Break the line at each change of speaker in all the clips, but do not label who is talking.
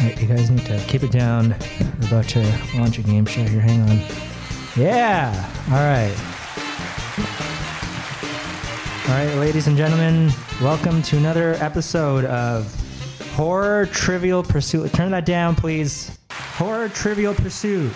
right, you guys need to keep it down. We're about to launch a game show here. Hang on. Yeah. All right. All right, ladies and gentlemen, welcome to another episode of Horror Trivial Pursuit. Turn that down, please. Horror Trivial Pursuit.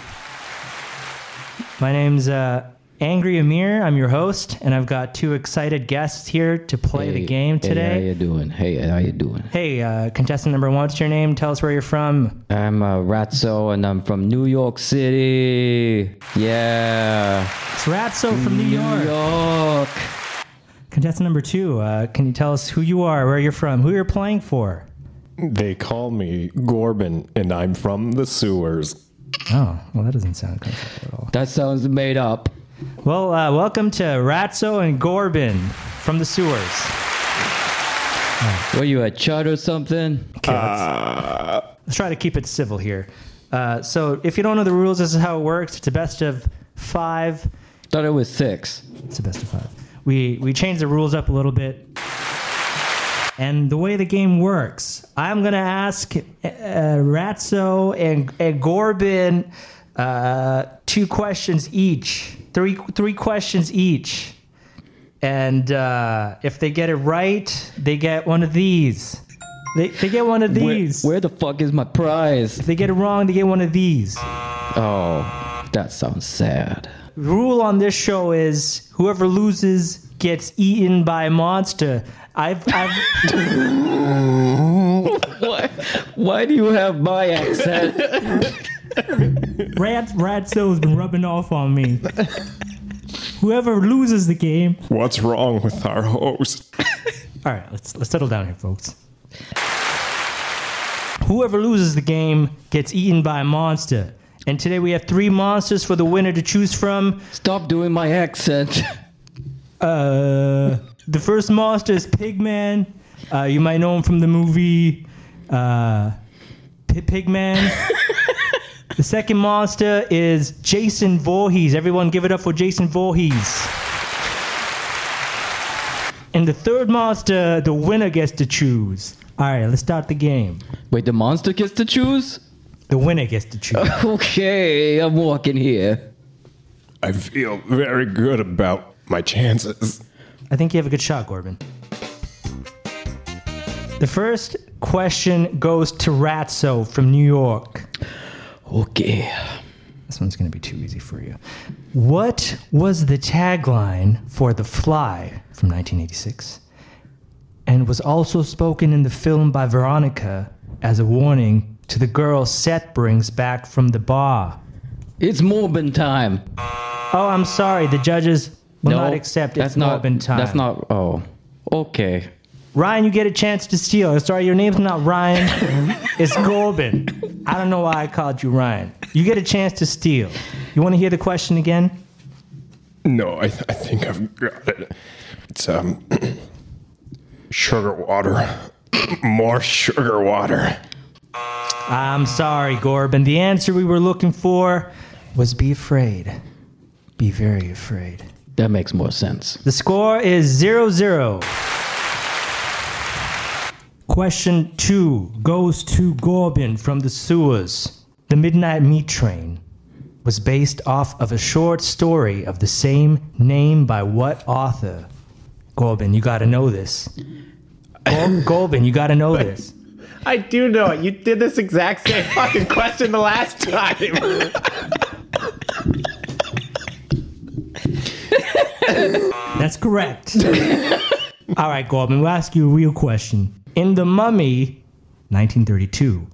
My name's uh, Angry Amir. I'm your host, and I've got two excited guests here to play the game today.
Hey, how you doing? Hey, how you doing?
Hey, uh, contestant number one, what's your name? Tell us where you're from.
I'm uh, Ratso, and I'm from New York City. Yeah,
It's Ratso from New York.
New York.
Contestant number two, uh, can you tell us who you are, where you're from, who you're playing for?
They call me Gorman, and I'm from the sewers.
Oh, well, that doesn't sound comfortable at all.
That sounds made up.
Well, uh, welcome to Ratso and Gorbin from the sewers.
Were you a chud or something?
Okay, let's, let's try to keep it civil here. Uh, so, if you don't know the rules, this is how it works. It's a best of five.
Thought it was six.
It's a best of five. We we changed the rules up a little bit. And the way the game works, I'm gonna ask uh, Ratso and, and Gorbin uh, two questions each, three three questions each, and uh, if they get it right, they get one of these. They, they get one of
Where,
these.
where the fuck is my prize?
If they get it wrong, they get one of these.
Oh, that sounds sad.
The rule on this show is whoever loses gets eaten by a monster. I've, I've
Why? Why do you have my accent?
Rat Ratso has been rubbing off on me. Whoever loses the game.
What's wrong with our host?
All right, let's let's settle down here, folks. Whoever loses the game gets eaten by a monster. And today we have three monsters for the winner to choose from.
Stop doing my accent.
Uh, the first monster is Pigman. Uh, you might know him from the movie uh, P- Pigman. the second monster is Jason Voorhees. Everyone give it up for Jason Voorhees. And the third monster, the winner gets to choose. All right, let's start the game.
Wait, the monster gets to choose?
The winner gets to choose.
Okay, I'm walking here.
I feel very good about my chances.
I think you have a good shot, Corbin. The first question goes to Ratso from New York.
Okay.
This one's going to be too easy for you. What was the tagline for The Fly from 1986 and was also spoken in the film by Veronica as a warning to the girl Seth brings back from the bar?
It's Morbin time.
Oh, I'm sorry. The judges will not accept
that's
it's Morbin time.
That's not. Oh, okay.
Ryan, you get a chance to steal. Sorry, your name's not Ryan. it's Gorbin. I don't know why I called you Ryan. You get a chance to steal. You want to hear the question again?
No, I, th- I think I've got it. It's um, sugar water, more sugar water.
I'm sorry, Gorbin. The answer we were looking for was be afraid. Be very afraid.
That makes more sense.
The score is 0 0. Question two goes to Gorbin from the sewers. The Midnight Meat Train was based off of a short story of the same name by what author? Gorbin, you gotta know this. Gor- Gorbin, you gotta know this.
I do know it. You did this exact same fucking question the last time.
That's correct. All right, Goldman, we'll ask you a real question. In The Mummy, 1932,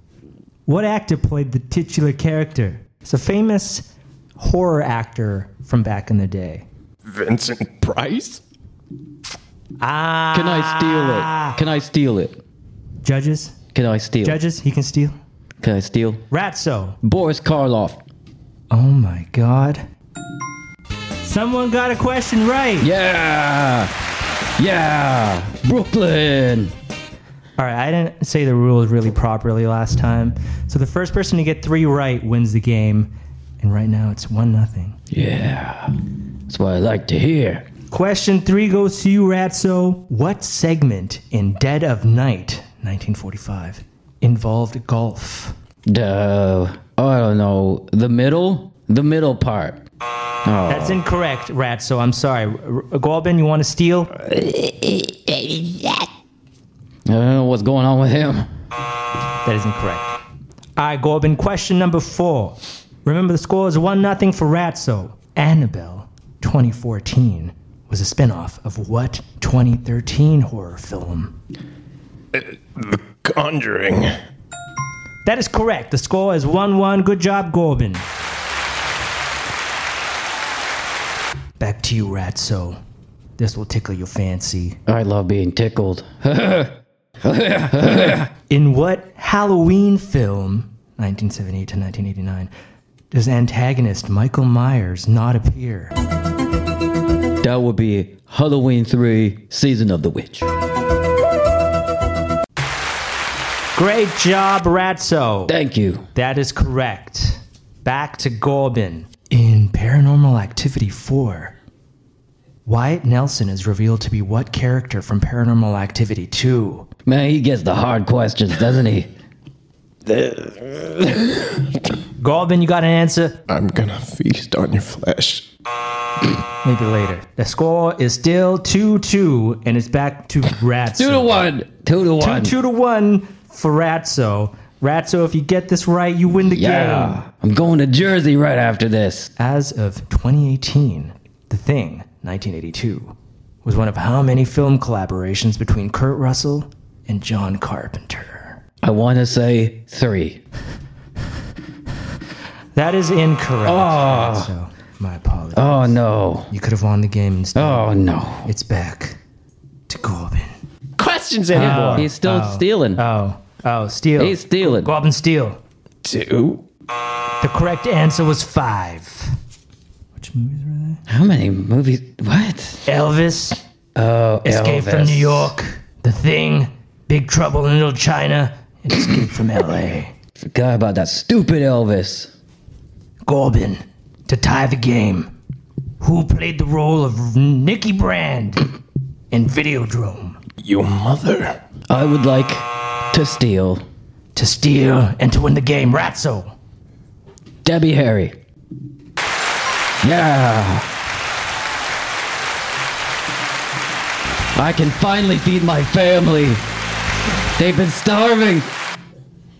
what actor played the titular character? It's a famous horror actor from back in the day.
Vincent Price?
Ah,
Can I steal it? Can I steal it?
judges?
Can I steal?
Judges, he can steal.
Can I steal?
Ratso.
Boris Karloff.
Oh my god. Someone got a question right.
Yeah. Yeah. Brooklyn.
All right, I didn't say the rules really properly last time. So the first person to get three right wins the game, and right now it's one nothing.
Yeah. That's what I like to hear.
Question three goes to you, Ratso. What segment in Dead of Night, 1945, involved golf?
The oh, I don't know. The middle, the middle part.
That's incorrect, Rat. So I'm sorry. R- R- Gorbin, you want to steal?
I don't know what's going on with him.
That is incorrect. All right, Gorbin, question number four. Remember, the score is 1 0 for Ratso. Annabelle 2014 was a spin off of what 2013 horror film?
The Conjuring.
That is correct. The score is 1 1. Good job, Gorbin. Back to you, Ratso. This will tickle your fancy.
I love being tickled.
In what Halloween film, 1978 to 1989, does antagonist Michael Myers not appear?
that would be Halloween three, season of the witch.
Great job, Ratso.
Thank you.
That is correct. Back to Gorbin. In Paranormal Activity 4, Wyatt Nelson is revealed to be what character from Paranormal Activity 2?
Man, he gets the hard questions, doesn't he?
Gorbin, you got an answer?
I'm gonna feast on your flesh.
Maybe later. The score is still 2 2, and it's back to Ratso.
Two to one. Two to one.
two to one for Ratso. Ratso, if you get this right, you win the game.
Yeah. I'm going to Jersey right after this.
As of 2018, The Thing, 1982, was one of how many film collaborations between Kurt Russell and John Carpenter?
I want to say three.
That is incorrect.
Uh.
Oh. my apologies.
Oh no.
You could have won the game instead.
Oh no.
It's back to Gorbin.
Questions anymore.
He's still stealing.
Oh, oh, steal.
He's stealing.
Gorbin, steal.
Two.
The correct answer was five. Which movies were they?
How many movies? What?
Elvis,
Oh,
Escape from
Elvis.
New York, The Thing, Big Trouble in Little China, and Escape from LA.
Forgot about that stupid Elvis.
Gorbin, to tie the game, who played the role of Nicky Brand in Videodrome?
Your mother.
I would like to steal
To steal and to win the game, Ratso.
Debbie Harry. Yeah. I can finally feed my family. They've been starving.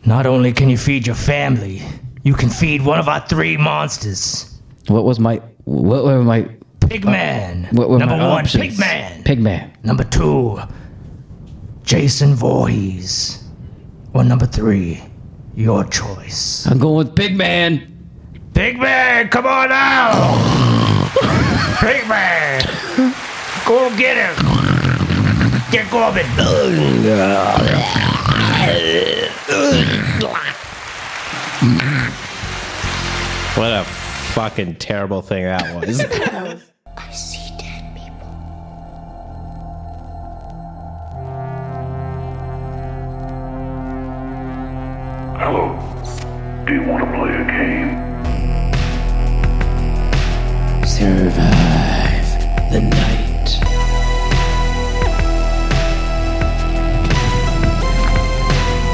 Not only can you feed your family, you can feed one of our three monsters.
What was my? What were my?
Pigman,
Uh, What were
number
my
one,
options?
Pigman.
Pigman.
Number two, Jason Voorhees. Or number three, your choice.
I'm going with Pigman.
Big man, come on out! Big man! Go get him! Get Corbin!
What a fucking terrible thing that was.
Hello. Do you want to play a game?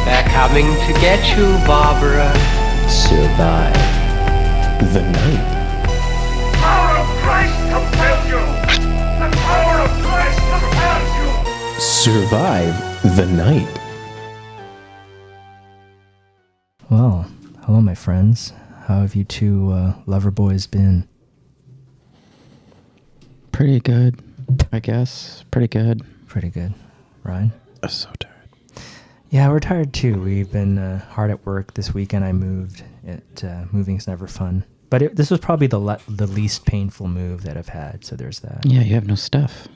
They're coming to get you, Barbara.
Power of Christ compels you! The power of Christ compels you!
Survive the night.
Well, hello, my friends. How have you two uh, lover boys been?
Pretty good, I guess. Pretty good.
Pretty good. Ryan?
I'm so tired.
Yeah, we're tired too. We've been uh, hard at work this weekend. I moved. It uh, moving's never fun, but it, this was probably the le- the least painful move that I've had. So there's that.
Yeah, you have no stuff.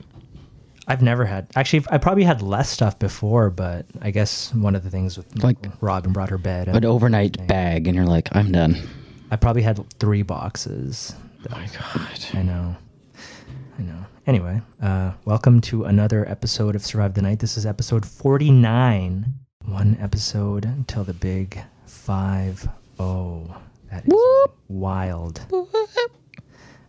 I've never had actually. I probably had less stuff before, but I guess one of the things with
Like-
Robin brought her bed.
An overnight bag, and you're like, I'm done.
I probably had three boxes.
Oh My God.
I know. I know. Anyway, uh, welcome to another episode of Survive the Night. This is episode 49. One episode until the big 5 0. That is wild.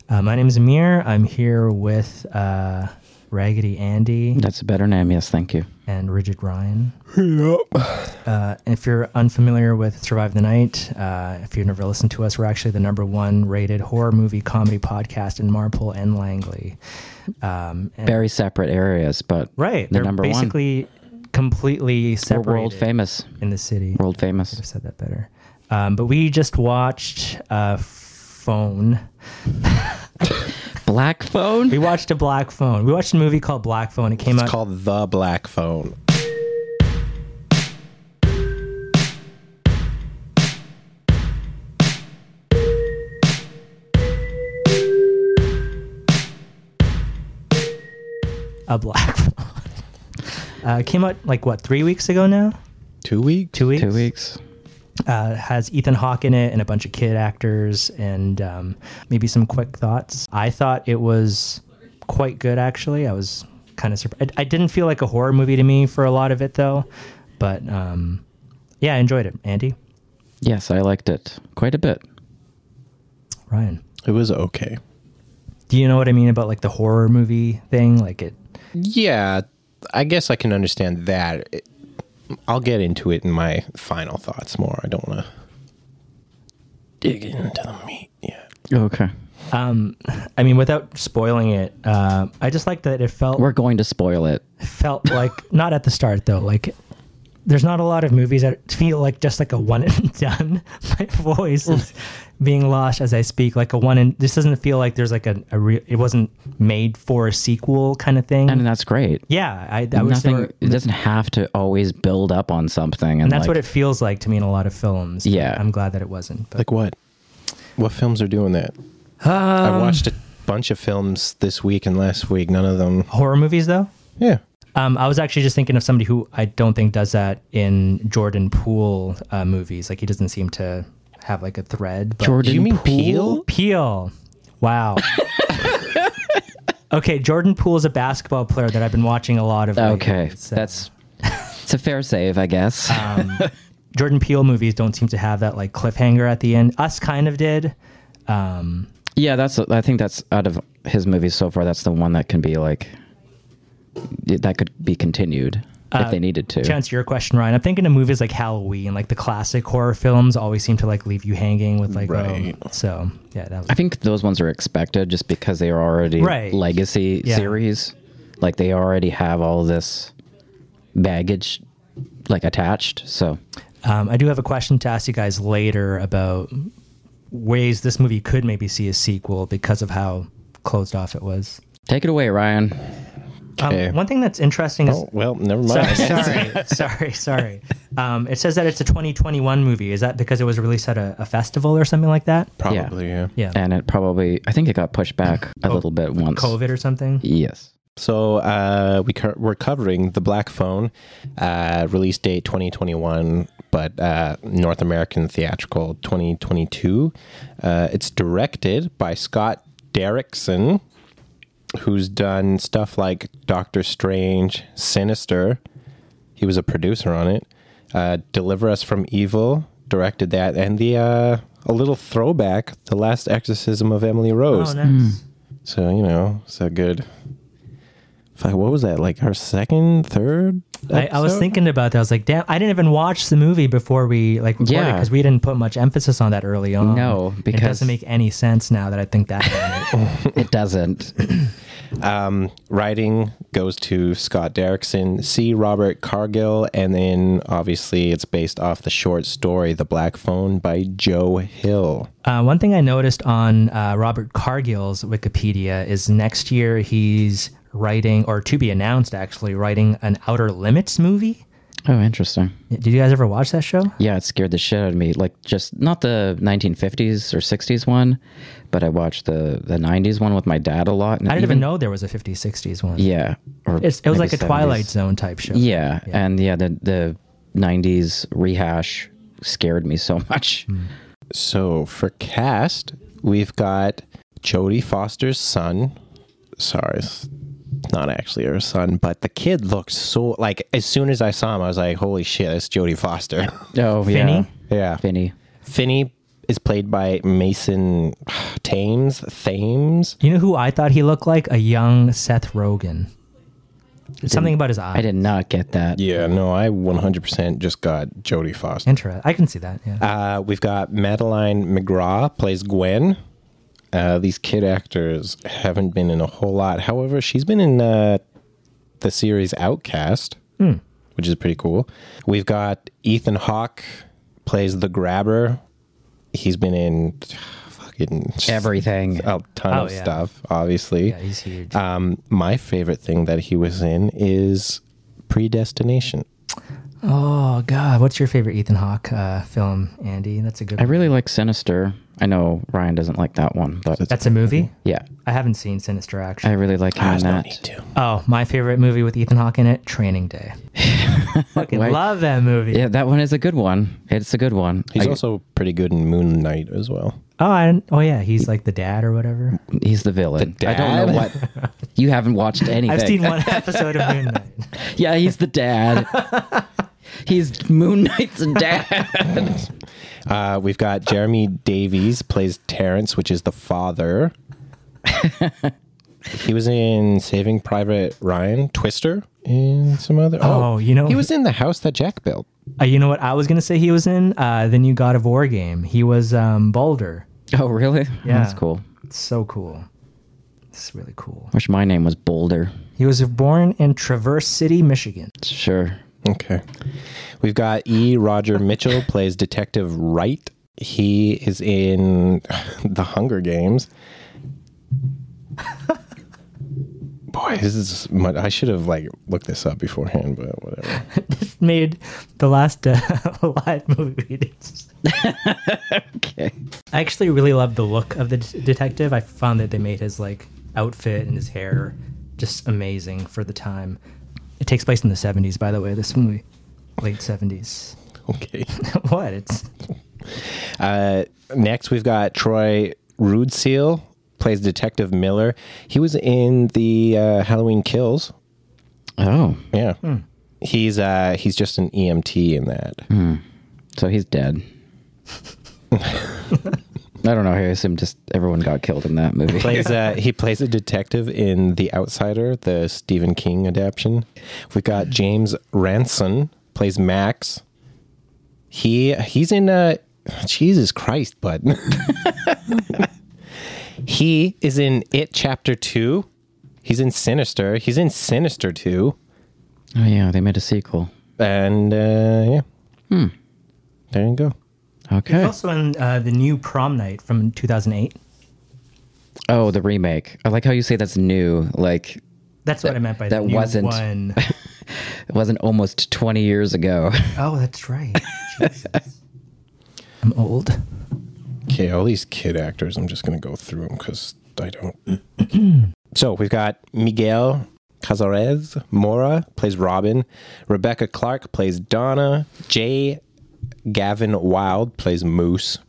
Uh, my name is Amir. I'm here with uh, Raggedy Andy
That's a better name. Yes, thank you.
and Rigid Ryan. Uh,
Yep.
If you're unfamiliar with Survive the Night, uh, if you've never listened to us, we're actually the number one rated horror movie comedy podcast in Marple and Langley. Um, and-
Very separate areas, but
right.
the
they're
number one.
basically completely
We're
separated
world famous.
in the city.
World famous.
have said that better. Um, but we just watched uh, Phone.
Black phone.
We watched a Black Phone. We watched a movie called Black Phone. It came out.
It's called The Black Phone.
a Black Phone. Uh, it came out like what three weeks ago now?
Two weeks?
Two weeks.
Two weeks.
Uh, has Ethan Hawke in it and a bunch of kid actors and um, maybe some quick thoughts. I thought it was quite good actually. I was kind of surprised. I, I didn't feel like a horror movie to me for a lot of it though, but um, yeah, I enjoyed it. Andy,
Yes, I liked it quite a bit.
Ryan.
It was okay.
Do you know what I mean about like the horror movie thing? Like it.
Yeah, I guess I can understand that. It- I'll get into it in my final thoughts more. I don't want to dig into the meat yet.
Okay.
um, I mean, without spoiling it, uh, I just like that it felt
We're going to spoil it.
felt like not at the start though. Like there's not a lot of movies that feel like just like a one and done. My voice
Mm.
is being lost as I speak. Like a one and this doesn't feel like there's like a, a real. It wasn't made for a sequel kind of thing.
And that's great.
yeah, I, I was.
Nothing. It doesn't have to always build up on something. And,
and that's
like,
what it feels like to me in a lot of films.
Yeah.
I'm glad that it wasn't. But
Like what? Um, What films are doing that? I watched a bunch of films this week and last week. None of them.
horror movies though.
Yeah.
Um, I was actually just thinking of somebody who I don't think does that in Jordan Poole uh, movies. Like he doesn't seem to have like a thread. But
Jordan
Do you mean
Peele?
Peel?
Peele. Wow. okay, Jordan Poole is a basketball player that I've been watching a lot of. lately.
Okay,
It's, uh,
that's it's a fair save, I guess.
Jordan Peele movies don't seem to have that like cliffhanger at the end. Us kind of did. Um,
yeah, that's. I think that's out of his movies so far. That's the one that can be like that could be continued if they needed to.
to answer your question, Ryan, I'm thinking of movies like Halloween, like the classic horror films, always seem to like leave you hanging with like. oh,
Right.
so yeah, that was.
I think those ones are expected just because they are already
Right.
legacy
Yeah.
series. Like they already have all this baggage like attached. So
Um, I do have a question to ask you guys later about ways this movie could maybe see a sequel because of how closed off it was.
take it away, Ryan.
Um,
Okay.
one thing that's interesting is
Oh, well, never mind.
sorry, sorry, sorry. Um, it says that it's a 2021 movie. Is that because it was released at a, a festival or something like that?
Probably, yeah.
Yeah,
And it probably I think it got pushed back a little bit once.
Oh. COVID or something.
Yes.
So uh, we cur- we're covering the Black Phone, uh, release date 2021, but uh, North American theatrical 2022. Uh, it's directed by Scott Derrickson, who's done stuff like Doctor Strange, Sinister. He was a producer on it. Uh, Deliver Us from Evil directed that, and the uh, a little throwback, The Last Exorcism of Emily Rose.
Oh, nice.
Hmm.
So you know, it's a good. Fuck, what was that? Like our second, third?
I, I was
episode?
thinking about that. I was like, damn, I didn't even watch the movie before we like recorded
Yeah.
because we didn't put much emphasis on that early on.
No,
And it
because-
doesn't make any sense now that I think that. about it.
It doesn't.
Writing goes to Scott Derrickson, C. Robert Cargill, and then obviously it's based off the short story "The Black Phone" by Joe Hill.
Uh, one thing I noticed on uh, Robert Cargill's Wikipedia is next year he's writing, or to be announced actually, writing an Outer Limits movie.
oh, interesting.
Did you guys ever watch that show?
Yeah, it scared the shit out of me. Like just not the 1950s or 60s one, but I watched the the 90s one with my dad a lot. And
I didn't even know there was a 50s, 60s one.
Yeah. Or
It's, it was
maybe
like a
70s.
Twilight Zone type show.
Yeah, and yeah, the the '90s rehash scared me so much.
So for cast, we've got Jodie Foster's son. Sorry, it's not actually her son, but the kid looked so like. As soon as I saw him, I was like, "Holy shit, that's Jodie Foster!"
Oh
Finny?
yeah,
Finny.
Finney is played by Mason Thames. Thames.
You know who I thought he looked like? A young Seth Rogen. Something about his eye.
I did not get that.
Yeah, no, I 100% just got Jodie Foster.
Interesting. I can see that. Yeah.
Uh, we've got Madeline McGraw plays Gwen. Uh, these kid actors haven't been in a whole lot. However, she's been in uh, the series Outcast, which is pretty cool. We've got Ethan Hawke plays the Grabber. He's been in fucking
Everything.
a ton
Oh,
of
yeah.
stuff, obviously.
yeah, he's huge.
um, my favorite thing that he was in is Predestination.
oh God, what's your favorite Ethan Hawke uh, film, Andy? That's a good.
I
one.
really like Sinister. I know Ryan doesn't like that one, but
That's a movie.
yeah, I
I haven't seen Sinister actually.
I really like him in
There's no
that.
need to.
oh, my favorite movie with Ethan Hawke in it, Training Day. Fucking
Why-
love that movie.
Yeah, that one is a good one. It's a good one.
He's
I-
also pretty good in Moon Knight as well.
Oh, I didn't- oh yeah, he's like the dad or whatever.
he's the villain. I don't know what you haven't watched anything.
I've seen one episode of Moon Knight.
Yeah, he's the dad. he's Moon Knight's dad.
Uh, we've got Jeremy Davies plays Terrence, which is the father. he was in Saving Private Ryan, Twister, and some other.
Oh, you know-
he was in the house that Jack built.
Uh, you know what I was gonna say? He was in uh, the new God of War game. He was um, Boulder.
oh, really?
Yeah.
that's cool.
It's so cool. It's really cool.
Wish my name was Boulder.
He was born in Traverse City, Michigan.
Sure.
Okay. We've got E. Roger Mitchell plays Detective Wright. He is in The Hunger Games. Boy, this is much. I should have like looked this up beforehand, but whatever.
Made the last uh, live movie. we did.
Okay.
I actually really loved the look of the d- detective. I found that they made his like outfit and his hair just amazing for the time. It takes place in the '70s, by the way. This movie, late '70s.
Okay.
what? It's
Uh, next, we've got Troy Rudseal plays Detective Miller. He was in the uh, Halloween Kills.
Oh,
Yeah. He's uh, he's just an EMT in that.
so he's dead. I don't know. I assume just everyone got killed in that movie.
plays uh, he plays a detective in The Outsider, the Stephen King adaptation. We've got James Ranson plays Max. He he's in uh Jesus Christ, bud. he is in It Chapter Two. He's in Sinister. He's in Sinister Two,
Oh yeah, they made a sequel.
and uh, yeah, there you go.
Okay.
also in uh, the new Prom Night from 2008.
Oh, the remake. I like how you say that's new. Like
That's what I meant by
that
the new
wasn't-
one.
it wasn't almost 20 years ago.
Oh, that's right. Jesus. I'm old.
Okay, all these kid actors, I'm just going to go through them because I don't. so we've got Miguel Cazares Mora plays Robin. Rebecca Clark plays Donna. Jay Gavin Wild plays Moose.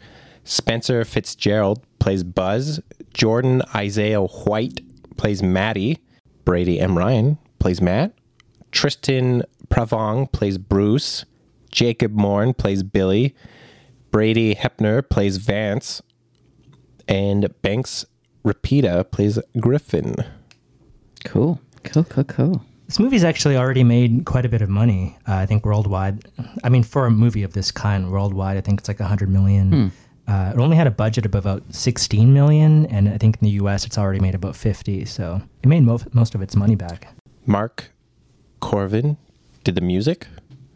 Spencer Fitzgerald plays Buzz. Jordan Isaiah White plays Maddie. Brady M. Ryan plays Matt. Tristan Pravong plays Bruce. Jacob Morn plays Billy. Brady Hepner plays Vance, and Banks Rapida plays Griffin.
Cool. Cool, cool, cool.
This movie's actually already made quite a bit of money. Uh, I think worldwide. I mean, for a movie of this kind, worldwide, I think it's like 100 million. Uh, it only had a budget of about 16 million, and I think in the U.S. it's already made about 50. So it made mo- most of its money back.
Mark Corvin did the music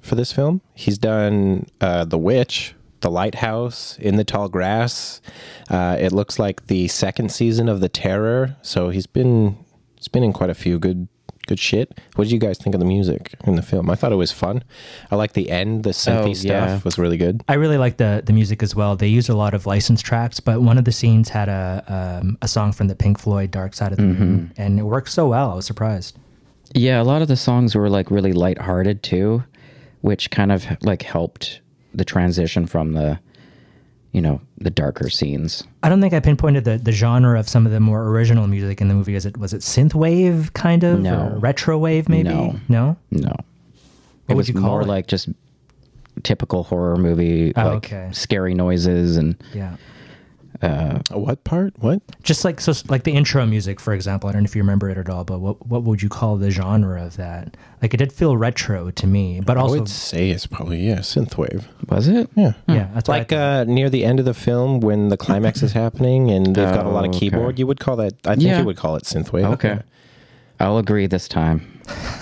for this film. He's done uh, The Witch, The Lighthouse, In the Tall Grass. Uh, it looks like the second season of The Terror. So he's been he's been in quite a few good good shit. What did you guys think of the music in the film? I thought it was fun. I like the end. The synthy
Oh,
stuff
yeah.
was really good.
I really like the the music as well. They used a lot of licensed tracks, but one of the scenes had a um, a song from the Pink Floyd Dark Side of the Moon, and it worked so well. I was surprised.
Yeah, a lot of the songs were like really lighthearted too, which kind of like helped the transition from the you know, the darker scenes.
I don't think I pinpointed the, the genre of some of the more original music in the movie. Is it was it synthwave kind of
No.
or retro wave maybe?
No.
No?
No.
What
it
would
was
you call
more
it?
like just typical horror movie
Oh,
like
okay.
scary noises and
yeah.
Uh, what part? What?
Just like so, like the intro music, for example. I don't know if you remember it at all, but what what would you call the genre of that? Like it did feel retro to me, but
I
also
would say it's probably yeah, synthwave.
Was it?
Yeah.
hmm,
yeah, that's like
Like
I,
uh, near the end of the film when the climax is happening and they've got a lot of
Okay.
keyboard, you would call that. I think
Yeah.
you would call it synthwave.
Okay. I'll agree this time.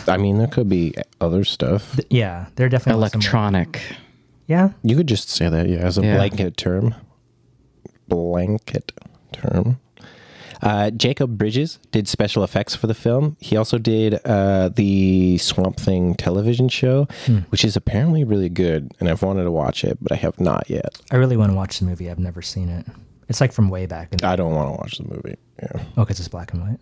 I mean, there could be other stuff.
th- yeah, they're definitely some-
Electronic.
Yeah,
You could just say that, yeah, as a
Yeah.
blanket term. Blanket term. Uh, Jacob Bridges did special effects for the film. He also did uh, the Swamp Thing television show, which is apparently really good, and I've wanted to watch it, but I have not yet.
I really want to watch the movie. I've never seen it. It's like from way back. In the,
Ah.
I don't want to watch the movie. Yeah,
oh, because it's black and white.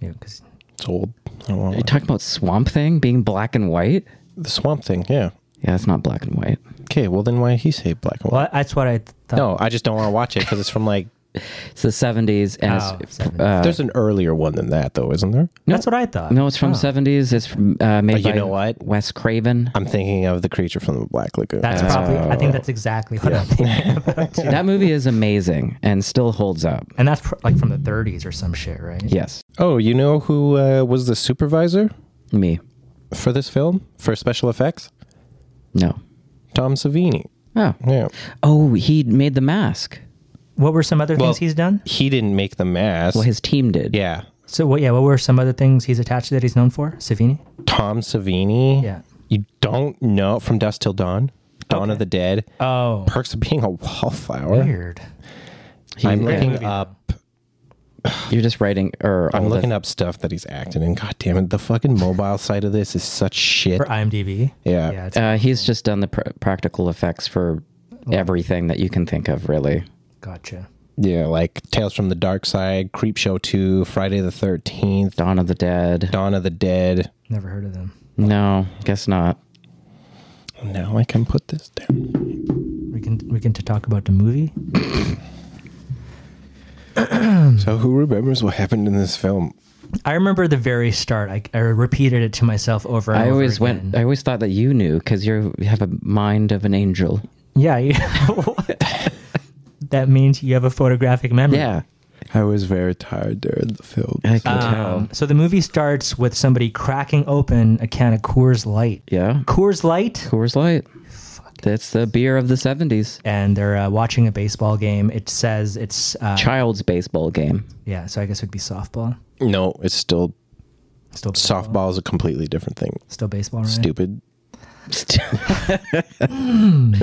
Yeah, because
it's old. I don't want
You talking about Swamp Thing being black and white?
the Swamp Thing. Yeah.
Yeah, it's not black and white.
Okay. Well, then why he say black and white?
well, that's what I th- thought.
No, I just don't want to watch it because it's from like.
It's the 70s and
Oh,
it's
70s.
uh,
There's an earlier one than that, though, isn't there?
that's what I thought.
No, it's from
Oh.
70s. It's from, uh, made
Oh, you
by
know what?
Wes Craven.
I'm thinking of the creature from the Black Lagoon.
That's probably. I
Uh,
think that's exactly what I'm thinking about too.
that movie is amazing and still holds up.
And that's pr- like from the 30s or some shit, right?
Yes,
Oh, you know who uh, was the supervisor
me.
for this film for special effects?
No.
Tom Savini.
Oh.
Yeah.
Oh, he made the mask.
What were some other
Well-
things he's done?
He didn't make the mask.
Well, his team did.
yeah.
So what? Yeah, what were some other things he's attached to that he's known for? Savini.
Tom Savini.
Yeah.
You don't know from Dust Till Dawn, Dawn of the Dead,
Oh,
Perks of Being a Wallflower.
weird.
He-
I'm
yeah.
looking
movie,
up.
You're just writing, or
I'm
all the-
looking up stuff that he's acting in. God damn it, the fucking mobile side of this is such shit.
For IMDb.
Yeah.
Yeah. It's,
Uh, he's just done the pr- practical effects for everything that you can think of, really.
gotcha.
Yeah, like Tales from the Dark Side, Creep Show 2, Friday the 13th,
Dawn of the Dead.
Dawn of the Dead.
Never heard of them.
No, guess not.
Now I can put this down.
We can we can to talk about the movie.
So, who remembers what happened in this film?
I remember the very start. I, I repeated it to myself over. And
I
over
always
again.
went. I always thought that you knew because you have a mind of an angel.
Yeah. You, that means you have a photographic memory.
Yeah,
I was very tired during the film.
I can tell.
Um, so the movie starts with somebody cracking open a can of Coors Light.
Yeah,
Coors Light.
Coors Light. That's the beer of the '70s.
And they're uh, watching a baseball game. It says it's uh,
Child's baseball game.
yeah. So I guess it would be softball.
No, it's still
Still baseball.
softball is a completely different thing.
Still baseball, right?
Stupid. There's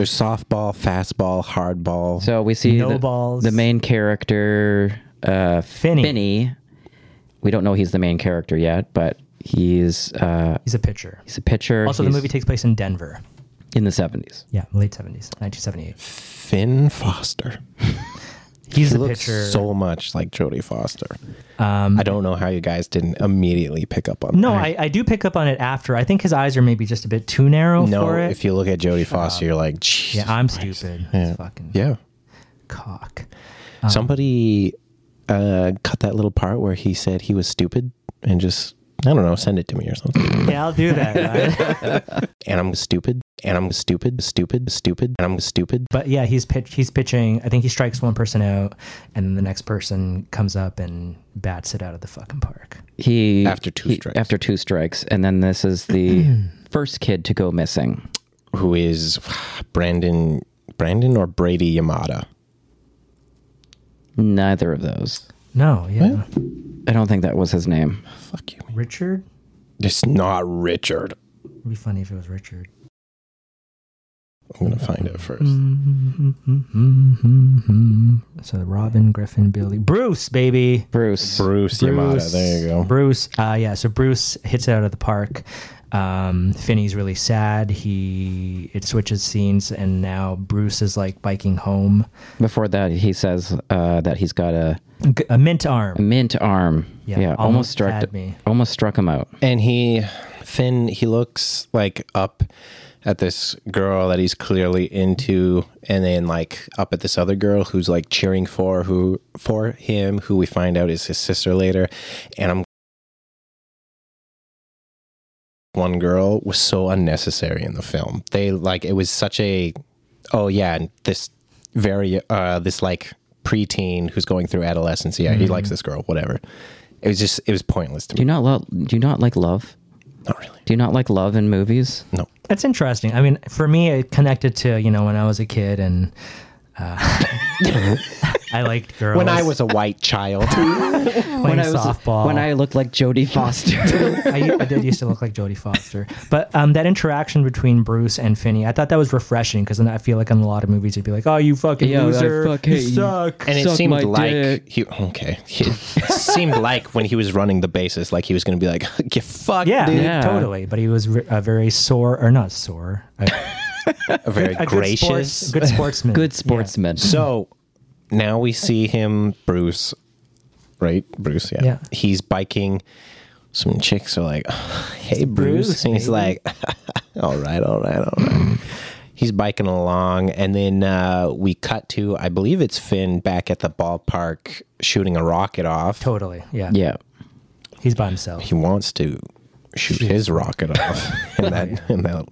softball, fastball, hardball.
So we see
No
the,
balls.
the main character, uh,
Finney.
Finney. We don't know he's the main character yet, but he's uh,
He's a pitcher.
he's a pitcher.
Also,
He's
the movie takes place in Denver.
in the '70s.
Yeah, late seventies, nineteen seventy-eight.
Finn Foster.
He's
He
the
looks
pitcher.
so much like Jodie Foster.
Um,
I don't know how you guys didn't immediately pick up on
no, I, I do pick up on it after. I think his eyes are maybe just a bit too narrow
No,
for it.
if you look at Jodie Foster, you're like, "Jeez."
yeah, Uh-huh. I'm stupid. It's fucking
yeah.
cock.
Somebody uh, cut that little part where he said he was stupid and just, I don't know, send it to me or something.
Yeah, I'll do that. right?
and I'm stupid. And I'm stupid, stupid, stupid. And I'm stupid.
but yeah, he's pitch. He's pitching. I think he strikes one person out, and then the next person comes up and bats it out of the fucking park.
He
After two
he-
strikes.
After two strikes, and then this is the first kid to go missing.
Who is Brandon, Brandon or Brady Yamada?
Neither of those.
No, yeah,
I don't think that was his name.
Fuck you.
Richard.
It's not Richard.
It'd be funny if it was Richard.
I'm going to find it first. Mm-hmm.
So Robin, Griffin, Billy, Bruce, baby.
Bruce.
Bruce, Yamada. There you go.
Bruce, uh, yeah. So Bruce hits it out of the park. Um, Finney's really sad. He it switches scenes, and now Bruce is like biking home.
Before that, he says uh, that he's got a
G- A mint arm.
mint arm.
Yeah,
Yeah,
almost
almost, struck
had me.
almost struck him out.
and he Finn he looks like up at this girl that he's clearly into and then like up at this other girl who's like cheering for who for him who we find out is his sister later and I'm one girl was so unnecessary in the film. They like it was such a oh yeah, and this very uh this like preteen who's going through adolescence. Yeah, he likes this girl, whatever. It was just, it was pointless to
Mm-hmm. Do you
me.
not love? Do you not like love?
Not really.
Do you not like love in movies?
No.
That's interesting. I mean, for me, it connected to you know when I was a kid and uh, I liked girls.
When I was a white child,
playing
When I was
softball,
when I looked like Jodie Foster.
I, I did used to look like Jodie Foster, but um, that interaction between Bruce and Finney, I thought that was refreshing because then I feel like in a lot of movies it'd be like, "Oh, you fucking
Yeah, I
loser,
fuck
you
hate you."
suck."
and it
Suck
seemed
my
like
dick.
he okay. It seemed like when he was running the bases, like he was going to be like, "Get fucked,
yeah,
dude."
Yeah.
totally. But he was re- a very sore, or not sore, a,
A very
a good,
gracious,
sports, good sportsman.
Good sportsman.
So now we see him, Bruce, right? Bruce, yeah.
Yeah.
He's biking. Some chicks are like, hey, Bruce.
Bruce,
and he's like, all right, all right, all right. he's biking along. And then uh, we cut to, I believe it's Finn back at the ballpark shooting a rocket off.
Totally, yeah.
Yeah.
He's by himself.
He wants to shoot his rocket off. and that, and that,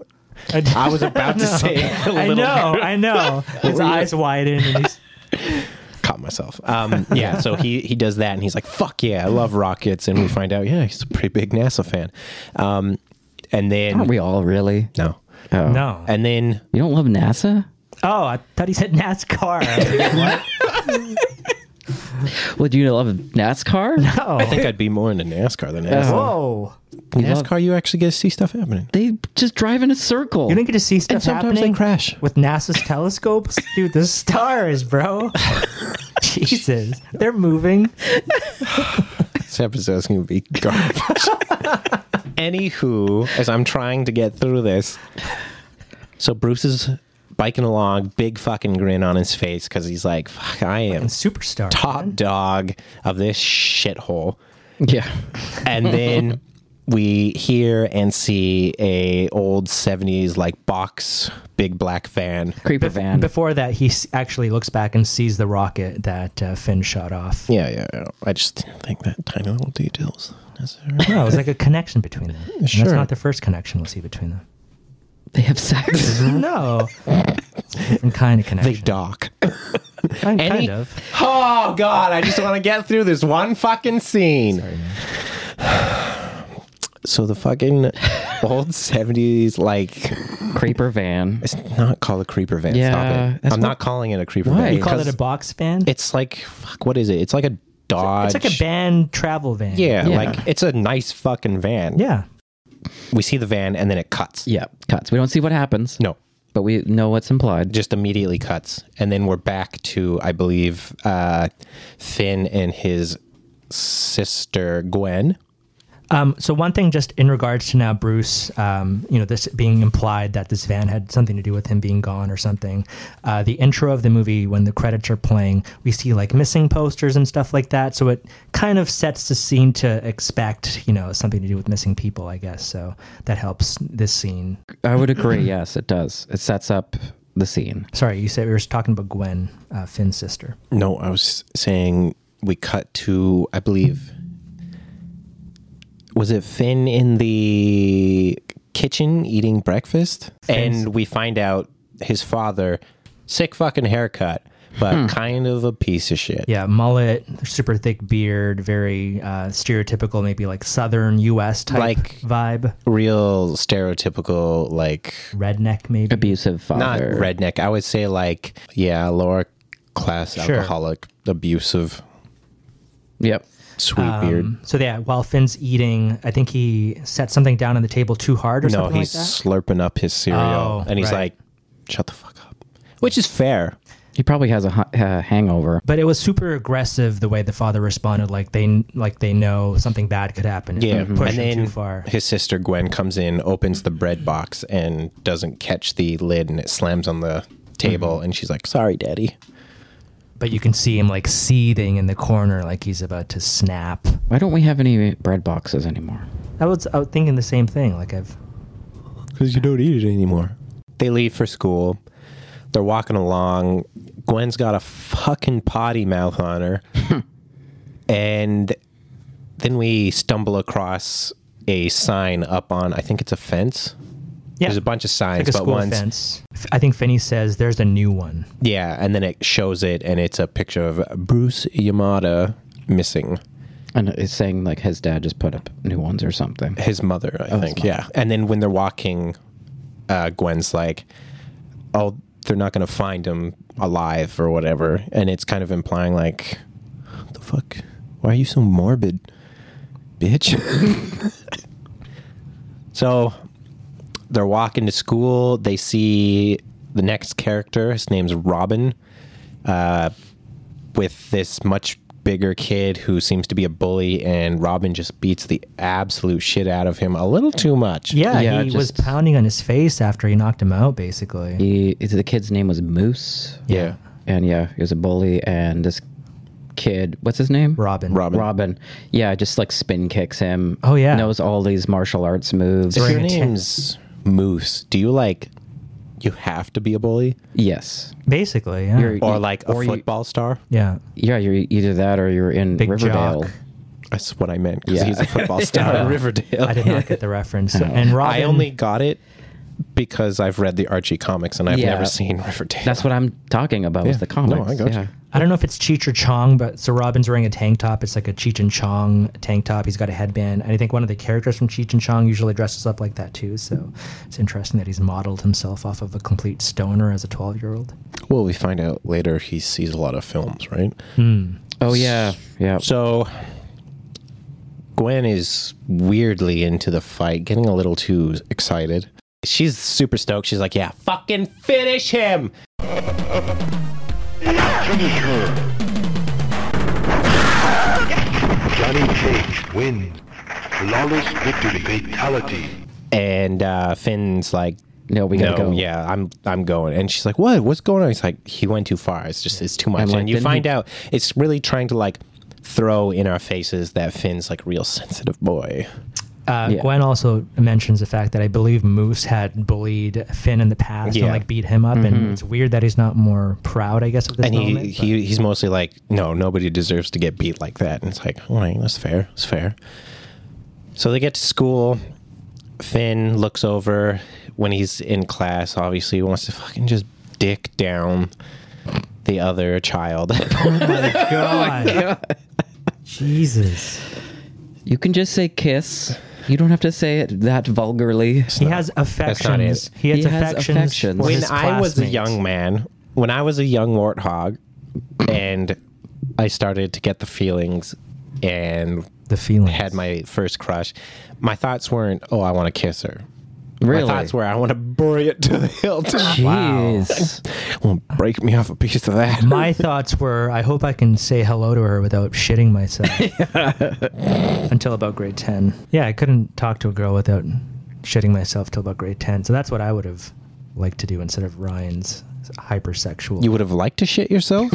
I was about to say, a
I
little
know, I know. His eyes widen and he's
caught myself. Um, yeah, so he he does that, and he's like, "Fuck yeah, I love rockets." And we find out, yeah, he's a pretty big NASA fan. Um, and then
Aren't we all really?
no,
Oh.
no.
and then
You don't love NASA?
Oh, I thought he said NASCAR. I was like, what?
Well, do you love NASCAR?
I think I'd be more into NASCAR than
Oh,
NASCAR.
Whoa.
You love-
NASCAR, you actually get to see stuff happening.
they just drive in a circle.
You didn't get to see stuff
And sometimes
happening
they crash.
with NASA's telescopes, dude. The stars, bro. Jesus, they're moving.
This episode's gonna be garbage. Anywho, as I'm trying to get through this, so Bruce is biking along, big fucking grin on his face because he's like, "Fuck, I am."
Superstar.
Top dog of this shithole.
yeah.
and then we hear and see a old 70s like box big black van
Creeper van.
Before that, he s- actually looks back and sees the rocket that uh, Finn shot off.
yeah yeah, yeah. i just didn't think that tiny little details necessary
No, it was like a connection between them. And
Sure.
That's not the first connection we'll see between them.
they have sex.
No, it's a different kind of
they
connection.
dock
kind, kind
any-
of.
oh god i just want to get through this one fucking scene so the fucking old 70s like
Creeper van.
it's not called a creeper van
Yeah,
stop it
that's
i'm
what-
not calling it a creeper
Why?
van
You call it
because
a box van?
it's like fuck what is it it's like a dodge
It's like a band travel van.
Yeah,
Yeah.
like it's a nice fucking van.
Yeah.
We see the van and then it cuts.
Yeah. Cuts. We don't see what happens.
No,
But we know what's implied.
just immediately cuts. And then we're back to, I believe, uh, Finn and his sister Gwen.
Um, so one thing, just in regards to now, Bruce, um, you know, this being implied that this van had something to do with him being gone or something. Uh, the intro of the movie, when the credits are playing, we see like missing posters and stuff like that. So it kind of sets the scene to expect, you know, something to do with missing people, I guess. So that helps this scene.
I would agree. yes, it does. It sets up the scene.
Sorry, you said we were talking about Gwen, uh, Finn's sister.
No, I was saying we cut to, I believe, was it Finn in the kitchen eating breakfast? And we find out his father, sick fucking haircut, but kind of a piece of shit.
Yeah, mullet, super thick beard, very uh, stereotypical, maybe like Southern U.S. type
Like-
vibe,
real stereotypical like
redneck maybe.
Abusive
not
father.
redneck i would say like yeah lower class alcoholic abusive
Yep.
sweet
Um,
beard
So yeah, while Finn's eating, I think he set something down on the table too hard or
no
something
he's
like that.
slurping up his cereal
Oh,
and he's
right.
like shut the fuck up which is fair
He probably has a ha- uh, hangover.
But it was super aggressive the way the father responded, like they like they know something bad could happen.
yeah
pushing push
Mm-hmm. and then
him too far.
his sister gwen comes in opens the bread box and doesn't catch the lid and it slams on the table
Mm-hmm.
and she's like sorry daddy
But you can see him like seething in the corner, like he's about to snap.
Why don't we have any bread boxes anymore?
I was out thinking the same thing. Like I've
because you don't eat it anymore. They leave for school. They're walking along. Gwen's got a fucking potty mouth on her. and then we stumble across a sign up on, I think it's a fence.
Yeah.
There's a bunch of signs,
like a
but
school
one's
fence. F- I think Finney says there's a new one.
yeah, and then it shows it, and it's a picture of Bruce Yamada missing
And it's saying like his dad just put up new ones or something.
his mother, I think. Yeah, and then when they're walking, uh, Gwen's like, "Oh, they're not gonna find him alive or whatever," and it's kind of implying like, "What "The fuck? Why are you so morbid, bitch?" so they're walking to school. They see the next character. His name's Robin. Uh, with this much bigger kid who seems to be a bully, and Robin just beats the absolute shit out of him a little too much.
Yeah,
Yeah,
he was
just-
pounding on his face after he knocked him out, basically.
He, the kid's name was Moose,
Yeah.
and yeah, he was a bully. And this kid, what's his name?
Robin.
Robin.
Robin. Yeah, just like spin kicks him.
Oh, yeah.
knows all these martial arts moves.
If your
Bring it.
name's Moose, do you like you have to be a bully
Yes,
Basically, yeah.
You're-
or
You-
like a
or you-
football star?
yeah.
yeah, you're e-, either that or you're in
Big
Riverdale.
jock.
That's what I meant because
Yeah.
he's a football star in Riverdale.
I did not get the reference. And Robin,
I only got it because I've read the Archie comics and I've
Yeah.
never seen Riverdale.
That's what I'm talking about. Was
Yeah.
the
No,
comics?
I got
yeah.
you.
I don't know if it's Cheech or Chong, but so Robin's wearing a tank top. It's like a Cheech and Chong tank top. He's got a headband, and I think one of the characters from Cheech and Chong usually dresses up like that too. So it's interesting that he's modeled himself off of a complete stoner as a twelve-year-old.
well, we find out later he sees a lot of films, right?
Oh yeah, yeah.
So Gwen is weirdly into the fight, getting a little too excited. She's super stoked. She's like, "Yeah, fucking finish him."
Finish her. Johnny Cage wins. Flawless victory. Fatality.
And uh, Finn's like,
no, we gotta
"No,
go.
yeah, I'm I'm going." And she's like, "What? What's going on?" He's like, "He went too far. It's just it's too much."
And,
And,
like,
you
didn't
find
he-
out it's really trying to like throw in our faces that Finn's like real sensitive boy.
Uh,
Yeah.
Gwen also mentions the fact that I believe Moose had bullied Finn in the past
Yeah. Mm-hmm.
and like beat him up, and it's weird that he's not more proud, I guess, of this
And
moment.
he, he he's mostly like, no, nobody deserves to get beat like that. And it's like, all right, that's fair. That's fair. So they get to school. Finn looks over when he's in class. Obviously, he wants to fucking just dick down the other child.
but- God. Jesus,
You can just say kiss. You don't have to say it that vulgarly.
he has
not it.
affections. He has
He has
affections.
affections.
for
when
his
I was a
classmates.
young man, when I was a young warthog, and I started to get the feelings and
the feeling
had my first crush, my thoughts weren't, oh, I want to kiss her.
Really?
My thoughts were, I want to bury it to the hilt.
Jeez.
Well, break me off a piece of that.
My thoughts were, I hope I can say hello to her without shitting myself. Until about grade 10. Yeah, I couldn't talk to a girl without shitting myself till about grade 10. So that's what I would have liked to do instead of Ryan's hypersexual.
You would have liked to shit yourself?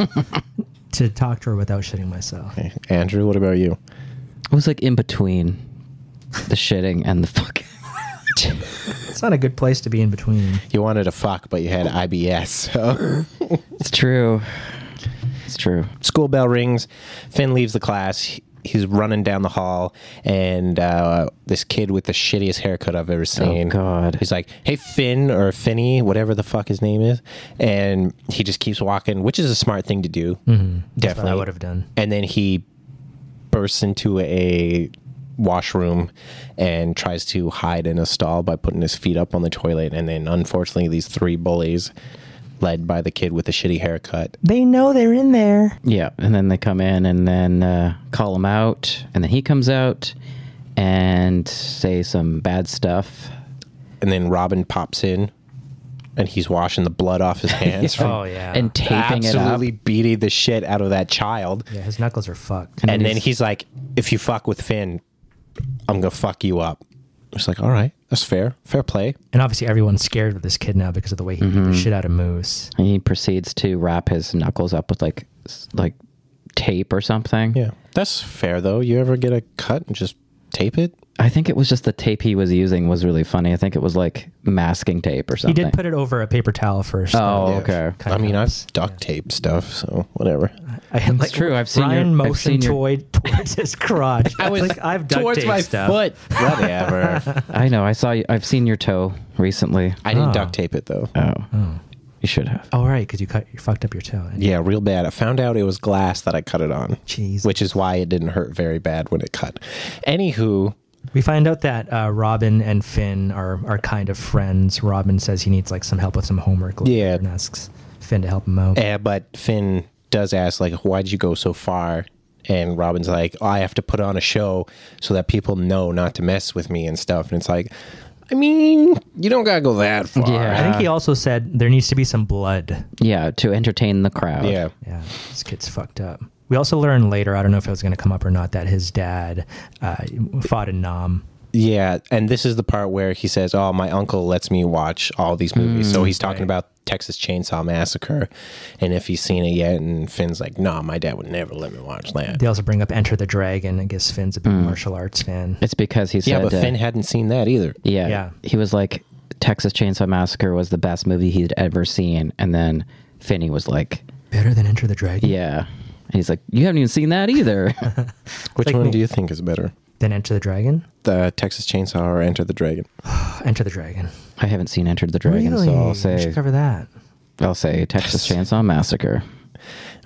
to talk to her without shitting myself.
Andrew, what about you?
It was like in between the shitting and the fucking.
It's not a good place to be in between.
You wanted to fuck, but you had IBS. So.
It's true. It's true.
School bell rings. Finn leaves the class. He- He's running down the hall, and uh, this kid with the shittiest haircut I've ever seen.
God.
He's like, "Hey, Finn or Finny, whatever the fuck his name is," and he just keeps walking, which is a smart thing to do. Mm-hmm. Definitely,
I would have done.
and then he bursts into a washroom and tries to hide in a stall by putting his feet up on the toilet and then unfortunately these three bullies led by the kid with the shitty haircut
They know they're in there.
Yeah, and then they come in and then uh, call him out, and then he comes out and say some bad stuff.
and then robin pops in and he's washing the blood off his hands from
Oh, yeah.
And taping it up.
absolutely beating the shit out of that child
yeah, his knuckles are fucked.
and then
he's-
he's like if you fuck with finn i'm gonna fuck you up it's like all right that's fair fair play
And obviously, everyone's scared of this kid now because of the way he beat
Mm-hmm.
the shit out of Moose.
And he proceeds to wrap his knuckles up with like s- like tape or something.
Yeah, that's fair though. You ever get a cut and just tape it?
I think it was just the tape he was using was really funny. I think it was like masking tape or
He
something.
did put it over a paper towel first.
Oh, okay.
I mean, I've duct tape stuff, so whatever.
I had, like,
true. I've seen your-
Ryan
I've
motion
seen your-
towards towards his crotch. I was like, I've duct
towards
taped
my
stuff.
foot. Whatever.
I know. I saw. You, I've seen your toe recently.
I didn't duct tape it though.
Oh, you should have.
Oh, right, because you cut, you fucked up your toe.
Yeah, real bad. I found out it was glass that I cut it on,
Jesus.
which is why it didn't hurt very bad when it cut. Anywho,
We find out that uh, Robin and Finn are are kind of friends. Robin says he needs like some help with some homework later
Yeah.
and asks Finn to help him out.
uh, but Finn does ask like, "Why'd you go so far?" And Robin's like, "Oh, "I have to put on a show so that people know not to mess with me and stuff." And it's like, I mean, you don't gotta go that far.
Oh, I think he also said there needs to be some blood.
Yeah, to entertain the crowd.
Yeah.
Yeah, this kid's fucked up. We also learn later, I don't know if it was going to come up or not, that his dad uh, fought in Nam.
Yeah, and this is the part where he says, "Oh, my uncle lets me watch all these movies."
Mm,
so he's talking about Texas Chainsaw Massacre, and if he's seen it yet. And Finn's like, "Nah, my dad would never let me watch that."
They also bring up Enter the Dragon. I guess Finn's a big
Hmm.
martial arts fan.
It's because he said.
Yeah, but
uh,
Finn hadn't seen that either.
yeah,
Yeah.
He was like, Texas Chainsaw Massacre was the best movie he'd ever seen, and then Finney was like,
Better than Enter the Dragon?
Yeah. And he's like, You haven't even seen that either.
Which
like
one
me.
do you think is better,
Than Enter the Dragon?
the Texas Chainsaw or Enter the Dragon?
Enter the Dragon.
I haven't seen Entered the Dragon, so
Really?
I'll
We should
say
cover that.
I'll say Texas Chainsaw Massacre.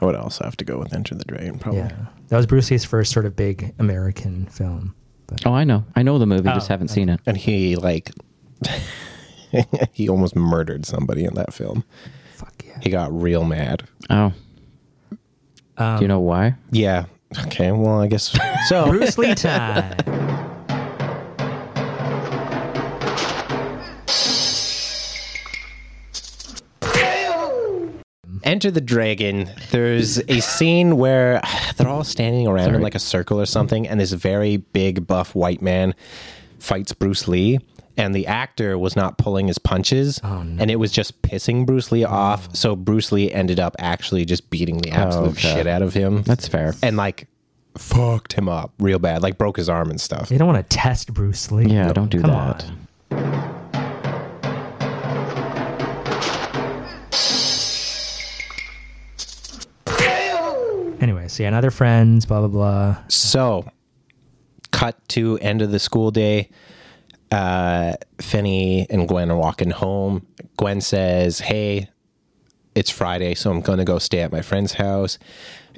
I would also have to go with Enter the Dragon, probably.
Yeah. That was Bruce Lee's first sort of big American film. But
Oh, I know. I know the movie,
Oh,
just haven't seen it.
And he like, he almost murdered somebody in that film.
fuck yeah.
He got real mad.
Oh. Do
Um,
you know why?
Yeah. Okay. Well, I guess so.
Bruce Lee time.
Enter the Dragon. There's a scene where they're all standing around in like a circle or something, and this very big buff white man fights Bruce Lee. And the actor was not pulling his punches,
Oh,
and it was just pissing Bruce Lee off. So Bruce Lee ended up actually just beating the absolute
okay.
shit out of him,
That's fair.
and like fucked him up real bad, like broke his arm and stuff.
They don't want to test Bruce Lee.
Yeah, don't do
Come
that.
on. Anyway, so yeah, now they're friends, blah, blah, blah.
So, cut to end of the school day. Uh, Finney and Gwen are walking home. Gwen says, "Hey, it's Friday, so I'm going to go stay at my friend's house."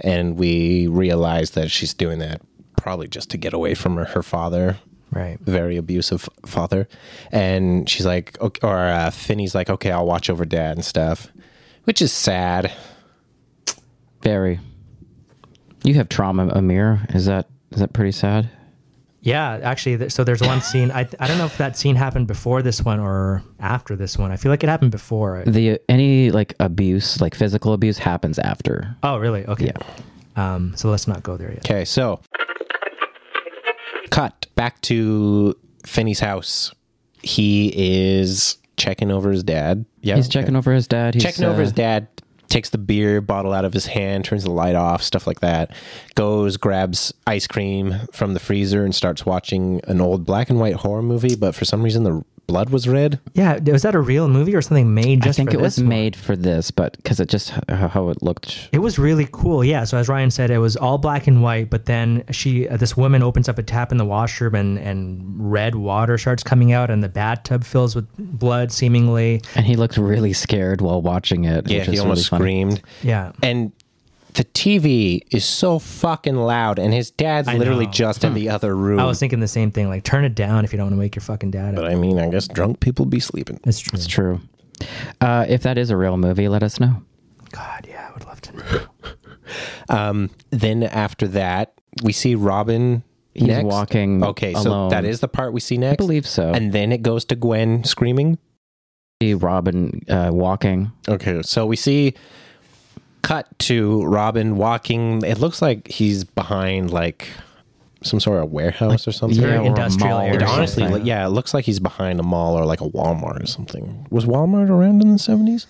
And we realize that she's doing that probably just to get away from her, her father,
Right.
very abusive father. And she's like, okay, or uh, Finney's like, "Okay, I'll watch over dad and stuff," which is sad.
Very. You have trauma, Amir. Is that is that pretty sad?
Yeah, actually, th- so there's one scene. I, I don't know if that scene happened before this one or after this one. I feel like it happened before.
The any like abuse, like physical abuse, happens after.
Oh, really? Okay. Um, so let's not go there yet.
Okay, so cut back to Finney's house. He is checking over his dad. Yeah,
He's checking over his dad. He's
checking over
uh,
his dad. Takes the beer bottle out of his hand, turns the light off, stuff like that. Goes, grabs ice cream from the freezer, and starts watching an old black and white horror movie. But for some reason, the blood was red.
Yeah, was that a real movie or something made
I
just
think
for
it was
this one?
made for this, but because it just h- how it looked.
It was really cool. Yeah. So as Ryan said, it was all black and white, but then she, uh, this woman opens up a tap in the washroom and, and red water starts coming out and the bathtub fills with blood seemingly.
And he looked really scared while watching it.
Yeah,
which
he
is
almost
really funny.
screamed.
Yeah.
And the TV is so fucking loud, and his dad's literally
know. Hmm.
just in the other room.
I was thinking the same thing. Like turn it down if you don't want to wake your fucking dad
But
up.
I mean, I guess drunk people be sleeping.
It's true.
It's true. Uh, if that is a real movie, let us know.
God, yeah, I would love to know.
Um, Then after that, we see Robin.
He's
next.
walking
Okay, so
alone.
that is the part we see next.
believe so.
And then it goes to Gwen screaming.
See Robin uh, walking.
Okay, so we see cut to Robin walking. It looks like he's behind like some sort of warehouse or something.
very
or a
industrial
mall or
area.
It honestly,
something.
look- yeah, it looks like he's behind a mall or like a Walmart or something. Was Walmart around in the seventies?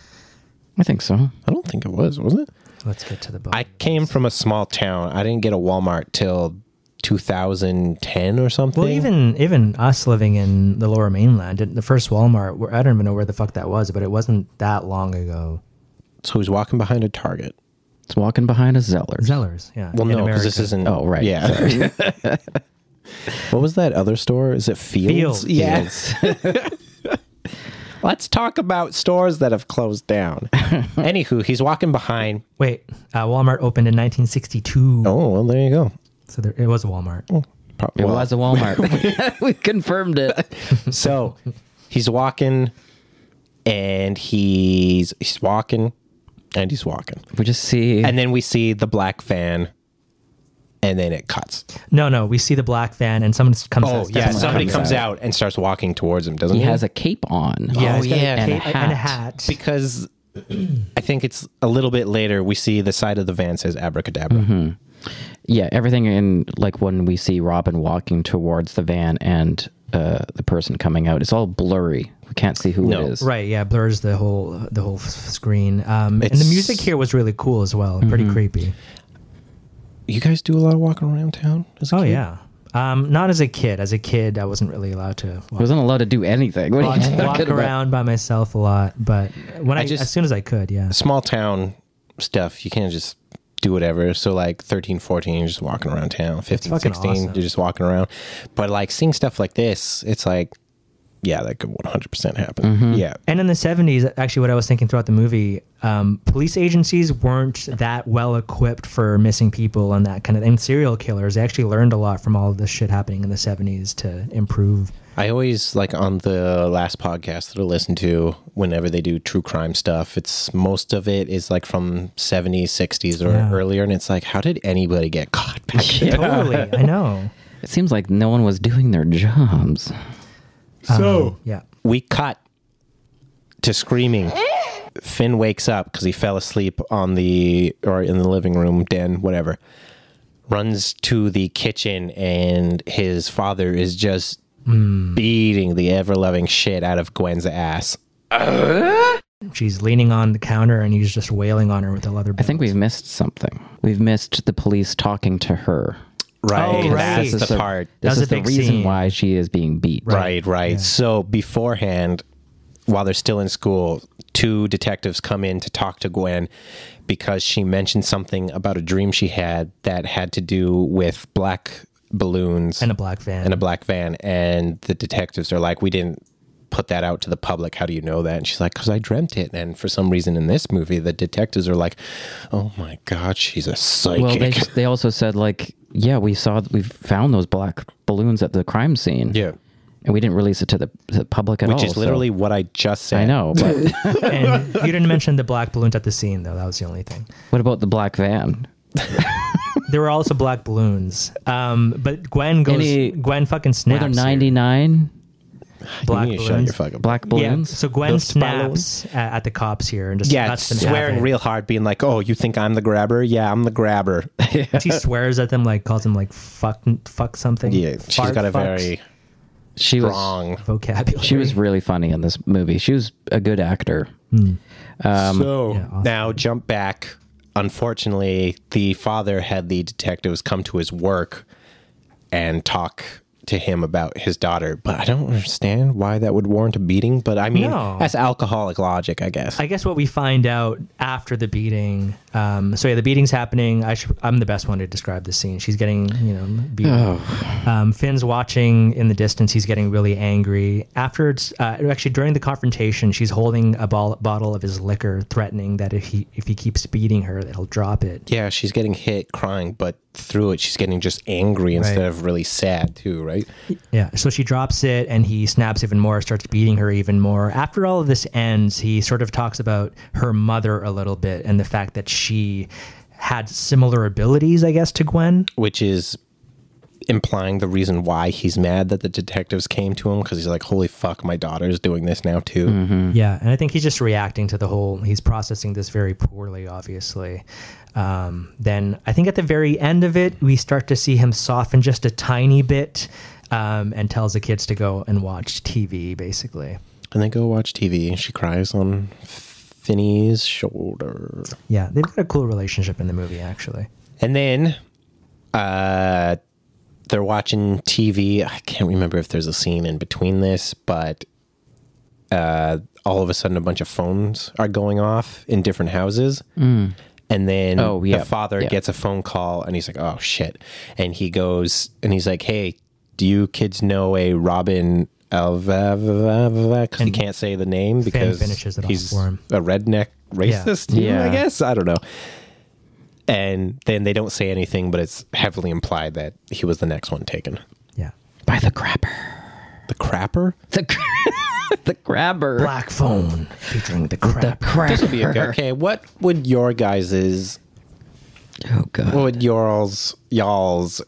I think so.
I don't think it was. Was it?
Let's get to the book.
I came from a small town. I didn't get a Walmart till 2010 or something.
well, even even us living in the Lower Mainland, didn't- the first Walmart, where, I don't even know where the fuck that was, but it wasn't that long ago.
so he's walking behind a Target.
It's walking behind a Zeller.
Zellers, yeah.
Well,
in
no, because this
America.
isn't.
Oh, right.
Yeah. what was that other store? Is it Fields?
Fields.
Yeah. Let's talk about stores that have closed down. Anywho, he's walking behind.
Wait, uh, Walmart opened in 1962,
Oh, well, there you go.
so there, it was a Walmart.
Pro-
It
well,
was a Walmart. we confirmed it.
So he's walking and he's he's walking and he's walking.
We just see.
And then we see the black van and then it cuts.
No, no, we see the black van and someone comes.
Oh,
steps
yeah.
out.
Somebody
comes
comes out and starts walking towards him, doesn't
he
he?
has a cape on.
Yeah,
Oh,
he's got a
yeah. And a
cape
hat.
and a hat.
because I think it's a little bit later we see the side of the van says abracadabra.
Mm-hmm. Yeah, everything in, like, when we see Robin walking towards the van and uh, the person coming out, it's all blurry. We can't see who
No.
it is.
Right, yeah, blurs the whole the whole f- screen. Um, and the
It's- Mm-hmm.
music here was really cool as well. Pretty creepy.
You guys do a lot of walking around town? as a
Oh
kid?
yeah. Um, not as a kid. As a kid, I wasn't really allowed to
I
walk,
wasn't allowed to do anything. What are
walk-
you talking
walk
about?
around by myself a lot, but when I,
just-
as soon as I could, yeah.
Small town stuff, you can't just do whatever. So like 13, 14, you're just walking around town. 15,
fucking
16,
awesome.
you're just walking around. But like seeing stuff like this, it's like, yeah, that could 100% happen.
Mm-hmm.
Yeah.
And in the 70s, actually, what I was thinking throughout the movie, um, police agencies weren't that well equipped for missing people and that kind of and serial killers. They actually learned a lot from all of this shit happening in the 70s to improve.
I always like on the last podcast that I listen to whenever they do true crime stuff, it's most of it is like from 70s, 60s or
Yeah.
earlier and it's like how did anybody get caught back then?
Totally, I know.
It seems like no one was doing their jobs.
So
Uh-huh.
Yeah.
We cut to screaming. Finn wakes up cuz he fell asleep on the or in the living room den whatever. Runs to the kitchen and his father is just beating the ever-loving shit out of Gwen's ass.
She's leaning on the counter and he's just wailing on her with a leather
I
belt.
think we've missed something. We've missed the police talking to her.
Right.
Oh, right.
That's
This
is
the
a-
part.
This
was
is
a
the
big
reason
scene.
why she is being beat.
Right, right. So beforehand, while they're still in school, two detectives come in to talk to Gwen because she mentioned something about a dream she had that had to do with black balloons
And a black van.
and a black van. And the detectives are like, we didn't put that out to the public. How do you know that? And she's like, because I dreamt it. And for some reason in this movie, the detectives are like, oh my God, she's a psychic.
Well, they they also said like, yeah, we saw we found those black balloons at the crime scene.
yeah.
and we didn't release it to the, to the public at all.
Which is
Oh, so-
literally what I just said.
I know. But
and you didn't mention the black balloons at the scene, though. That was the only thing.
what about the black van?
There were also black balloons. Um, but Gwen goes,
Any-
Gwen fucking
Were
snaps.
there
her.
ninety nine
black
you need to shut
balloons.
your fucking
black balloons?
Yeah, so Gwen
Those
snaps at, at the cops here and just
Yeah,
lets them
swearing
have it.
real hard, being like, "Oh, you think I'm the grabber? Yeah, I'm the grabber."
She swears at them, like calls them like fuck, fuck something.
yeah, she's
Fart
got a
fucks
very
she was
strong.
vocabulary.
she was really funny in this movie. She was a good actor.
so
awesome.
Um, now jump back. Unfortunately, the father had the detectives come to his work and talk to him about his daughter, but I don't understand why that would warrant a beating. But I mean,
No.
that's alcoholic logic, I guess.
I guess what we find out after the beating. Um, so yeah, the beating's happening. I should, I'm the best one to describe the scene. She's getting, you know, beaten. Um, Finn's watching in the distance. He's getting really angry. After it's uh, actually during the confrontation, she's holding a ball, bottle of his liquor, threatening that if he if he keeps beating her, that he'll drop it.
yeah, she's getting hit, crying, but through it, she's getting just angry instead of really sad too, right?
Yeah. So she drops it and he snaps even more, starts beating her even more. After all of this ends, he sort of talks about her mother a little bit and the fact that she had similar abilities, I guess, to Gwen.
which is implying the reason why he's mad that the detectives came to him because he's like, "Holy fuck, my daughter's doing this now too."
Yeah. And I think he's just reacting to the whole, he's processing this very poorly, obviously. Um, then I think at the very end of it, we start to see him soften just a tiny bit um, and tells the kids to go and watch TV, basically.
And they go watch TV. and She cries on Finney's shoulder,
Yeah. They've got a cool relationship in the movie, actually.
and then uh, they're watching TV. I can't remember if there's a scene in between this, but uh, all of a sudden, a bunch of phones are going off in different houses. And then
Oh, yeah,
the father
yeah.
gets a phone call and he's like, oh shit. And he goes and he's like, hey, do you kids know a Robin Alvava? Because he can't say the name because
finishes it off
he's
for him.
a redneck racist,
Yeah.
I guess. I don't know. And then they don't say anything, but it's heavily implied that he was the next one taken.
Yeah.
by the crapper.
The crapper?
The, cr- the grabber.
Black phone featuring the crap.
This would be a
Okay, what would your guys's
Oh god.
what would y'all's y'all's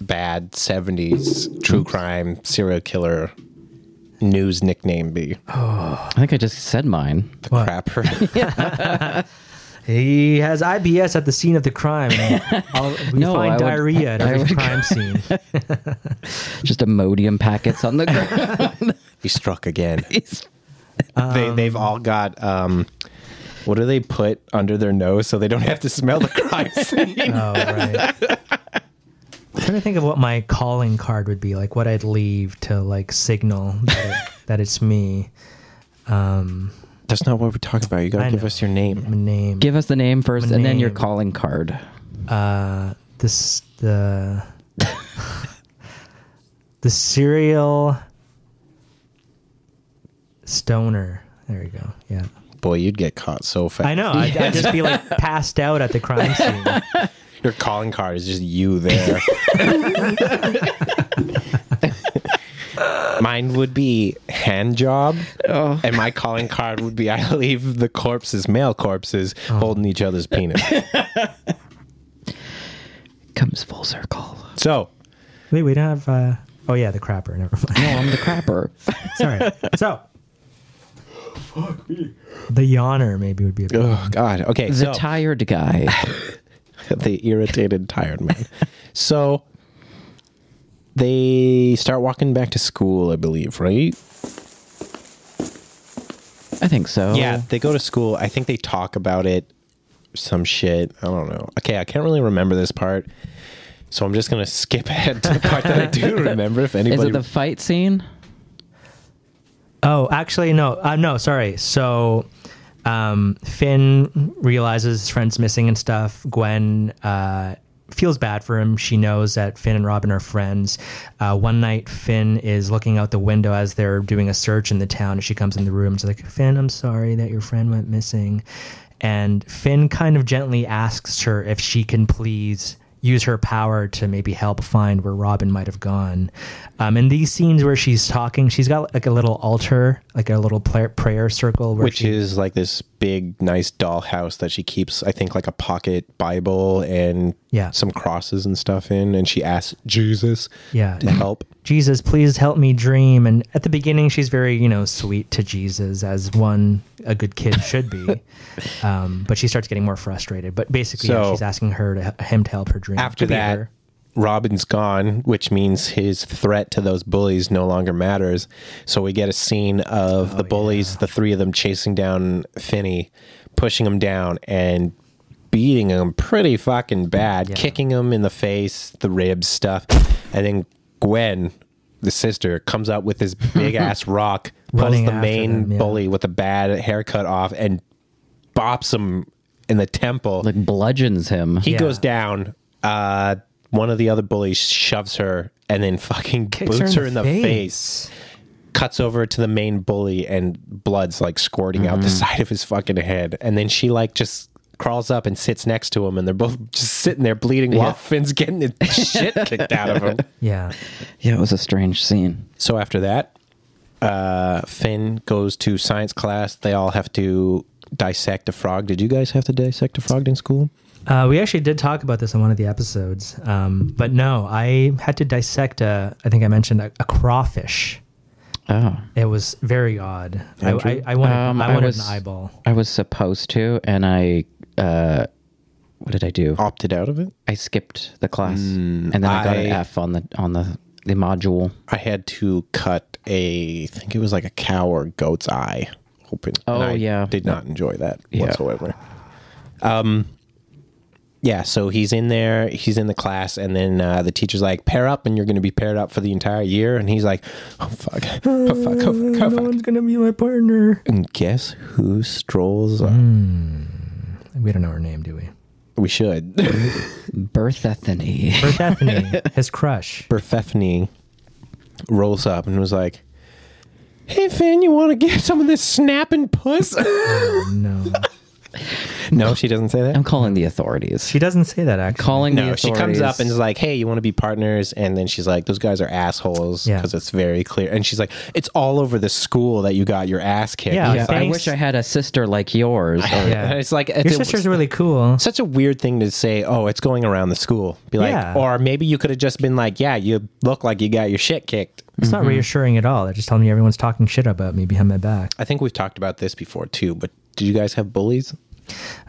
bad seventies true crime serial killer news nickname be?
I think I just said mine.
The
What?
crapper.
He has IBS at the scene of the crime. I'll- we
No,
find
I would-
diarrhea at
I
every
would-
crime scene.
Just Imodium packets on the ground.
he struck again.
It's-
they they've all got um what do they put under their nose so they don't have to smell the crime scene?
Oh, right. I'm trying to think of what my calling card would be, like what I'd leave to like signal that, it, that it's me.
That's not what we're talking about. You gotta
I
give
know.
us your name.
My name.
Give us the name first, and then your
Name.
calling card.
this the the serial stoner. There we go. Yeah,
Boy, you'd get caught so fast.
I know. I'd, I'd just be like passed out at the crime scene.
Your calling card is just you there. Mine would be hand job, and my calling card would be I leave the corpses, male corpses, holding each other's penis.
Comes full circle.
So
Wait, we don't have. Uh, oh yeah, the crapper. Never mind.
No, I'm the crapper.
Sorry. So the yawner maybe would be. A good
Oh God. Okay.
The
so
tired guy.
the irritated, tired man. So they start walking back to school, I believe, right?
I think so.
Yeah, Oh, they go to school. I think they talk about it, some shit. I don't know. Okay, I can't really remember this part. So I'm just gonna skip ahead to the part that I do remember. If
Is
anybody,
it the fight scene?
Oh, actually, no. Uh, no, sorry. So um, Finn realizes his friend's missing and stuff. Gwen uh, feels bad for him. She knows that Finn and Robin are friends. Uh, one night, Finn is looking out the window as they're doing a search in the town. And she comes in the room. She's like, Finn, I'm sorry that your friend went missing. And Finn kind of gently asks her if she can please use her power to maybe help find where Robin might have gone. Um, in these scenes where she's talking, she's got like a little altar, like a little prayer, prayer circle, where
which
she,
is like this big, nice dollhouse that she keeps. I think like a pocket Bible and
Yeah.
some crosses and stuff in. And she asks Jesus,
Yeah.
to help.
Jesus, please help me dream. And at the beginning, she's very, you know, sweet to Jesus, as one a good kid should be. um, but she starts getting more frustrated. But basically, yeah,
So-
she's asking her to him to help her dream.
After
Could be
that,
her.
Robin's gone, which means his threat to those bullies no longer matters. So we get a scene of
Oh,
the bullies, the three of them chasing down Finney, pushing him down and beating him pretty fucking bad, kicking him in the face, the ribs stuff. And then Gwen, the sister, comes out with this big ass rock, pulls
Running
the
after
main
them, yeah.
bully with a bad haircut off and bops him in the temple
Like bludgeons him.
he
Yeah.
goes down. Uh, one of the other bullies shoves her and then fucking
Kicks
boots her in the, face. Cuts over to the main bully and blood's like squirting out the side of his fucking head. And then she like just crawls up and sits next to him and they're both just sitting there bleeding while Finn's getting the shit kicked out of him.
Yeah.
Yeah, it was a strange scene.
So after that, uh, Finn goes to science class. They all have to dissect a frog. Did you guys have to dissect a frog in school?
Uh, we actually did talk about this on one of the episodes, um, but no, I had to dissect a. I think I mentioned a, a crawfish.
Oh.
It was very odd. I, I, I wanted,
Um,
I wanted
was,
an eyeball.
I was supposed to, and I, uh, what did I do?
Opted out of it?
I skipped the class, and then I, got an
Mm, I-
F on the on the the module.
I had to cut a, I think it was like a cow or goat's eye open.
Oh,
I
yeah.
Did not enjoy that
Yeah.
whatsoever. Um, yeah, so he's in there, he's in the class, and then uh, the teacher's like, pair up, and you're going to be paired up for the entire year. And he's like, oh, fuck, oh, fuck, oh, fuck, oh, fuck.
one's gonna be my partner.
Mm.
And guess who strolls up?
We We don't know her name, do we?
We should.
Berthethany.
Bethany, his crush.
Berfethny rolls up and was like, Hey, Finn, you want to get some of this snapping puss?
No,
no, she doesn't say
I'm
that.
calling the authorities.
she doesn't say that. Actually,
Calling the
No,
authorities.
she comes up and is like, Hey, you want to be partners? And then she's like, Those guys are assholes
Yeah.
because it's very clear. And she's like, It's all over the school that you got your ass kicked.
Yeah,
It's
yeah,
like-
I
thanks.
wish I had a sister like yours. Or-
Yeah.
It's like
your sister's really cool.
such a weird thing to say. Oh, it's going around the school. Be like,
Yeah.
or maybe you could have just been like, yeah, you look like you got your shit kicked.
It's not reassuring at all. They're just telling me everyone's talking shit about me behind my back.
I think we've talked about this before too. But did you guys have bullies?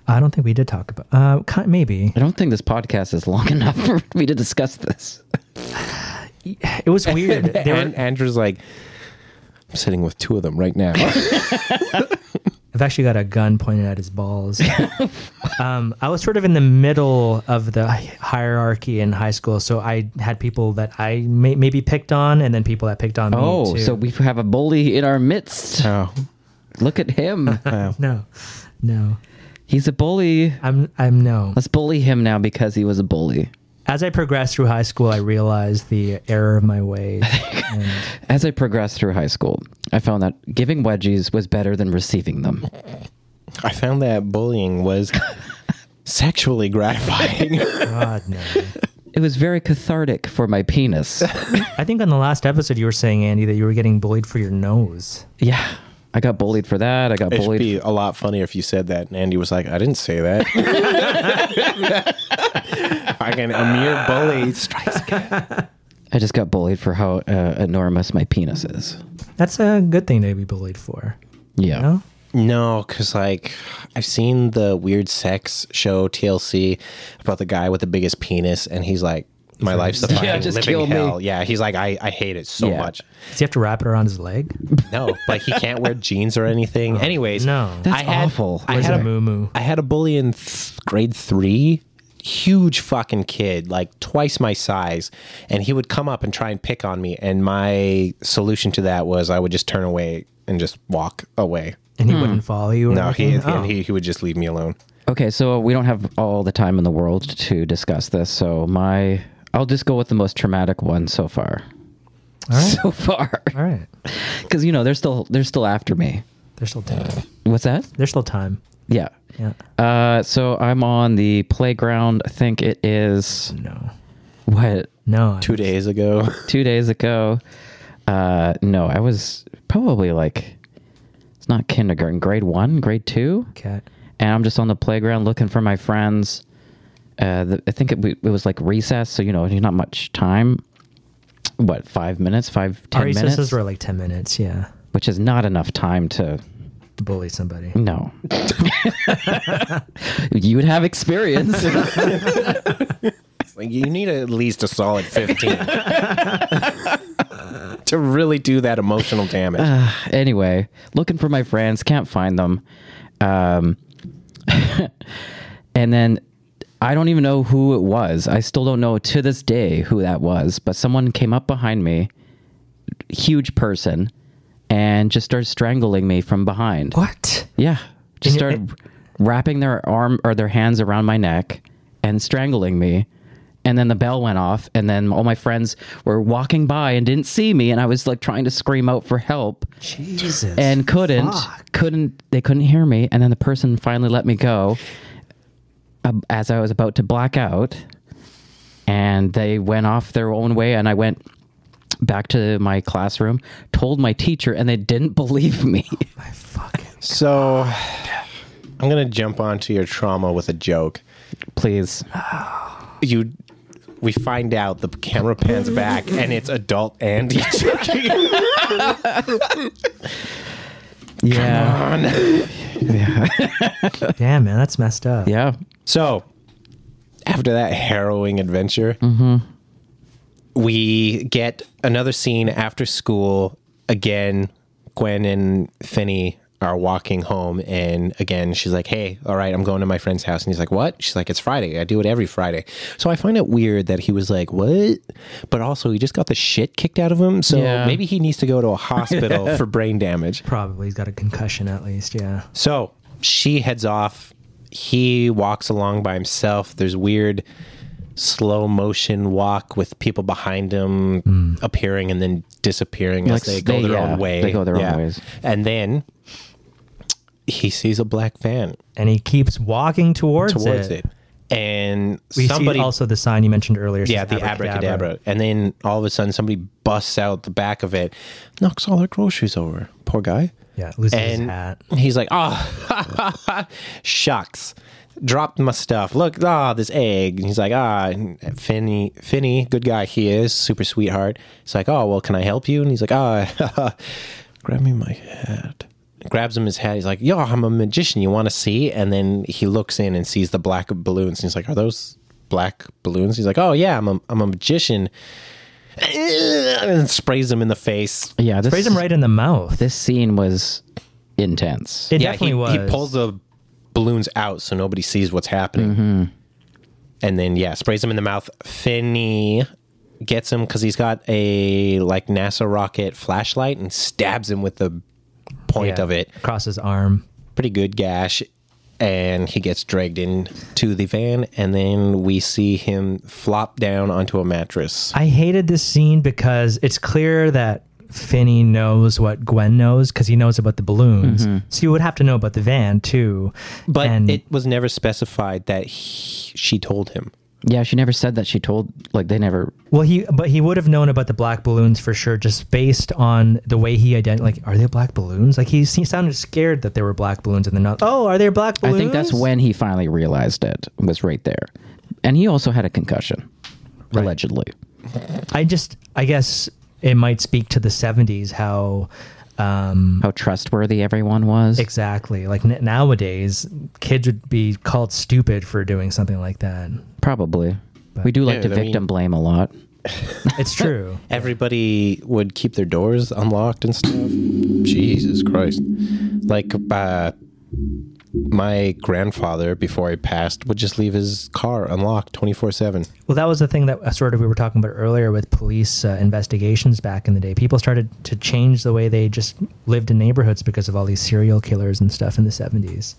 I don't think we did talk about. Uh, ki- maybe
I don't think this podcast is long enough for me to discuss this.
it was weird. They
And
were,
Andrew's like, I'm sitting with two of them right now.
I've actually got a gun pointed at his balls. um, I was sort of in the middle of the hi- hierarchy in high school, so I had people that I may, maybe picked on, and then people that picked on me
Oh,
too.
so we have a bully in our midst.
oh,
Look at him.
no, no,
He's a bully.
I'm I'm no.
Let's bully him now because he was a bully.
As I progressed through high school, I realized the error of my ways. And
As I progressed through high school, I found that giving wedgies was better than receiving them.
I found that bullying was sexually gratifying.
God no.
It was very cathartic for my penis.
I think on the last episode you were saying Andy that you were getting bullied for your nose.
yeah. I got bullied for that. I got
It'd
bullied.
be a lot funnier if you said that, and Andy was like, "I didn't say that." Fucking a mere bully strikes again.
I just got bullied for how uh, enormous my penis is.
That's a good thing to be bullied for.
Yeah.
No?
No, because like I've seen the weird sex show TLC about the guy with the biggest penis, and he's like, "My life's the fucking
just kill
living
me."
hell." Yeah, he's like, "I I hate it so
Yeah.
much."
Does he have to wrap it around his leg?
No, like he can't wear jeans or anything. Anyways,
No. That's
I had,
awful.
I
Where's
had
the
a
moo-moo?
I had a bully in th- grade three, huge fucking kid, like twice my size, and he would come up and try and pick on me. And my solution to that was I would just turn away and just walk away.
And he wouldn't follow you. Or
No, he,
anything? Oh.
and he he would just leave me alone.
Okay, so we don't have all the time in the world to discuss this. So my, I'll just go with the most traumatic one so far.
All right.
So far,
All right.
because you know they're still they're still after me.
There's still time.
What's that?
There's still time.
Yeah.
Yeah.
Uh, so I'm on the playground. I think it is
No.
what
No.
Two days ago,
two days ago. Uh, no, I was probably like it's not kindergarten, grade one, grade two.
cat.
and I'm just on the playground looking for my friends. Uh, the, I think it, w- it was like recess, so you know, there's not much time. What five minutes, five ten
Our
minutes,
recesses were like 10 minutes. Yeah.
which is not enough time to
To bully somebody.
Mm.
no. you would have experience.
Like, you need at least a solid fifteen to really do that emotional damage.
anyway, looking for my friends, can't find them. Um, and then I don't even know who it was. I still don't know to this day who that was, but someone came up behind me, huge person, and just started strangling me from behind.
What?
Yeah. Just
And
started wrapping their arm or their hands around my neck and strangling me. And then the bell went off, and then all my friends were walking by and didn't see me, and I was like trying to scream out for help
Jesus.
and couldn't
fuck.
couldn't they couldn't hear me and then the person finally let me go um, as i was about to black out and they went off their own way and i went back to my classroom told my teacher and they didn't believe me
My fucking.
So I'm gonna jump onto your trauma with a joke.
please
You we find out the camera pans back and it's adult Andy joking.
yeah
Damn, man. That's messed up.
yeah
So after that harrowing adventure, we get another scene after school. Again, Gwen and Finney are walking home, and again, she's like, "Hey, all right, I'm going to my friend's house," and he's like, "What?" She's like, "It's Friday. I do it every Friday." So I find it weird that he was like, "What?" But also, he just got the shit kicked out of him, so
Yeah.
maybe he needs to go to a hospital for brain damage.
Probably. He's got a concussion at least. Yeah.
So she heads off he walks along by himself. There's weird slow motion walk with people behind him appearing and then disappearing
Hmm. Like
as they go
they-
their
yeah,
own way.
they go their own ways.
And then he sees a black van
and he keeps walking towards,
towards it. And
We
somebody
see also the sign you mentioned earlier.
yeah,
says
the abracadabra. And then all of a sudden, somebody busts out the back of it, knocks all her groceries over. Poor guy.
Yeah, loses his
And
hat.
he's like, oh, shucks. Dropped my stuff. Look, ah, this egg. And he's like, ah, and Finny, Finny, good guy he is, super sweetheart. He's like, oh, well, can I help you? And he's like, ah, grab me my hat. Grabs him his hat. He's like, yo, I'm a magician. You want to see? And then he looks in and sees the black balloons. And he's like, are those black balloons? He's like, oh, yeah, I'm a, I'm a magician. And sprays him in the face.
Yeah, this
Praise him right in the mouth.
This scene was intense.
it definitely
he,
was.
He pulls the balloons out so nobody sees what's happening.
Mm-hmm.
And then, yeah, sprays him in the mouth. Finney gets him because he's got a like NASA rocket flashlight and stabs him with the point
Yeah,
of it.
across his arm.
Pretty good gash. And he gets dragged into the van. And then we see him flop down onto a mattress.
I hated this scene because it's clear that Finney knows what Gwen knows because he knows about the balloons.
Mm-hmm.
So you would have to know about the van too.
But
and
it was never specified that he, she told him.
Yeah, she never said that she told like they never
well, he but he would have known about the black balloons for sure, just based on the way he identified. Like, are they black balloons? Like he, he sounded scared that there were black balloons and they're not. Oh, are there black balloons?
I think that's when he finally realized it was right there. And he also had a concussion, allegedly.
I just I guess it might speak to the '70s how. Um,
How trustworthy everyone was.
Exactly. Like n- nowadays, kids would be called stupid for doing something like that.
Probably. We do like to
Yeah, I mean-
victim blame a lot.
It's true.
everybody would keep their doors unlocked and stuff. Jesus Christ. Like, uh, my grandfather, before he passed, would just leave his car unlocked 24 7.
well, that was the thing that uh, sort of we were talking about earlier with police uh, investigations back in the day. People started to change the way they just lived in neighborhoods because of all these serial killers and stuff in the 70s.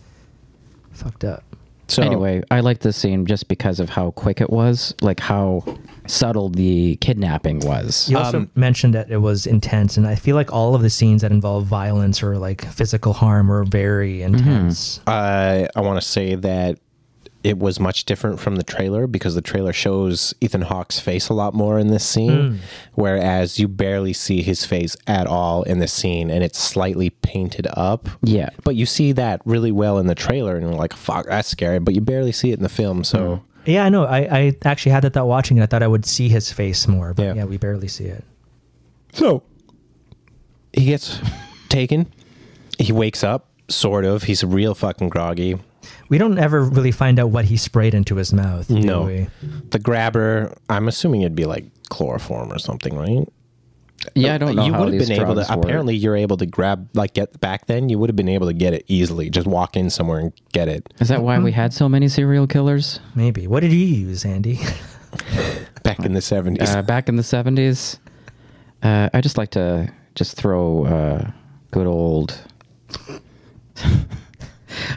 Fucked up.
So,
Anyway, I like this scene just because of how quick it was, like how subtle the kidnapping was.
Um,
You also mentioned that it was intense, and I feel like all of the scenes that involve violence or like physical harm were very
Mm-hmm.
intense.
uh, I, I want to say that it was much different from the trailer because the trailer shows Ethan Hawke's face a lot more in this scene, whereas you barely see his face at all in this scene and it's slightly painted up.
Yeah.
But you see that really well in the trailer and you're like, fuck, that's scary, but you barely see it in the film. So.
Yeah, I know. I, I actually had that thought watching it. I thought I would see his face more, but
Yeah.
yeah we barely see it.
So he gets taken. He wakes up, sort of. He's real fucking groggy.
We don't ever really find out what he sprayed into his mouth. do
No.
we?
The grabber, I'm assuming it'd be like chloroform or something, right?
Yeah, I don't know.
you
how
would have
these
been able to
drugs work.
apparently you're able to grab like get back then you would have been able to get it easily. Just walk in somewhere and get it.
Is that why we had so many serial killers
Maybe. What did you use, Andy?
Back in the seventies.
uh, back in the seventies? Uh, I just like to just throw uh, good old.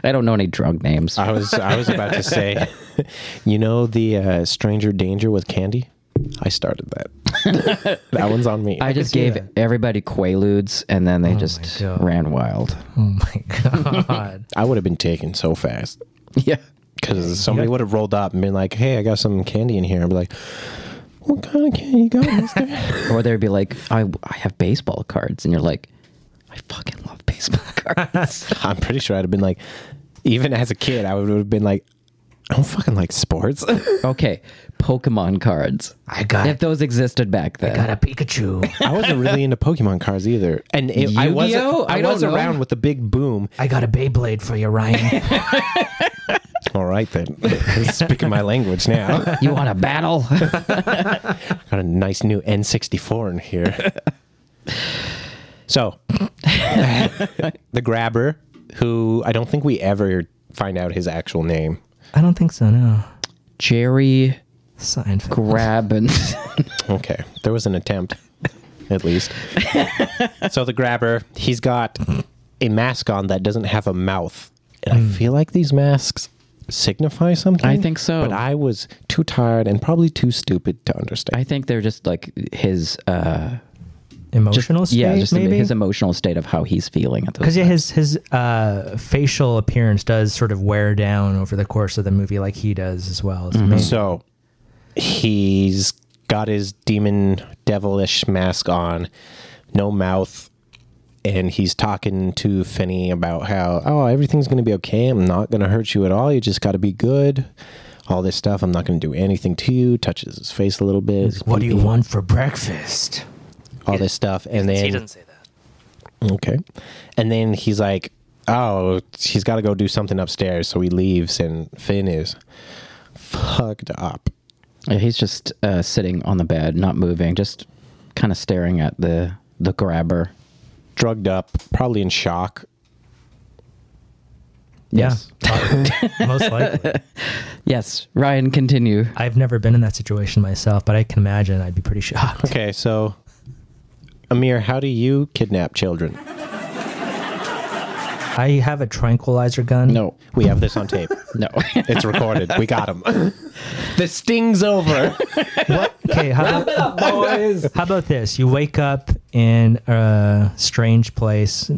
I don't know any drug names.
I was I was about to say you know the uh, Stranger Danger with candy? I started that. that one's on me.
I just
see
gave
that.
everybody Quaaludes, and then they
Oh
just
God.
ran wild.
oh my god.
I would have been taken so fast.
Yeah,
Because somebody would have rolled up and been like, "Hey, I got some candy in here." I'd be like, "What kind of candy you got, Mister?"
or they'd be like, "I I have baseball cards," and you're like, "I fucking love baseball cards."
I'm pretty sure I'd have been like, even as a kid, I would have been like, "I don't fucking like sports."
okay, Pokemon cards.
I got
If those existed back then,
got a Pikachu.
I wasn't really into Pokemon cards either, and it, I was
Yu-Gi-Oh?
I,
I don't
was
know.
around with the big boom.
I got a Beyblade for you, Ryan.
All right then, speaking my language now.
you want a battle?
Got a nice new N64 in here. so, the grabber, who I don't think we ever find out his actual name.
I don't think so, no.
Jerry
Seinfeld.
grab and
Okay. There was an attempt, at least. so the grabber, he's got a mask on that doesn't have a mouth. And I feel like these masks signify something.
Hmm. I think so.
But I was too tired and probably too stupid to understand.
I think they're just like his uh, just,
Emotional state,
yeah, just the-
maybe.
his emotional state of how he's feeling at those.
Because yeah, his his uh, facial appearance does sort of wear down over the course of the movie, like he does as well. It's amazing.
So he's got his demon devilish mask on, no mouth, and he's talking to Finney about how, oh, everything's going to be okay. I'm not going to hurt you at all. You just got to be good. All this stuff. I'm not going to do anything to you. Touches his face a little bit. his
What do you
pee-pee,
want for breakfast?
All this stuff. And then
say that.
Okay. And then he's like, oh, he's got to go do something upstairs. So he leaves, and Finn is fucked up.
Yeah, he's just uh, sitting on the bed, not moving, just kind of staring at the the grabber.
Drugged up, probably in shock.
Yes.
Yeah, most likely.
Yes, Ryan, continue.
I've never been in that situation myself, but I can imagine I'd be pretty shocked.
Okay, so Amir, how do you kidnap children?
I have a tranquilizer gun.
No,
We have this on tape.
no.
It's recorded. We got him. the sting's over.
Okay, how about, how about this? You wake up in a strange place.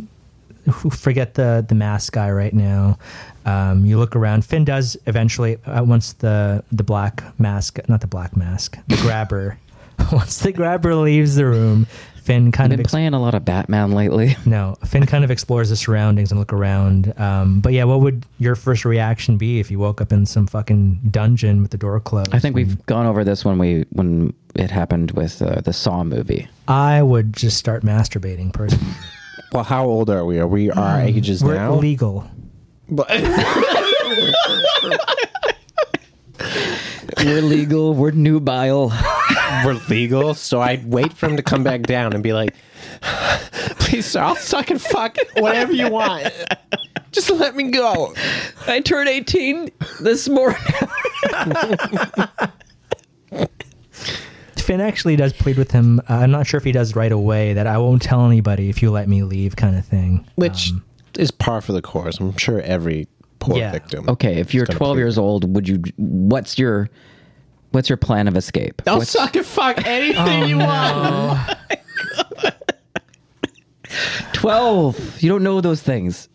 Who- Forget the the mask guy right now. Um, you look around. Finn does eventually uh, once the the black mask, not the black mask, the grabber. once the grabber leaves the room, Finn kind
I've
of
been
ex-
playing a lot of Batman lately.
no. Finn kind of explores the surroundings and look around. Um, but yeah, what would your first reaction be if you woke up in some fucking dungeon with the door closed?
I think we've gone over this when we when it happened with uh, the Saw movie.
I would just start masturbating personally.
Well, how old are we? Are we our ages
We're
now?
illegal.
We're legal. We're nubile.
We're legal, so I'd wait for him to come back down and be like, "Please, sir, I'll suck and fuck whatever you want. Just let me go."
I turned eighteen this morning.
Finn actually does plead with him. Uh, I'm not sure if he does right away that I won't tell anybody if you let me leave, kind of thing.
Which is par for the course. I'm sure every poor
Yeah.
victim.
Okay, if you're
gonna
12
prove
years old, would you? What's your What's your plan of escape?
I'll
What's-
suck and fuck anything you want.
12. You don't know those things.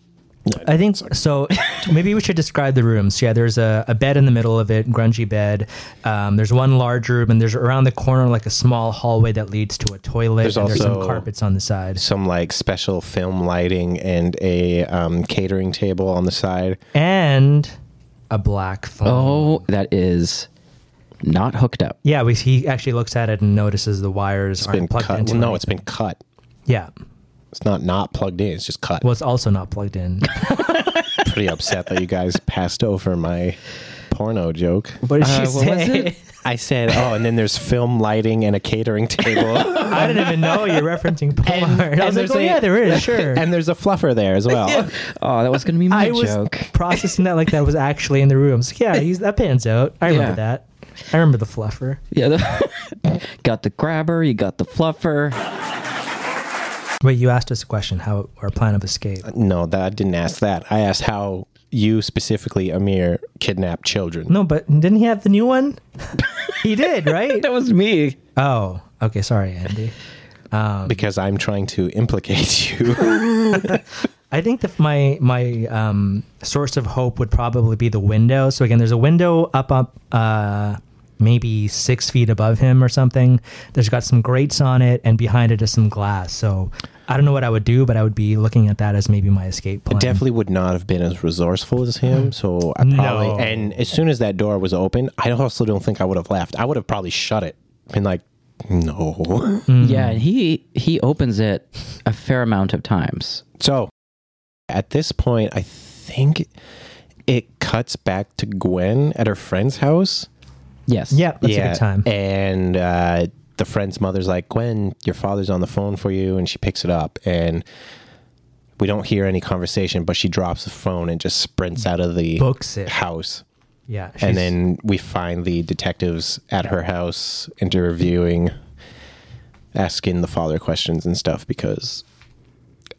I think so. Maybe we should describe the rooms. Yeah, there's a, a bed in the middle of it, grungy bed. Um, there's one large room, and there's around the corner like a small hallway that leads to a toilet.
There's
and there's some
also-
carpets on the side.
Some like special film lighting and a um, catering table on the side.
and a black phone.
Oh, that is not hooked up.
yeah. We, he actually looks at it and notices the wires aren't
Been
plugged
cut.
into.
Well, no,
it.
it's been cut.
yeah.
It's not not plugged in. It's just cut.
Well, it's also not plugged in.
Pretty upset that you guys passed over my porno joke.
What did
Uh,
she
what was
say?
it?
I said, oh, and then there's film lighting and a catering table,
I didn't even know you're referencing porn. I was
and
like,
there's
oh
a-
yeah, there is sure.
and there's a fluffer there as well.
Oh, that was going to be my
I was
joke.
processing that like that was actually in the room. So yeah, he's that pans out. I remember
Yeah.
that. I remember the fluffer.
Yeah. the- got the grabber, you got the fluffer.
Wait, you asked us a question. How our plan of escape?
No, that I didn't ask that. I asked how you specifically, Amir, kidnap children.
No, but didn't he have the new one? he did, right?
That was me.
Oh, okay. Sorry, Andy.
because I'm trying to implicate you.
I think that my my um, source of hope would probably be the window. So again, there's a window up up uh, maybe six feet above him or something. There's got some grates on it, and behind it is some glass. So I don't know what I would do, but I would be looking at that as maybe my escape plan.
Definitely would not have been as resourceful as him. So I
Mm. No.
probably and as soon as that door was open, I also don't think I would have left. I would have probably shut it. Been like, no.
Mm.
Yeah,
Hmm.
and he he opens it a fair amount of times.
So at this point, I think it cuts back to Gwen at her friend's house.
Yes.
Yep, that's a good time.
And uh, the friend's mother's like, Gwen, your father's on the phone for you. And she picks it up. And we don't hear any conversation, but she drops the phone and just sprints out of the
Books it.
house.
Yeah, she's-
and then we find the detectives at her house interviewing, asking the father questions and stuff because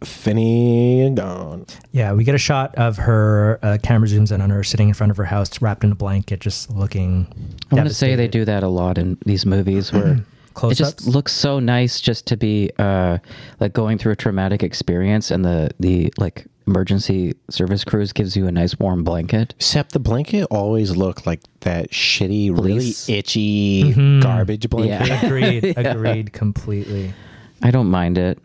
Finnegan.
Yeah, we get a shot of her. Uh, camera zooms in on her sitting in front of her house, wrapped in a blanket, just looking.
I want to say they do that a lot in these movies
Hmm.
where it
Close-ups?
just looks so nice just to be uh, like going through a traumatic experience and the the like emergency service crews gives you a nice warm blanket.
Except the blanket always looked like that shitty,
Fleece.
really itchy
Mm-hmm.
garbage blanket.
Yeah.
Agreed. Agreed completely.
I don't mind it.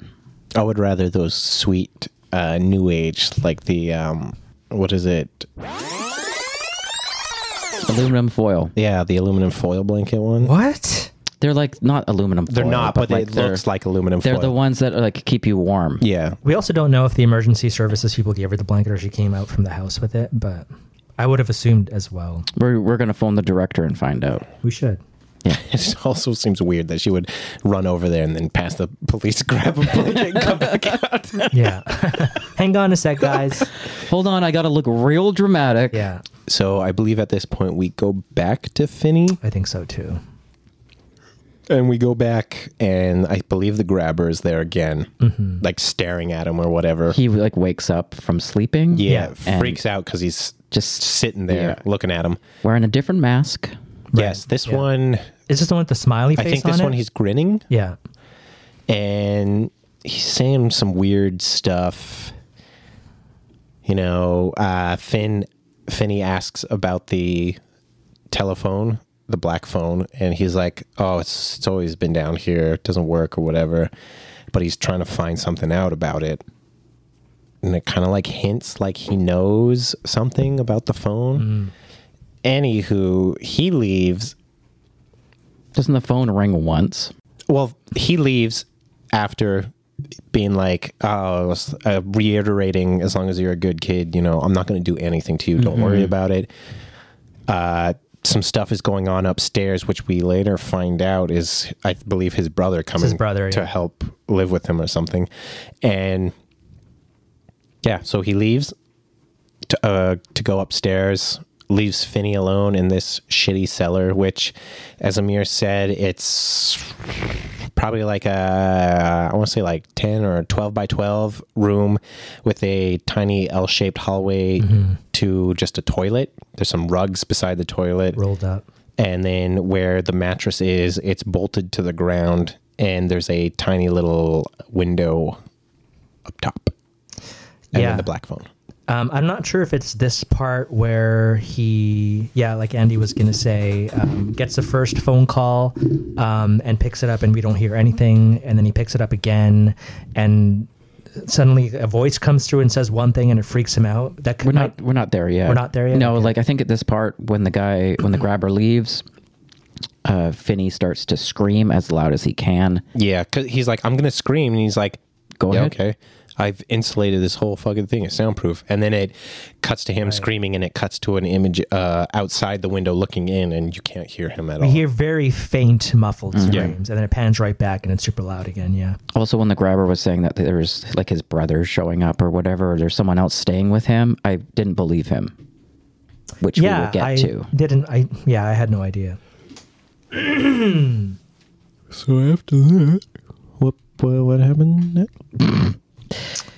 I would rather those sweet uh, new age, like the um, what is it?
Aluminum foil.
Yeah, the aluminum foil blanket one.
What?
They're like not aluminum foil.
They're not, but,
like,
it
they're-
looks like aluminum
They're
foil.
the ones that are like keep you warm.
Yeah,
We also don't know if the emergency services people gave her the blanket or she came out from the house with it, but I would have assumed as well.
We're we're gonna phone the director and find out.
We should.
it also seems weird that she would run over there and then pass the police, grab a blanket, and come back out.
Yeah. Hang on a sec, guys.
Hold on, I gotta look real dramatic.
Yeah,
So I believe at this point we go back to Finney.
I think so too.
And we go back, and I believe the grabber is there again, like staring at him or whatever.
He like wakes up from sleeping.
yeah,
and-
freaks out because he's
Just-
just sitting there
yeah.
looking at him.
Wearing a different mask.
Yes, this
yeah.
one,
Is this the one with the smiley
I
face
think this
on
one
it?
he's grinning
yeah.
and he's saying some weird stuff. You know, uh, Finn, Finney asks about the telephone, the black phone, and he's like, "Oh, it's it's always been down here. It doesn't work or whatever." But he's trying to find something out about it, and it kind of like hints like he knows something about the phone. Anywho, he leaves,
Doesn't the phone ring once?
well, he leaves after being like, oh, uh, reiterating, as long as you're a good kid, you know, I'm not going to do anything to you. Don't
Mm-hmm.
worry about it. Uh, some stuff is going on upstairs, which we later find out is, I believe, his brother coming
brother,
to
yeah.
help live with him or something. And yeah, so he leaves to, uh, to go upstairs, leaves Finney alone in this shitty cellar, which, as Amir said, it's probably like a I want to say like 10 or 12 by 12 room with a tiny L-shaped hallway to just a toilet. There's some rugs beside the toilet
Rolled up.
and then where the mattress is, it's bolted to the ground and there's a tiny little window up top. And
Yeah.
then the black phone.
Um, I'm not sure if it's this part where he, yeah, like Andy was gonna say, um, gets the first phone call um, and picks it up, and we don't hear anything, and then he picks it up again, and suddenly a voice comes through and says one thing, and it freaks him out. That could
We're not we're not there yet.
We're not there yet?
No,
Okay.
like I think at this part when the guy when the grabber leaves, uh Finney starts to scream as loud as he can.
Yeah, cause he's like, I'm gonna scream, and he's like,
Go
"Yeah,
ahead."
Okay, I've insulated this whole fucking thing. It's soundproof. And then it cuts to him screaming, and it cuts to an image uh, outside the window looking in, and you can't hear him at all.
We hear very faint, muffled
Mm-hmm.
Yeah.
screams, and then it pans right back, and it's super loud again. Yeah,
Also when the grabber was saying that there's like his brother showing up or whatever, or there's someone else staying with him, I didn't believe him. Which we
yeah,
will get
I
to.
didn't. I yeah, I had no idea.
So after that, what what, what happened? next?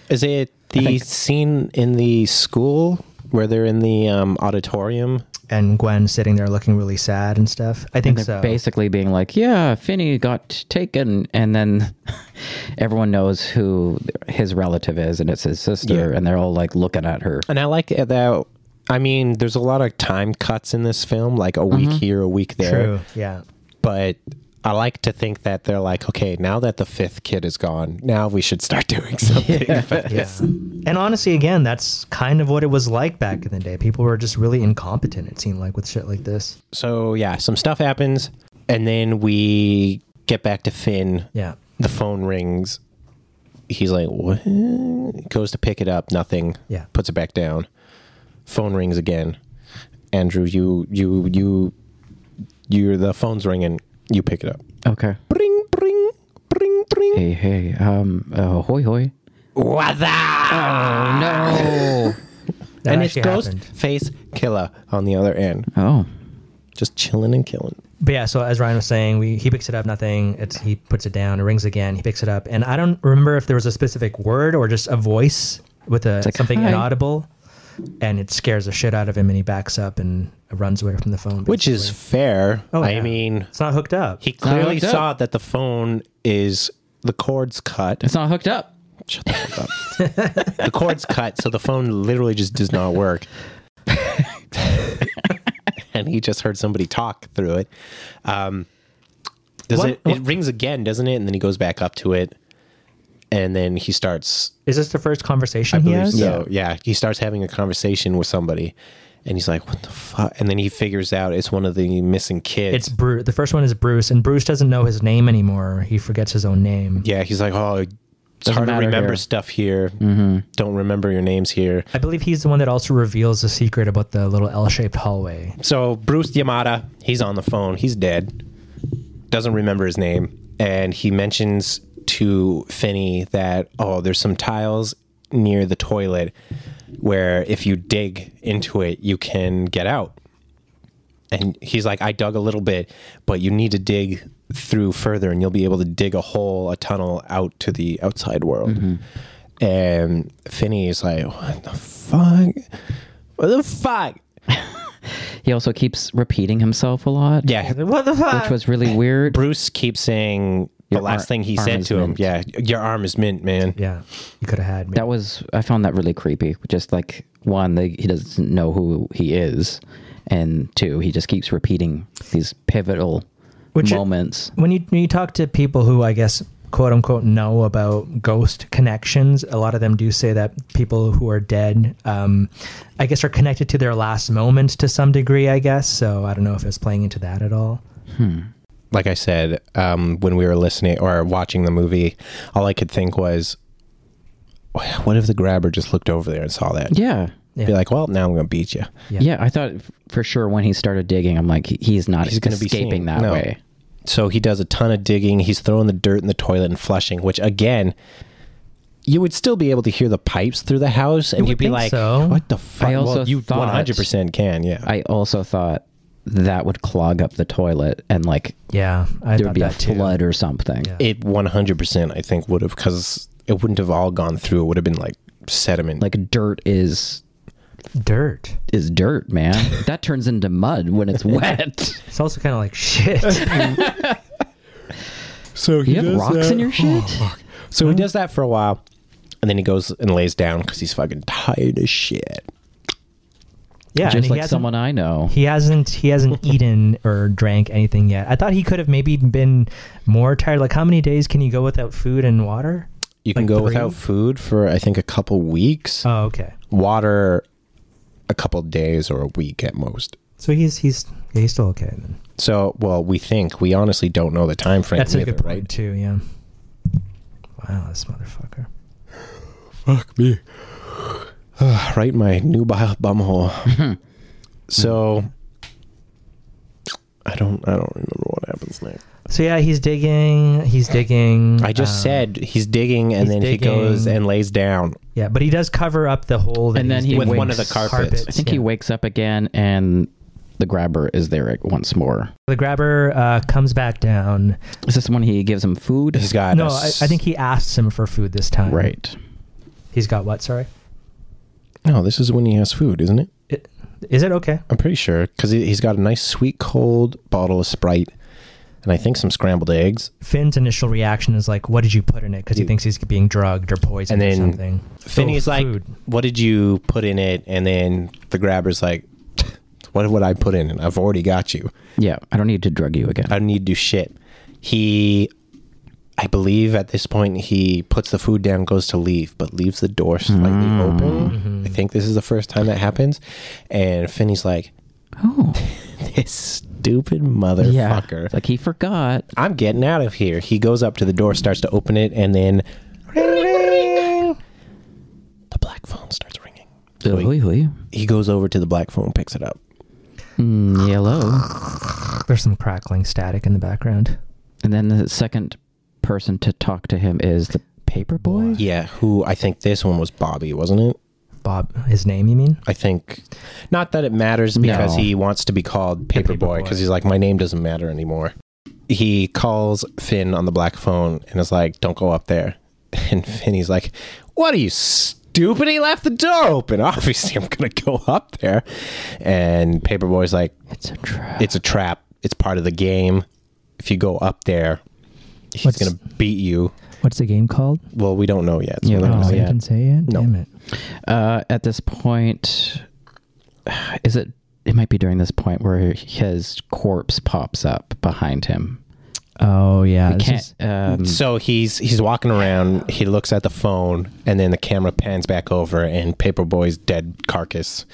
Is it the scene in the school where they're in the um, auditorium?
And Gwen sitting there looking really sad and stuff. I think
And they're
so.
basically being like, "Yeah, Finney got taken," and then everyone knows who his relative is, and it's his sister,
Yeah.
and they're all like looking at her.
And I like it that. I mean, there's a lot of time cuts in this film, like a week here, a week there.
True. Yeah.
but I like to think that they're like, okay, now that the fifth kid is gone, now we should start doing something. about
Yeah.
this.
And honestly, again, that's kind of what it was like back in the day. People were just really incompetent, it seemed like, with shit like this.
So yeah, some stuff happens, and then we get back to Finn.
Yeah.
The phone rings. He's like, what? Goes to pick it up, nothing.
Yeah.
Puts it back down. Phone rings again. Andrew, you you you you the phone's ringing. You pick it up.
Okay.
Bring bring bring bring.
Hey, hey, um, uh, hoy, hoy.
What the?
No.
That
and it's
actually
ghost
happened.
face killer on the other end
oh,
just chilling and killing
but yeah, so as Ryan was saying, we he picks it up, nothing. It's he puts it down, it rings again, he picks it up, and I don't remember if there was a specific word or just a voice with a
like,
something
"Hi."
inaudible, and it scares the shit out of him, and he backs up and runs away from the phone,
which is
basically.
fair.
Oh,
I
yeah.
mean,
it's not hooked up.
he clearly
hooked up.
saw that the phone is the cords cut.
It's not hooked up.
Shut the fuck up. the cord's cut, so the phone literally just does not work. and he just heard somebody talk through it. Um, does
What-
it?
what-
It rings again, doesn't it? And then he goes back up to it, and then he starts.
is this the first conversation
I
he
believe
has?
so. Yeah. he starts having a conversation with somebody, and he's like, "What the fuck?" And then he figures out it's one of the missing kids.
It's Bruce. The first one is Bruce, and Bruce doesn't know his name anymore. He forgets his own name.
yeah, he's like, "Oh." It's
Doesn't
hard to
matter
remember
here. Mm-hmm.
stuff here. Don't remember your names here.
I believe he's the one that also reveals the secret about the little L-shaped hallway.
So Bruce Yamada, he's on the phone. He's dead. Doesn't remember his name, and he mentions to Finney that oh, there's some tiles near the toilet where if you dig into it, you can get out. And he's like, I dug a little bit, but you need to dig through further, and you'll be able to dig a hole, a tunnel out to the outside world. And Finney is like, what the fuck? What the fuck?
He also keeps repeating himself a lot.
Yeah,
What the fuck?
Which was really weird.
Bruce keeps saying the
Your
last
ar-
thing he
arm
said
is
to him.
mint.
Yeah, your arm is mint, man.
yeah, you could have had me.
That was I found that really creepy. Just like one, that he doesn't know who he is, and two, he just keeps repeating these pivotal
Which-
moments.
when you when you talk to people who I guess quote unquote know about ghost connections, a lot of them do say that people who are dead, um, I guess, are connected to their last moments to some degree. I guess so. I don't know if it's playing into that at all.
Like I said, um, when we were listening or watching the movie, all I could think was, what if the grabber just looked over there and saw that?
yeah. yeah.
Be like, well, now I'm gonna beat you.
I thought for sure when he started digging, I'm like, he- he's not
He's gonna be
escaping
seen.
that
No.
way.
So he does a ton of digging. He's throwing the dirt in the toilet and flushing, which again, you would still be able to hear the pipes through the house, and
would
you'd be
think
like,
so.
"What the fuck?"
I also
well, you
thought-
100% can, yeah.
I also thought that would clog up the toilet and like
Yeah, I
there
thought
would be a
that too.
flood or something.
Yeah.
it 100% i think would have because it wouldn't have all gone through it would have been like sediment
Like dirt is
Dirt.
is dirt, man. that turns into mud when it's wet.
It's also kind of like shit.
so he Oh,
You have rocks
uh,
in your shit.
so he does that for a while and then he goes and lays down because he's fucking tired as shit
yeah, and
Just
he
like
hasn't-
someone I know.
He hasn't he hasn't eaten or drank anything yet. I thought he could have maybe been more tired. Like how many days can you go without food and water?
you can
Like
go
three?
without food for i think a couple weeks
Oh, okay.
water a couple days or a week at most
So he's he's yeah, he's still okay then.
so well we think we honestly don't know the time frame
That's a
either,
good point
right
too, yeah. Wow, this motherfucker.
Fuck me. right in my nubile bumhole.
Mm-hmm.
so I don't I don't remember what happens next.
So yeah, he's digging, he's digging.
I just
um,
said he's digging and
he's
then he goes
digging.
and lays down.
Yeah, but he does cover up the hole that
And then
he's
he
digging.
With one of
the carpets.
I think he
yeah.
wakes up again and the grabber is there once more.
The grabber uh, comes back down.
Is this when he gives him food?
He's got
No,
a
I,
s-
I think he asks him for food this time.
right.
He's got what? Sorry.
No, this is when he has food, isn't it?
It, is it okay?
I'm pretty sure cuz he's got a nice sweet cold bottle of Sprite and I think some scrambled eggs
Finn's initial reaction is like, "What did you put in it?" Because he
Yeah.
thinks he's being drugged or
and
poisoned or
then
something.
Finney's
Oh,
like,
food.
"What did you put in it?" And then the grabber's like, "What would I put in it? I've already got you."
Yeah. I don't need to drug you again.
I don't need to do shit. He, I believe at this point, he puts the food down, goes to leave, but leaves the door slightly open. I think this is the first time that happens. And Finney's like,
oh.
this stupid
Yeah.
motherfucker.
It's Like he forgot.
I'm getting out of here. He goes up to the door, starts to open it, and then ring, ring. The black phone starts ringing. So
Oy,
he,
oy.
he goes over to the black phone, picks it up.
Mm, Yellow.
"There's some crackling static in the background."
And then the second person to talk to him is the paper boy.
Yeah, who I think this one was Bobby, wasn't it?
Bob, his name, you mean?
I think not that it matters because
No.
he wants to be called Paperboy
Paperboy.
because he's like, my name doesn't matter anymore. He calls Finn on the black phone and is like, don't go up there. And Finney's like, what are you stupid? He left the door open. Obviously, I'm going to go up there. And Paperboy's like,
It's a trap.
it's a trap. It's part of the game. If you go up there, he's
What's-
going to beat you.
What's the game called? Oh,
Well, we don't know yet. so
Yeah,
we're
we
not
don't
gonna
know
say
you
yet.
it.
can say it.
No.
Damn it.
Uh, at this point, is it? It might be during this point where his corpse pops up behind him.
Oh yeah. this
Can't.
is-
um,
So he's he's walking around. He looks at the phone, and then the camera pans back over, and Paperboy's dead carcass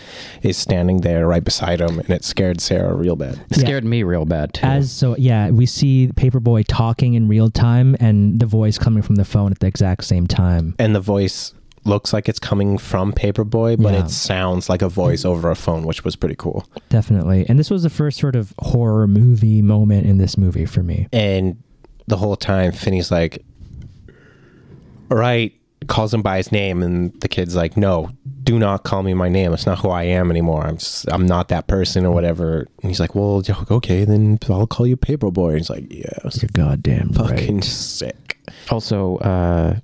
is standing there right beside him, and it scared Sarah real bad.
scared me real bad too.
as so yeah, we see Paperboy talking in real time and the voice coming from the phone at the exact same time.
And the voice looks like it's coming from Paperboy, but
Yeah.
it sounds like a voice over a phone, which was pretty cool.
Definitely. And this was the first sort of horror movie moment in this movie for me.
And the whole time, Finney's like, "Right," calls him by his name, and the kid's like, "No, do not call me my name. It's not who I am anymore. I'm just, I'm not that person or whatever." And he's like, "Well, yeah, okay, then I'll call you Paperboy." And he's like, "Yeah,
You're goddamn
fucking
right.
sick."
also, uh,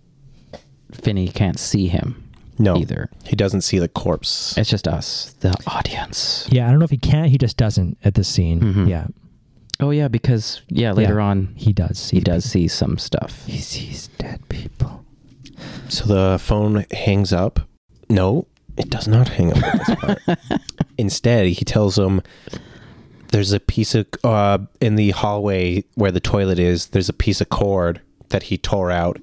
Finney can't see him.
No,
either.
he doesn't see the corpse.
It's just us, the audience.
Yeah, I don't know if he can. He just doesn't at this scene.
Mm-hmm.
Yeah,
Oh yeah, because yeah, later
Yeah.
on
he does.
he does see some stuff.
He sees dead people.
So the phone hangs up. No, it does not hang up. At this part. Instead, he tells him there's a piece of uh, in the hallway where the toilet is. There's a piece of cord that he tore out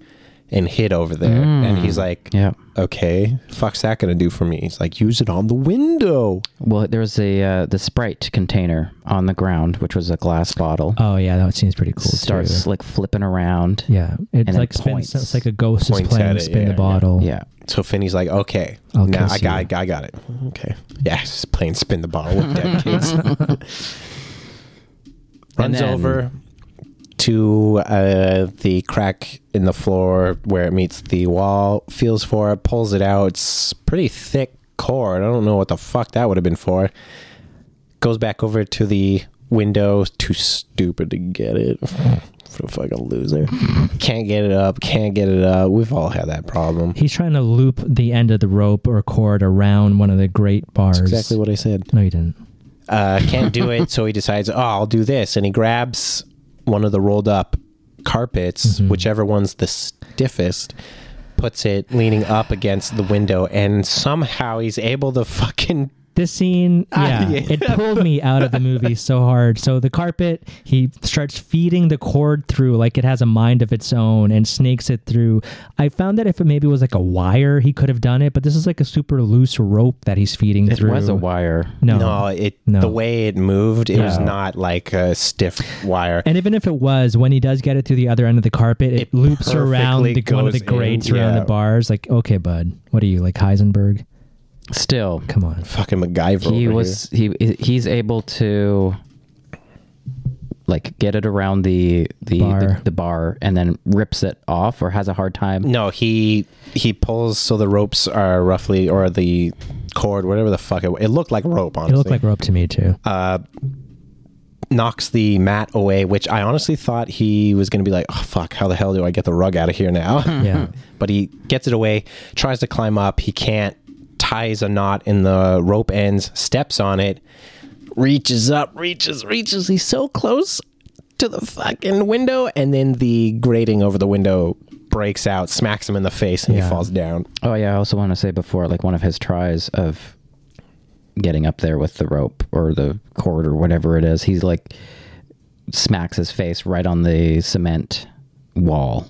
and hid over there. And he's like,
Yeah.
"Okay, fuck's that gonna do for me?" He's like, "Use it on the window."
Well, there was a uh, the Sprite container on the ground, which was a glass bottle.
Oh yeah, that seems pretty cool.
starts
too.
like flipping around.
Yeah,
then
it's like
points.
spins. It's like a ghost is
Points at
playing
it,
spin
yeah,
the bottle.
Yeah.
So Finney's like, "Okay,
I'll
now I
kiss
got,
you."
I got, I got it." Okay, yeah, just playing spin the bottle with dead kids.
And
Runs
then-
over to uh, the crack in the floor where it meets the wall. Feels for it, pulls it out. It's pretty thick cord. I don't know what the fuck that would have been for. Goes back over to the window. Too stupid to get it.
Mm.
For a fucking loser. Can't get it up. Can't get it up. We've all had that problem.
He's trying to loop the end of the rope or cord around one of the great bars.
Exactly what I said.
No, you didn't.
uh, can't do it. So he decides, oh, I'll do this. And he grabs one of the rolled up carpets,
Mm-hmm.
whichever one's the stiffest, puts it leaning up against the window. And somehow he's able to fucking.
This scene, yeah,
yeah.
it pulled me out of the movie so hard. So the carpet, he starts feeding the cord through like it has a mind of its own and snakes it through. I found that if it maybe was like a wire, he could have done it, but this is like a super loose rope that he's feeding
It
through.
was a wire.
No.
No, it
No.
the way it moved, it was
No.
not like a stiff wire.
And even if it was, when he does get it through the other end of the carpet, it,
It
loops around
perfectly
the, one of the
goes in,
grates around
yeah.
the bars. Like, okay, bud, what are you like Heisenberg?
Still,
Come on.
Fucking MacGyver.
he
over
was he he's able to like get it around the the
Bar.
The, the bar and then rips it off or has a hard time.
here. No, he he pulls so the ropes are roughly or the cord, whatever the fuck it, it looked like rope. Honestly,
It looked like rope to me too.
Uh. knocks the mat away, which I honestly thought he was going to be like, oh, fuck, how the hell do I get the rug out of here now?
yeah.
but he gets it away, tries to climb up. He can't, ties a knot in the rope ends, steps on it, reaches up, reaches, reaches. He's so close to the fucking window. And then the grating over the window breaks out, smacks him in the face, and
Yeah.
he falls down.
Oh yeah, I also want to say before like one of his tries of getting up there with the rope or the cord or whatever it is, he's like smacks his face right on the cement wall.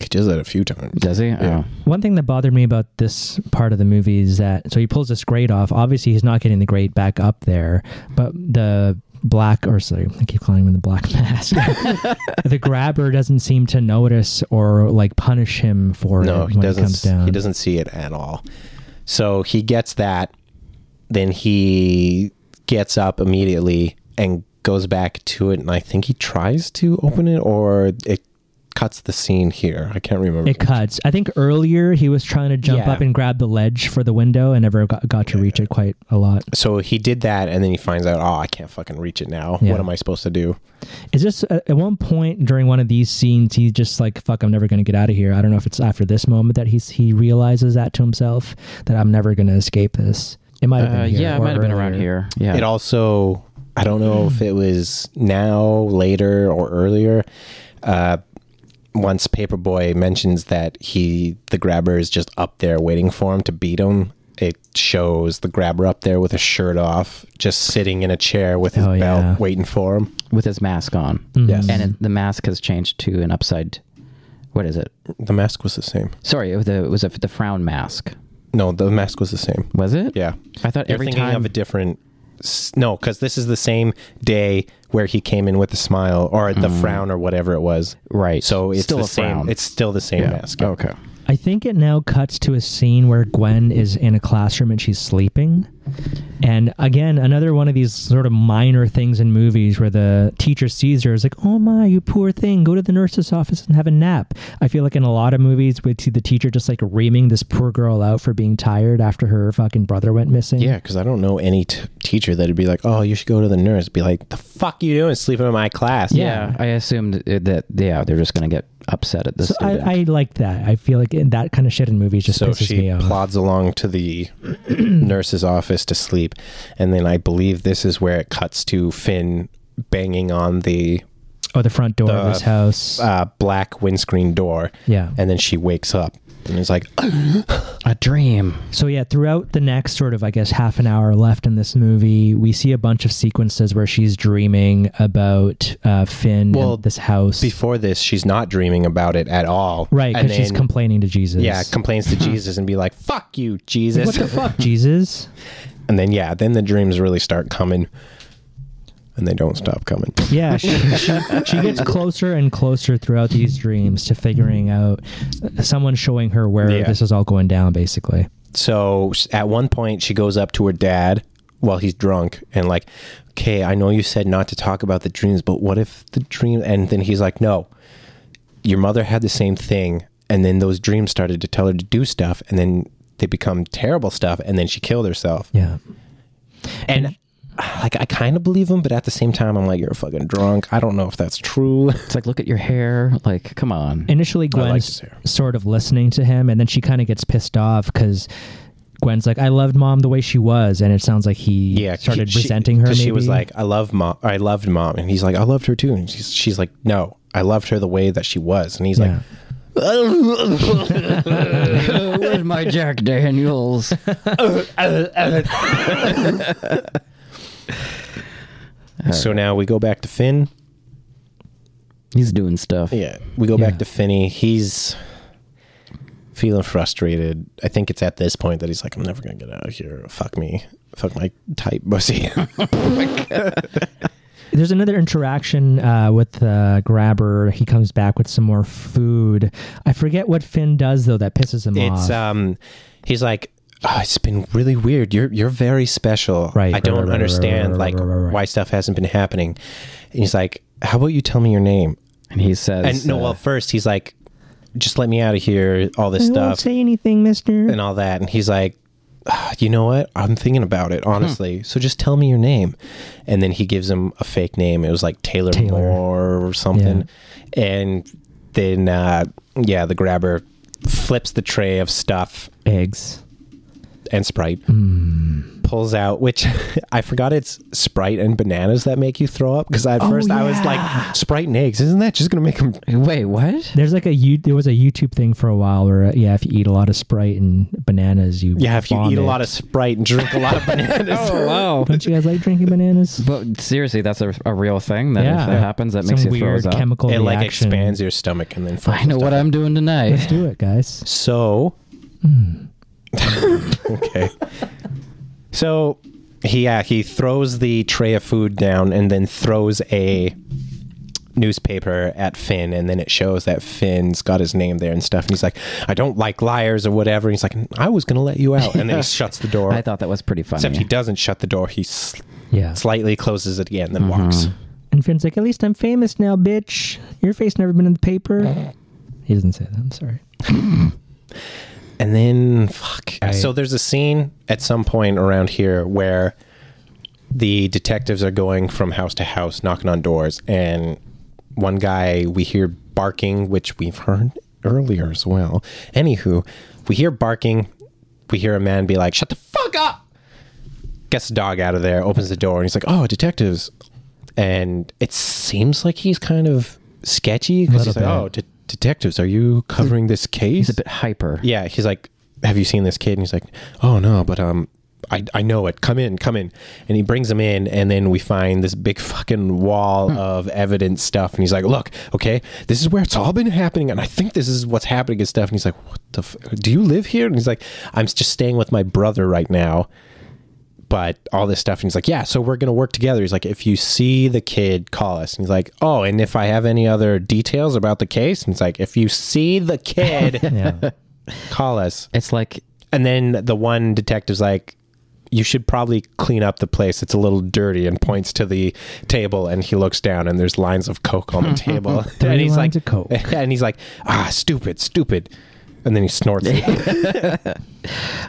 He does that a few times.
Does he? Yeah.
One thing that bothered me about this part of the movie is that so he pulls this grate off. Obviously, he's not getting the grate back up there, but the black or sorry, I keep calling him the black mask. the grabber doesn't seem to notice or like punish him for
No,
it
he
when
doesn't.
it comes down.
He doesn't see it at all. So he gets that. Then he gets up immediately and goes back to it, and I think he tries to open it, or it cuts the scene here. I can't remember.
It cuts. I think earlier he was trying to jump
Yeah.
up and grab the ledge for the window and never got, got to reach it quite a lot.
so he did that, and then he finds out, oh, I can't fucking reach it now.
Yeah.
What am I supposed to do?
Is this uh, at at one point during one of these scenes he's just like fuck I'm never going to get out of here. I don't know if it's after this moment that he's he realizes that to himself that I'm never going to escape this. It might have
Uh,
been here
yeah, it
or
might have been around
earlier.
here. Yeah.
It also, I don't know if it was now, later, or earlier. Uh, once Paperboy mentions that he, the grabber, is just up there waiting for him to beat him, it shows the grabber up there with his shirt off, just sitting in a chair with his
Oh,
belt,
yeah.
waiting for him.
with his mask on.
Mm-hmm.
Yes.
And it, the mask has changed to an upside. What is it?
The mask was the same.
Sorry, it was, the, it was a, the frown mask.
No, the mask was the same.
Was it?
Yeah.
I thought
You're
every
thinking
time
of a different. s- No, because this is the same day where he came in with a smile or the
Mm.
frown or whatever it was.
Right.
So it's
Still
the
a
same.
frown.
It's still the same mask.
Okay.
I think it now cuts to a scene where Gwen is in a classroom and she's sleeping. And again, another one of these sort of minor things in movies where the teacher sees her is like, "Oh my, you poor thing, go to the nurse's office and have a nap." I feel like in a lot of movies we see the teacher just like reaming this poor girl out for being tired after her fucking brother went missing.
Yeah, because I don't know any t- teacher that'd be like, "Oh, you should go to the nurse." Be like, "The fuck you doing sleeping in my class?"
Yeah, I assumed it- that. Yeah, they're just going to get upset at this.
So I, I like that. I feel like in that kind of shit in movies just
So
pisses me
she
off.
plods along to the nurse's office to sleep, and then I believe this is where it cuts to Finn banging on the
or Oh, the front door of his house.
uh, black windscreen door.
Yeah.
and then she wakes up and is like,
a dream.
So yeah, throughout the next sort of I guess half an hour left in this movie, we see a bunch of sequences where she's dreaming about uh, Finn
Well,
and this house.
before this, she's not dreaming about it at all.
right,
And
because she's
then,
complaining to Jesus.
Yeah, complains to Jesus and be like, "Fuck you,
what
Jesus!"
the fuck, Jesus?
and then yeah, then the dreams really start coming, and they don't stop coming.
Yeah, she, she, she gets closer and closer throughout these dreams to figuring out uh, someone showing her where
Yeah.
this is all going down, basically.
So s- at one point, she goes up to her dad while he's drunk and like, "Okay, I know you said not to talk about the dreams, but what if the dream?" And then he's like, "No, your mother had the same thing, and then those dreams started to tell her to do stuff, and then they become terrible stuff, and then she killed herself."
Yeah.
And like, I kind of believe him, but at the same time, I'm like, "You're fucking drunk. I don't know if that's true."
It's like, look at your hair. Like, come on.
initially
his
Gwen's
hair.
sort of listening to him and then she kind of gets pissed off because Gwen's like, I loved mom the way she was. And it sounds like he
yeah,
started
she-
resenting her.
'cause She
maybe.
was like, "I love mom. I loved mom," and he's like, "I loved her too." And she's, she's like, "No, I loved her the way that she was." And he's
yeah.
Where's my Jack Daniels?
like, "So now we go back to Finn."
He's doing stuff.
Yeah, we go
Yeah.
back to Finny. He's feeling frustrated. I think it's at this point that he's like, "I'm never gonna get out of here. Fuck me. Fuck my tight pussy."
There's another interaction uh, with the grabber. He comes back with some more food. I forget what Finn does, though, that pisses him off.
it's um, he's like. Oh, it's been really weird. You're you're very special.
Right,
I
right,
don't
right, right,
understand
right, right,
like
right, right, right.
why stuff hasn't been happening. And he's like, "How about you tell me your name?"
And he says,
And no,
uh,
well, first he's like, just let me out of here, all this
I won't
stuff
say anything, mister.
and all that. And he's like, "Ah, you know what? I'm thinking about it, honestly. So just tell me your name. And then he gives him a fake name. It was like Taylor,
Taylor.
Moore or something. And then, uh, yeah, the grabber flips the tray of stuff
Eggs.
and Sprite. Pulls out, which I forgot it's Sprite and bananas that make you throw up. Because at first I was like, Sprite and eggs, isn't that just going to make him
wait, what?
There's like a you. There was a YouTube thing for a while where uh, yeah, if you eat a lot of Sprite and bananas, you
Yeah, if you eat a
vomit.
lot of Sprite and drink a lot of bananas.
Oh, wow.
Don't you guys like drinking bananas?
But seriously, that's a, a real thing that,
Yeah.
if that happens. That
Some
makes you throw
weird
up.
chemical
It like
reaction.
expands your stomach and then
I know what I'm doing tonight.
Let's do it, guys.
So
Hmm.
Okay. So he yeah, he throws the tray of food down and then throws a newspaper at Finn and then it shows that Finn's got his name there and stuff and he's like, I don't like liars or whatever. And he's like, I was gonna let you out and then he shuts the door.
I thought that was pretty funny.
Except he doesn't shut the door, he s-
Yeah.
Mm-hmm.
slightly closes it again, then walks.
And Finn's like, at least I'm famous now, bitch. Your face never been in the paper. He doesn't say that. I'm sorry.
And then fuck. so there's a scene at some point around here where the detectives are going from house to house knocking on doors and one guy we hear barking, which we've heard earlier as well. Anywho, we hear barking, we hear a man be like, Shut the fuck up Gets the dog out of there, opens the door, and he's like, Oh, detectives and it seems like he's kind of sketchy because he's like,
bit.
"Oh, de- detectives, are you covering this case?"
He's a bit hyper.
yeah, he's like, "Have you seen this kid?" And he's like, "Oh no, but um, I I know it. Come in, come in." And he brings him in, and then we find this big fucking wall of evidence stuff, and he's like, "Look, okay, this is where it's all been happening, and I think this is what's happening and stuff." And he's like, "What the? F- do you live here?" And he's like, "I'm just staying with my brother right now." But all this stuff, and he's like, "Yeah, so we're gonna work together." He's like, "If you see the kid, call us." And he's like, "Oh, and if I have any other details about the case," and it's like, "If you see the kid,
Yeah.
call us.
It's like
And then the one detective's like, you should probably clean up the place. It's a little dirty and points to the table and he looks down and there's lines of coke on the table. and he's
lines
like
of Coke.
and he's like, ah, stupid, stupid. And then he snorts it.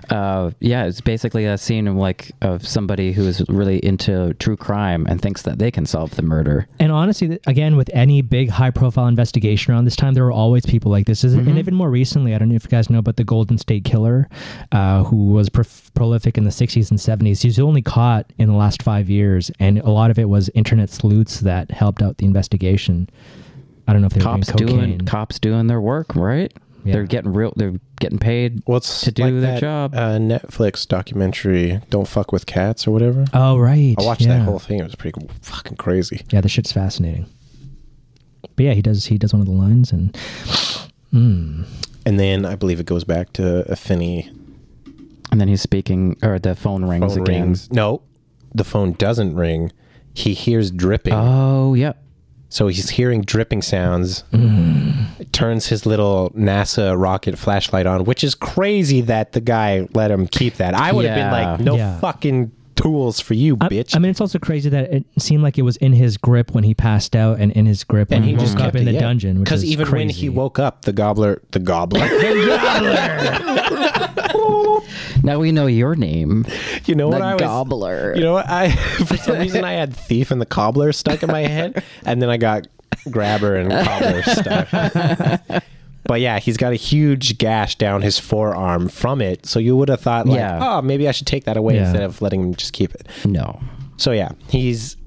uh, yeah, it's basically a scene of like of somebody who is really into true crime and thinks that they can solve the murder.
And honestly, th- again, with any big high profile investigation around this time, there were always people like this. Is-
Mm-hmm.
And even more recently, I don't know if you guys know, but the Golden State Killer, uh, who was prof- prolific in the 60s and 70s, he's only caught in the last five years. And a lot of it was internet sleuths that helped out the investigation. I don't know if they were
Cops
doing cocaine.
doing cops doing their work, right?
Yeah.
They're getting real. They're getting paid
What's
to do their job.
Uh, Netflix documentary, Don't Fuck with Cats or whatever.
oh, right.
I watched
yeah.
that whole thing. It was pretty fucking crazy.
Yeah, the shit's fascinating. But yeah, he does. He does one of the lines, and
And then I believe it goes back to uh, Finney
and then he's speaking, or the phone rings
phone
again.
rings. No, the phone doesn't ring. He hears dripping.
Oh, yeah.
So he's hearing dripping sounds.
Mm.
Turns his little NASA rocket flashlight on, which is crazy that the guy let him keep that. I would have been
Yeah.
like, no
Yeah.
fucking tools for you,
I,
bitch.
I mean, it's also crazy that it seemed like it was in his grip when he passed out, and in his grip
and
when
he just
woke up
kept
in the dungeon. Because
Because even when he woke up, the gobbler, the gobbler,
Now we know your name.
you know what
the
I was,
gobbler.
you know what I, for some reason I had thief and the cobbler stuck in my head, and then I got grabber and cobbler stuck. But yeah, he's got a huge gash down his forearm from it, so you would have thought, like,
Yeah.
oh, maybe I should take that away
Yeah.
instead of letting him just keep it.
no.
So yeah, he's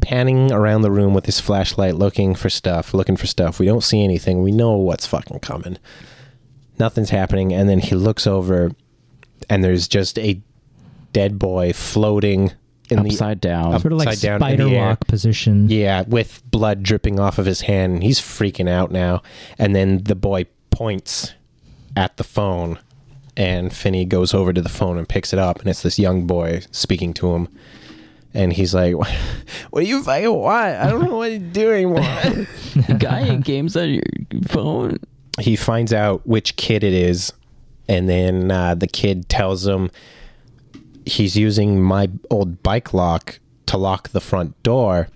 panning around the room with his flashlight, looking for stuff, looking for stuff. We don't see anything. We know what's fucking coming. Nothing's happening, and then he looks over, and there's just a dead boy floating in
Upside down.
Up-
sort of like
upside down in the
spider
air.
walk position.
the yeah, with blood dripping off of his hand. He's freaking out now, and then the boy points at the phone, and Finney goes over to the phone and picks it up, and it's this young boy speaking to him. And he's like, "What do you fucking want? I don't know what you're doing." What?
Guy games on your phone.
he finds out which kid it is, and then uh, the kid tells him he's using my old bike lock to lock the front door.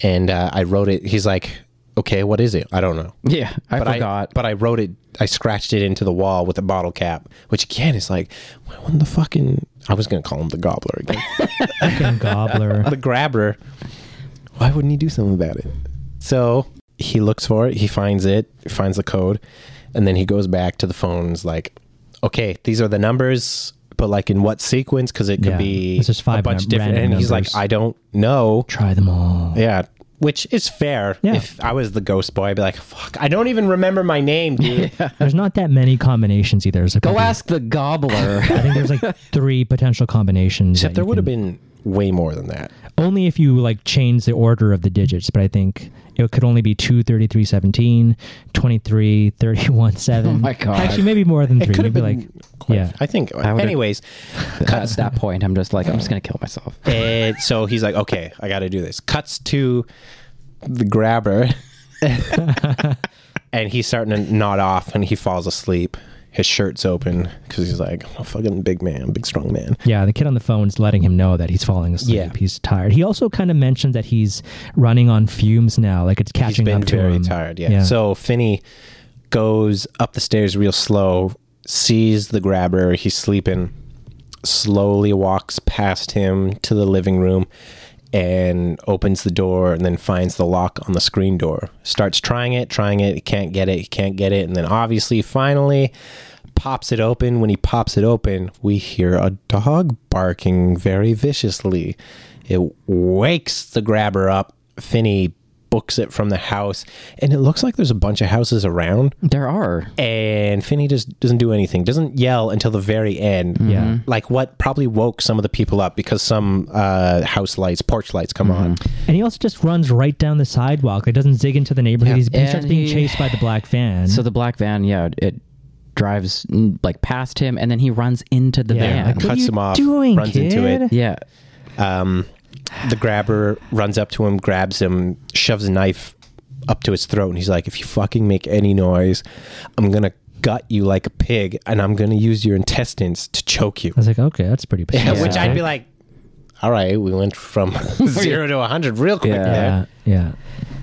And uh, I wrote it. He's like, "Okay, what is it? I don't know."
Yeah, I
but
forgot.
I, but I wrote it. I scratched it into the wall with a bottle cap, which again is like, when the fucking. I was gonna call him the gobbler again,
Fucking gobbler.
the grabber. Why wouldn't he do something about it? So he looks for it. He finds it. Finds the code, and then he goes back to the phones. Like, okay, these are the numbers, but like in what sequence? Because it could
Yeah,
be
it's just
a
five
bunch
num-
different. And
random
he's like,
numbers.
I don't know.
Try them all.
Yeah. Which is fair.
Yeah.
If I was the ghost boy, I'd be like, fuck, I don't even remember my name, dude.
There's not that many combinations either. There's like
Go
maybe-
ask the gobbler.
I think there's like three potential combinations.
Except
that
there
you
would have
can-
been way more than that.
only if you like change the order of the digits. But I think it could only be two, thirty-three, seventeen, twenty-three, thirty-one,
Oh
seven.
my God.
Actually, maybe more than three.
could have
Maybe
been
like yeah.
I think.
would've-
anyways,
At that point, I'm just like, I'm just gonna kill myself.
and so he's like, okay, I got to do this. Cuts to the grabber, and he's starting to nod off, and he falls asleep. His shirt's open because he's like, I'm a fucking big man, big strong man.
Yeah, the kid on the phone's letting him know that he's falling asleep.
Yeah.
He's tired. He also kind of mentioned that he's running on fumes now, like it's catching
he's been
up to
very
him.
tired. Yeah. So Finney goes up the stairs real slow, sees the grabber. He's sleeping. Slowly walks past him to the living room, and opens the door, and then finds the lock on the screen door. Starts trying it, trying it. He can't get it. He can't get it, and then obviously, finally. Pops it open. When he pops it open, we hear a dog barking very viciously. It wakes the grabber up. Finney books it from the house, and it looks like there's a bunch of houses around.
There are.
And Finney just doesn't do anything, doesn't yell until the very end.
Yeah.
Like what probably woke some of the people up because some uh, house lights, porch lights come on.
And he also just runs right down the sidewalk. It doesn't zig into the neighborhood.
Yeah.
He's, he starts
And
being
he-
chased by the black van.
So the black van, yeah, it drives mm, like past him, and then he runs into the
Yeah,
van.
like, what are
Cuts
you
him off,
doing,
runs into
kid?
it.
yeah,
Um, the grabber runs up to him, grabs him, shoves a knife up to his throat, and he's like, "If you fucking make any noise, I'm gonna gut you like a pig, and I'm gonna use your intestines to choke you."
I was like, okay, that's pretty
Yeah,
pathetic.
which I'd be like, all right, we went from zero to 100 real quick
Yeah.
there.
yeah,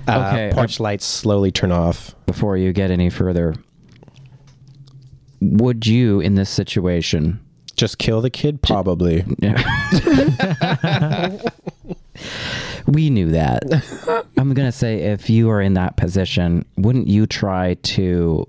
yeah.
Uh,
Okay,
porch lights slowly turn off.
before you get any further, would you in this situation?
Just kill the kid? Probably.
we knew that. I'm going to say if you are in that position, wouldn't you try to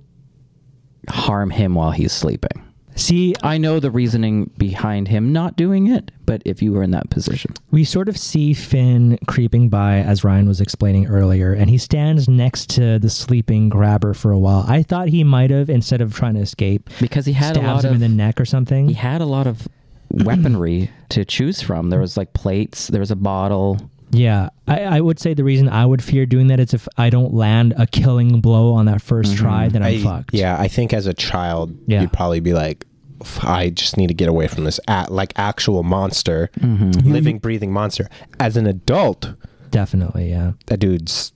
harm him while he's sleeping?
See,
I know the reasoning behind him not doing it, but if you were in that position,
we sort of see Finn creeping by, as Ryan was explaining earlier, and he stands next to the sleeping grabber for a while. I thought he might have, instead of trying to escape,
because he had a
stabs
lot
him
of
in the neck or something.
he had a lot of weaponry to choose from. There was like plates, there was a bottle.
Yeah, I, I would say the reason I would fear doing that is if I don't land a killing blow on that 1st
Mm-hmm.
try, then I'm
I-
fucked.
Yeah, I think as a child,
Yeah.
you'd probably be like, "F- I just need to get away from this at, like actual monster,
Mm-hmm.
Mm-hmm.
living, breathing monster. As an adult,
definitely. Yeah,
that dude's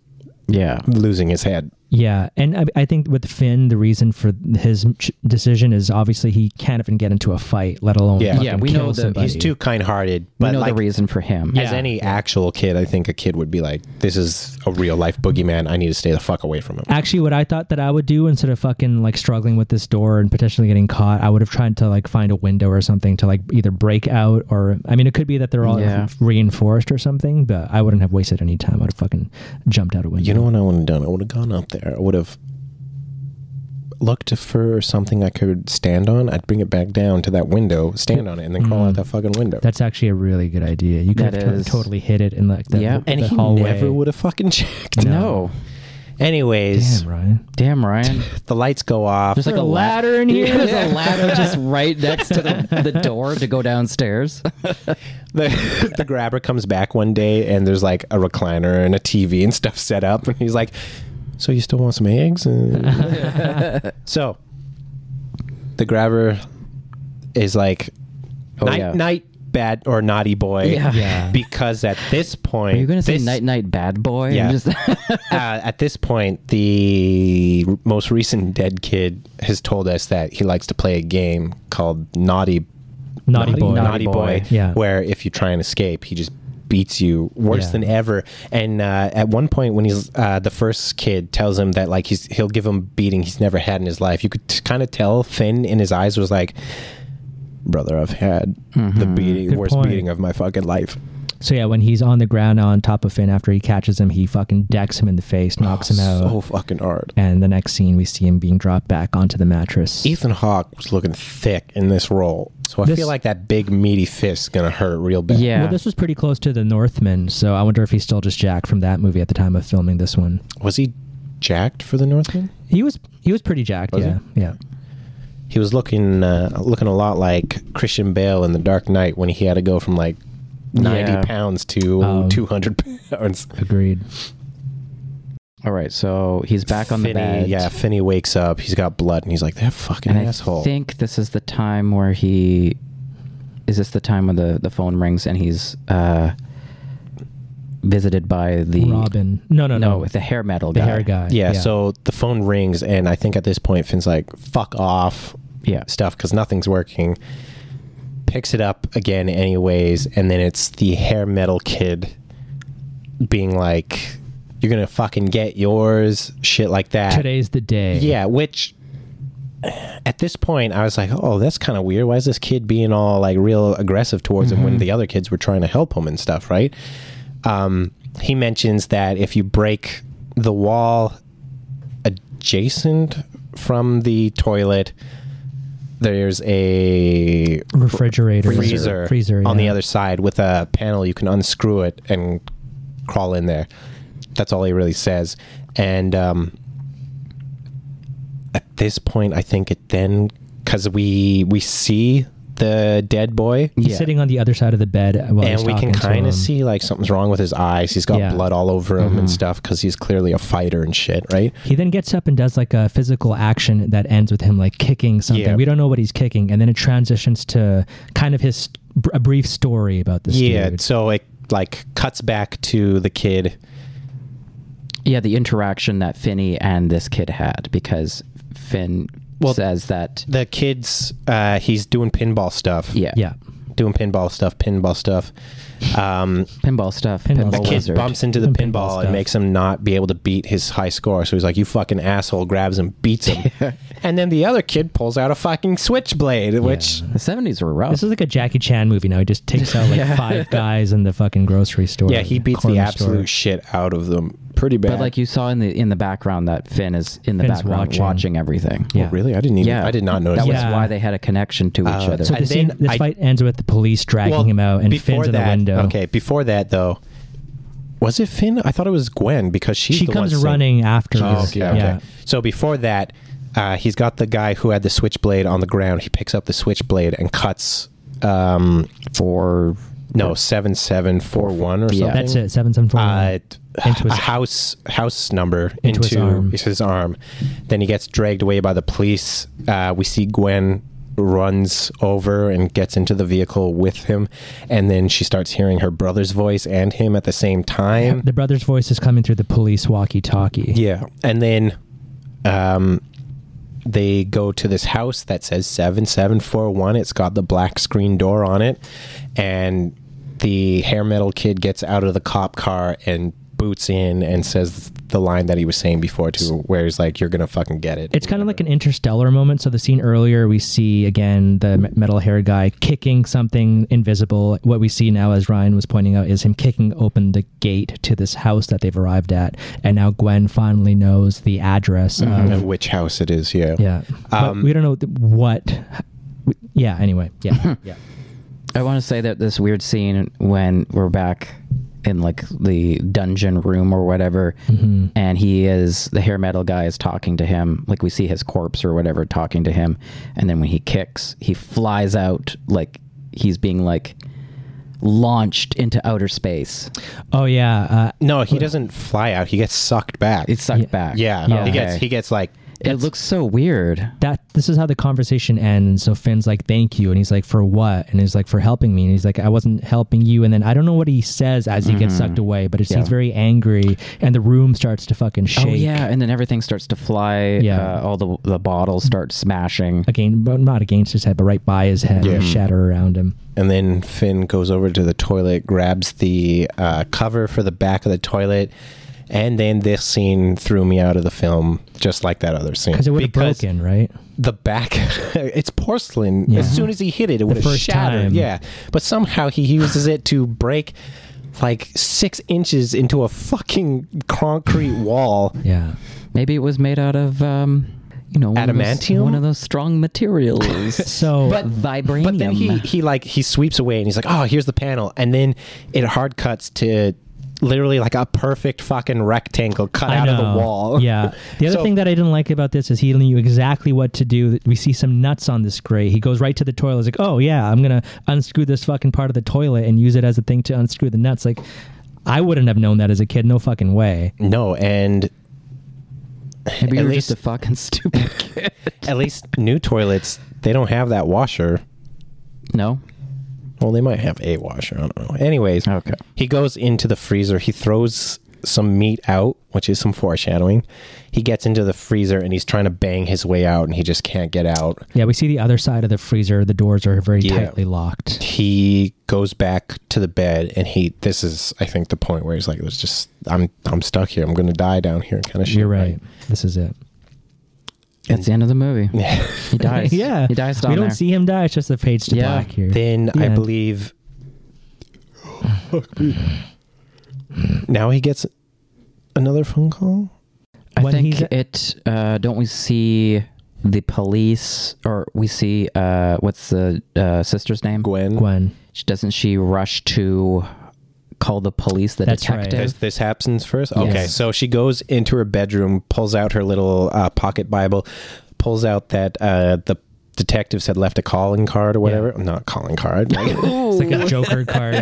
Yeah.
losing his head.
yeah, and I, I think with Finn, the reason for his ch- decision is obviously he can't even get into a fight, let alone
Yeah.
fucking
Yeah, we
kill
know that
somebody.
He's too kind hearted.
We
But
know
like,
the reason for him.
as any actual kid, I think a kid would be like, this is a real life boogeyman. I need to stay the fuck away from him.
Actually, what I thought that I would do instead of fucking like struggling with this door and potentially getting caught, I would have tried to like find a window or something to like either break out or I mean, it could be that they're all
Yeah.
reinforced or something, but I wouldn't have wasted any time. I would have fucking jumped out a window.
You know what I would have done? I would have gone up there. I would have looked for something I could stand on. I'd bring it back down to that window, stand on it, and then crawl out that fucking window.
That's actually a really good idea. You could
That
have to-
is-
totally hit it in like the,
Yeah.
the,
and
the
he
hallway.
never would have fucking checked.
No.
Anyways,
Damn, Ryan.
Damn, Ryan.
the lights go off.
There's like a ladder in here. There's a ladder just right next to the, the door to go downstairs.
the, the grabber comes back one day, and there's like a recliner and a TV and stuff set up, and he's like, "So you still want some eggs?" And
Oh,
so the grabber is like,
Oh,
"Night,
yeah.
night, bad or naughty boy."
Yeah.
Yeah.
Because at this point,
Are you gonna say
this-
night night bad boy?
Yeah.
And just-
uh, at this point, the r- most recent dead kid has told us that he likes to play a game called Naughty
Naughty, boy.
Naughty Boy,
Yeah.
where if you try and escape, he just beats you worse
Yeah.
than ever. And uh, at one point, when he's uh, the first kid tells him that like he's he'll give him a beating he's never had in his life. You could t- kind of tell Finn in his eyes was like, "Brother, I've had the
Mm-hmm.
beating,
Good
worst
point.
beating of my fucking life."
So yeah, when he's on the ground on top of Finn after he catches him, he fucking decks him in the face, knocks him out.
Oh, so fucking hard.
and the next scene we see him being dropped back onto the mattress.
Ethan Hawke was looking thick in this role, so I
This-
feel like that big meaty fist's gonna hurt real bad.
yeah.
Well, this was pretty close to the Northman, so I wonder if he's still just Jack from that movie at the time of filming this one.
was he jacked for the Northman?
He was he was pretty jacked,
Was
yeah, yeah.
He was looking uh, looking a lot like Christian Bale in The Dark Knight when he had to go from like ninety
Yeah.
pounds to
Um,
two hundred pounds.
Agreed.
All right. So he's back on the
Finney-
bed.
Yeah, Finney wakes up. He's got blood, and he's like, "That fucking
And
asshole."
I think this is the time where he. Is this the time when the the phone rings and he's uh visited by the
Robin. No, no,
No,
no.
with the hair metal
the
guy.
hair guy.
yeah, So the phone rings, and I think at this point Finn's like, "Fuck off."
Yeah.
stuff because nothing's working. Picks it up again, anyways, and then it's the hair metal kid being like, "You're gonna fucking get yours," shit like that.
Today's the day.
Yeah, which at this point I was like, oh, that's kind of weird. Why is this kid being all like real aggressive towards him when the other kids were trying to help him and stuff, right? Um, he mentions that if you break the wall adjacent from the toilet, there's a
Refrigerator.
freezer,
Freezer.
on the
yeah.
other side with a panel. You can unscrew it and crawl in there. That's all he really says. And um, at this point, I think it then because we we see the dead boy.
He's sitting on the other side of the bed while he's
And we can
talking to
kind
him.
of see like something's wrong with his eyes. He's got
Yeah. Mm-hmm.
blood all over him and stuff because he's clearly a fighter and shit, right?
He then gets up and does like a physical action that ends with him like kicking something.
Yeah.
We don't know what he's kicking, and then it transitions to kind of his a brief story about this
yeah.
dude.
So it like cuts back to the kid
Yeah, the interaction that Finney and this kid had because Finn
Well-
says that.
the kids uh he's doing pinball stuff
Yeah.
Yeah,
doing pinball stuff pinball stuff um
Pinball stuff.
Pinball
Pinball,
stuff.
the kid
wizard.
bumps into the
Doing
pinball,
pinball
and
stuff.
makes him not be able to beat his high score so he's like you fucking asshole grabs him beats him and then the other kid pulls out a fucking switchblade which
The 70s were rough.
this is like a Jackie Chan movie now. He just takes out like five guys in the fucking grocery store.
yeah he beats the
corner
absolute
store.
shit out of them pretty bad
but like you saw in the in the background that Finn is in the
Finn's
background watching.
watching.
everything.
Yeah.
Oh, really i didn't even
Yeah.
i did not notice
That
that.
was
Yeah.
why they had a connection to each other.
So
And
the scene,
then
this
I-
fight ends with the police dragging
Well,
him out, and
before
Finn's in
that,
the window.
okay before that though was it Finn? I thought it was Gwen because she's
she
the one
comes
saying-
running after.
Oh,
us.
okay,
yeah.
okay. So before that, uh, he's got the guy who had the switchblade on the ground. He picks up the switchblade and cuts. Um,
for
no, seven seven four one or something.
Yeah.
that's it. Seven seven four.
Uh,
Into his-
a house house number
Into
into,
his arm.
his arm. Then he gets dragged away by the police. Uh, we see Gwen runs over and gets into the vehicle with him, and then she starts hearing her brother's voice and him at the same time.
the brother's voice is coming through the police walkie-talkie.
Yeah, and then um, they go to this house that says seven seven four one. It's got the black screen door on it, and the hair metal kid gets out of the cop car and boots in and says the line that he was saying before too, where he's like, "You're gonna fucking get it."
It's kind of like an interstellar moment. So the scene earlier, we see again the me- metal hair guy kicking something invisible. What we see now, as Ryan was pointing out, is him kicking open the gate to this house that they've arrived at, and now Gwen finally knows the address.
of
Mm-hmm.
Of,
Um, which house it is. Yeah,
yeah,
Um,
but we don't know th- what. Yeah. Anyway. Yeah. yeah.
I want to say that this weird scene when we're back in like the dungeon room or whatever,
Mm-hmm.
and he is the hair metal guy is talking to him. Like we see his corpse or whatever talking to him, and then when he kicks, he flies out like he's being like launched into outer space.
Oh yeah. Uh,
No, he doesn't fly out. He gets sucked back.
It's sucked back.
yeah,
Yeah.
he gets
Okay.
he gets like
it looks so weird.
that this is how the conversation ends. So Finn's like, "Thank you," and he's like, "For what?" And he's like, "For helping me." And he's like, "I wasn't helping you." And then I don't know what he says as he gets sucked away, but it seems very angry, and the room starts to fucking shake.
Oh yeah, and then everything starts to fly.
Yeah.
uh, all the the bottles start smashing.
again, but not against his head, but right by his head, and shatter around him.
And then Finn goes over to the toilet, grabs the uh, cover for the back of the toilet. And then this scene threw me out of the film, just like that other scene.
Because it would have
Because
broken, right?
The back, it's porcelain. As soon as he hit it, it would have
first
shattered.
time.
Yeah. But somehow he uses it to break like six inches into a fucking concrete wall.
Yeah.
Maybe it was made out of, um, you know, one of those-
Adamantium?
one of those strong materials.
So
But
Vibranium.
But then he, he like he sweeps away and he's like, oh, here's the panel, and then it hard cuts to literally like a perfect fucking rectangle cut
I
out
know.
of the wall.
Yeah. The other
So-
thing that I didn't like about this is he knew exactly what to do. We see some nuts on this gray. He goes right to the toilet. He's like, oh, yeah, I'm going to unscrew this fucking part of the toilet and use it as a thing to unscrew the nuts. Like, I wouldn't have known that as a kid. No fucking way.
No, and
Maybe
at
you're
least
just a fucking stupid kid.
at least new toilets they don't have that washer.
no.
Well, they might have a washer. I don't know. Anyways,
Okay.
He goes into the freezer. He throws some meat out, which is some foreshadowing. He gets into the freezer and he's trying to bang his way out and he just can't get out.
Yeah, we see the other side of the freezer. The doors are very
Yeah.
tightly locked.
He goes back to the bed and he this is I think the point where he's like, There's just I'm I'm stuck here, I'm gonna die down here kind of shit.
You're right. This is it.
That's the end of the movie.
Yeah.
He dies.
yeah,
He dies down
We don't
there.
see him die. It's just the fades to
Yeah.
black here.
Then
The
I
end.
believe now he gets another phone call.
I
when
think
he's-
it. Uh, don't we see the police, or we see uh, what's the uh, sister's name?
Gwen.
Gwen.
She- Doesn't she rush to call the police? The
That's right.
detective.
This, this happens first. Okay, so she goes into her bedroom, pulls out her little uh, pocket Bible, pulls out that uh, the detective said left a calling card or whatever. Not calling card.
It's like a Joker card.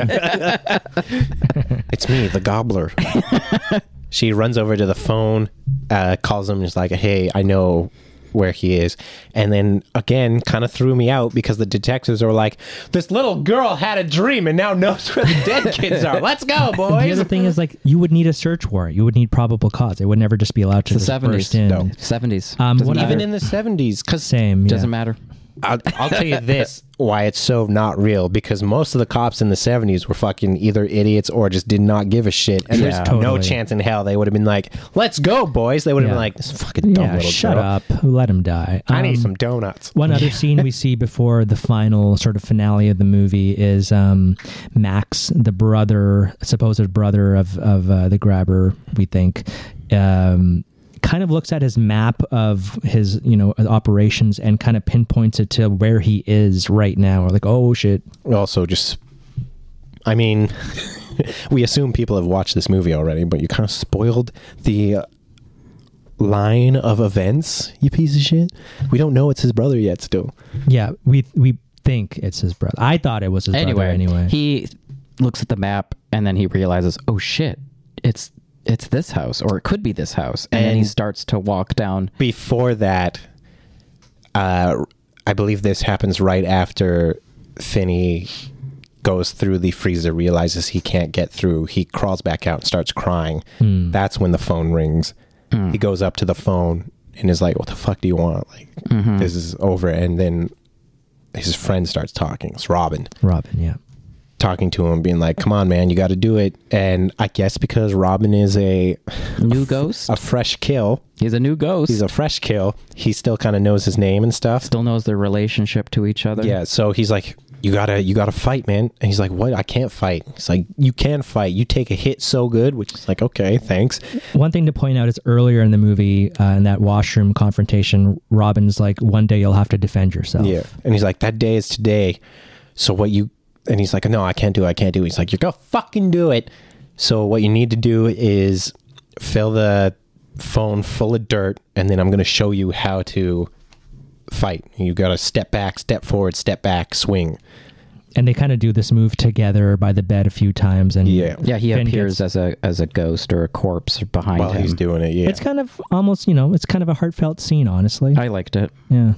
it's me, the Gobbler. she runs over to the phone, uh, calls him, and is like, "Hey, I know." Where he is, and then again, kind of threw me out because the detectives were like, "This little girl had a dream and now knows where the dead kids are. Let's go,
The
boys!"
other thing is like you would need a search warrant. You would need probable cause. They would never just be allowed to
It's
just
the
burst
seventies.
in.
Seventies.
Um,
doesn't
what
matter.
Even in the seventies, because
Same. yeah.
doesn't matter.
I'll, I'll tell you this why it's so not real because most of the cops in the 70s were fucking either idiots or just did not give a shit and there's no
Totally.
chance in hell they would have been like let's go boys they would have
Yeah.
been like this fucking dumb
Yeah,
little
shut
girl.
up. Let him die.
I need
Um,
some donuts
One other scene we see before the final sort of finale of the movie is um, Max, the brother, supposed brother of of uh, the grabber, we think. Um, kind of looks at his map of his you know operations and kind of pinpoints it to where he is right now or like oh shit
also just I mean we assume people have watched this movie already but you kind of spoiled the uh, line of events you piece of shit we don't know it's his brother yet still
yeah we we think it's his brother i thought it was his
Anyway,
brother anyway
he looks at the map and then he realizes, oh shit, it's it's this house, or it could be this house, and, then he
And-
starts to walk down.
before that, uh, I believe this happens right after Finney goes through the freezer, realizes he can't get through. He crawls back out and starts crying. That's when the phone rings. He goes up to the phone and is like, "What the fuck do you want? Like, this is over." And then his friend starts talking. It's Robin
robin yeah
talking to him, being like, "Come on, man, you got to do it." And I guess because Robin is a
New ghost.
a fresh kill,
He's a new ghost.
he's a fresh kill. He still kind of knows his name and stuff.
Still knows their relationship to each other.
Yeah, so he's like, "You gotta, you gotta fight, man." And he's like, "What? I can't fight." He's like, "You can fight. You take a hit so good," which is like, "Okay, thanks."
One thing to point out is earlier in the movie, uh, in that washroom confrontation, Robin's like, "One day you'll have to defend yourself."
and he's like, "That day is today." So what you? And he's like, "No, I can't do. it. I can't do." it. He's like, "You're gonna fucking do it." So what you need to do is fill the phone full of dirt, and then I'm gonna show you how to fight. You gotta step back, step forward, step back, swing.
And they kind of do this move together by the bed a few times, and
Yeah.
Yeah, he
Finn
appears
gets-
as a as a ghost or a corpse behind
While
him.
he's doing it, yeah.
it's kind of almost, you know, it's kind of a heartfelt scene, honestly.
I liked it.
yeah.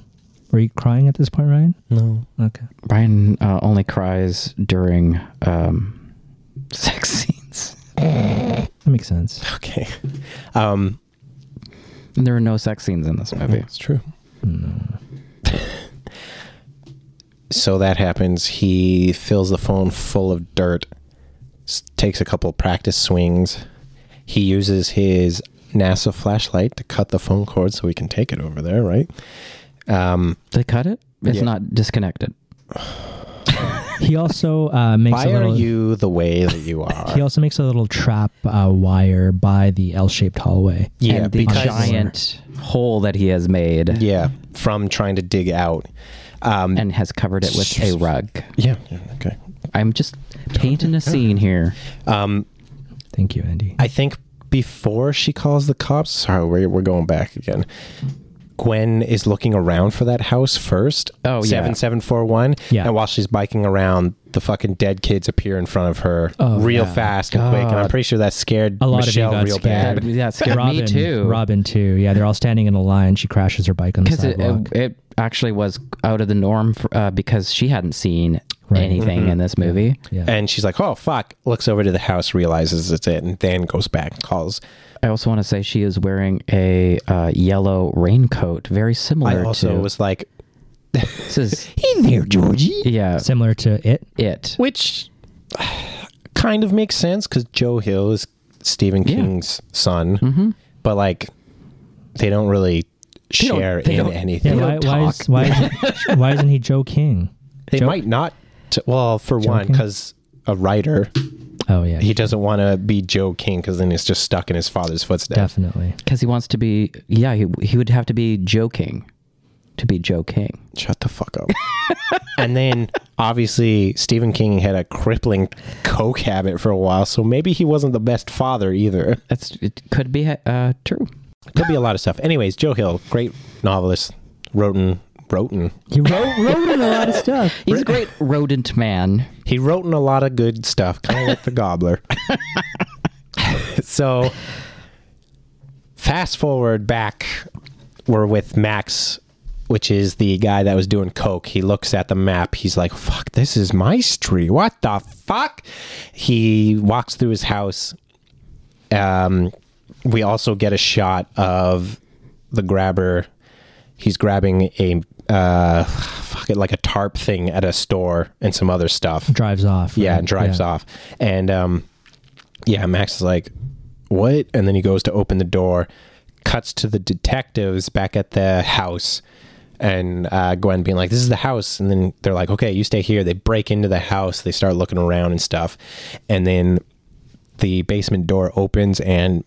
Were you crying at this point, Ryan?
no.
Okay.
Brian uh, only cries during um, sex scenes.
That makes sense.
Okay. Um,
And there are no sex scenes in this movie.
It's true. so that happens. He fills the phone full of dirt, s- takes a couple practice swings. He uses his NASA flashlight to cut the phone cord so we can take it over there, right? Um,
They cut it. It's
Yeah.
not disconnected.
He also uh, makes
why
a little.
are you the way that you are?
He also makes a little trap uh, wire by the L-shaped hallway.
yeah,
and the
because
giant hole that he has made
yeah, from trying to dig out. Um,
and has covered it with a rug.
yeah, okay.
I'm just painting a scene here.
Um,
Thank you, Andy.
I think before she calls the cops, sorry, we're, we're going back again. Gwen is looking around for that house first.
Oh, yeah.
7741.
Yeah.
And while she's biking around, the fucking dead kids appear in front of her
Oh,
real
yeah.
fast and quick. And I'm
God.
pretty sure that scared
A lot of you
Michelle
got
real
scared.
bad.
Yeah, it scared
Robin,
me too.
Robin too. Yeah, they're all standing in a line. She crashes her bike on the
because it,
sidewalk.
it, it actually was out of the norm for, uh, because she hadn't seen anything in this movie.
Mm-hmm. Yeah.
And she's like, "Oh fuck!" Looks over to the house, realizes it's it, and then goes back and calls.
I also want to say she is wearing a uh, yellow raincoat, very
I
similar
also
to
was like,
this is
"Hey there, Georgie."
yeah
Similar to it.
it
which kind of makes sense because Joe Hill is Stephen
Yeah.
King's son, but like they don't really
don't-
share
they
in
don't-
anything.
Yeah, why,
They,
don't
why,
talk.
is, why, is, why isn't he Joe King? Joe-
might not. T- well, for one,
King?
because a writer
Oh, yeah.
he doesn't want to be Joe King because then he's just stuck in his father's footsteps.
definitely.
because he wants to be yeah he he would have to be joking to be Joe King.
Shut the fuck up. and then obviously Stephen King had a crippling coke habit for a while, so maybe he wasn't the best father either.
That's it could be uh, true.
Could be a lot of stuff. Anyways, Joe Hill, great novelist, wrote in, wrote in.
He wrote, wrote in a lot of stuff.
He's a great rodent man.
He wrote in a lot of good stuff, kind of like the Gobbler. so, fast forward back, we're with Max, which is the guy that was doing coke. He looks at the map. He's like, "Fuck, this is my street. What the fuck?" He walks through his house. Um, we also get a shot of the grabber. He's grabbing a uh, fuck it, like a tarp thing at a store and some other stuff.
Drives off.
Yeah,
right?
and drives off. And um, yeah, Max is like, "What?" And then he goes to open the door. Cuts to the detectives back at the house, and uh, Gwen being like, "This is the house." And then they're like, "Okay, you stay here." They break into the house. They start looking around and stuff, and then the basement door opens and.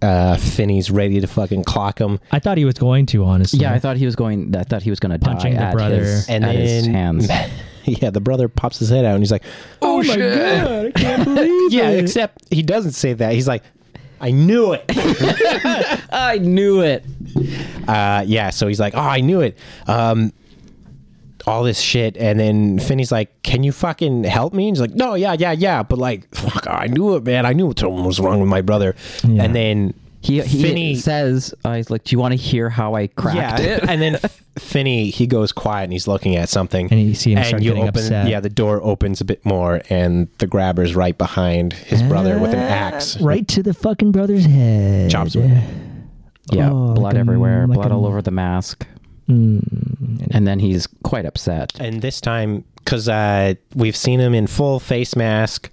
Uh, Finney's ready to fucking clock him,
I thought he was going to, honestly.
Yeah, I thought he was going. I thought he was going to die
Punching the
at
brother.
his,
and
at
then
his hands.
yeah, the brother pops his head out, and he's like, "Oh, my god, I can't believe yeah, except he doesn't say that. He's like, "I knew it."
I knew it.
uh, yeah, so he's like, "Oh, I knew it." Um, all this shit, and then Finney's like, "Can you fucking help me?" And he's like, "No, yeah, yeah, yeah," but like, fuck, I knew it, man. I knew something was wrong with my brother. And then
He, he
Finney-
says, uh, "He's like, do you want to hear how I cracked
yeah,
it?"
and then Finney he goes quiet and he's looking at something,
And you see him start getting
open,
upset.
Yeah, the door opens a bit more, and the grabber's right behind his brother with an
Ah.
axe,
Right to the fucking brother's head.
chops him.
Yeah,
Oh,
blood
like a-
everywhere,
like
blood
a- mm,
all over the mask. And then he's quite upset.
And this time, because uh, we've seen him in full face mask,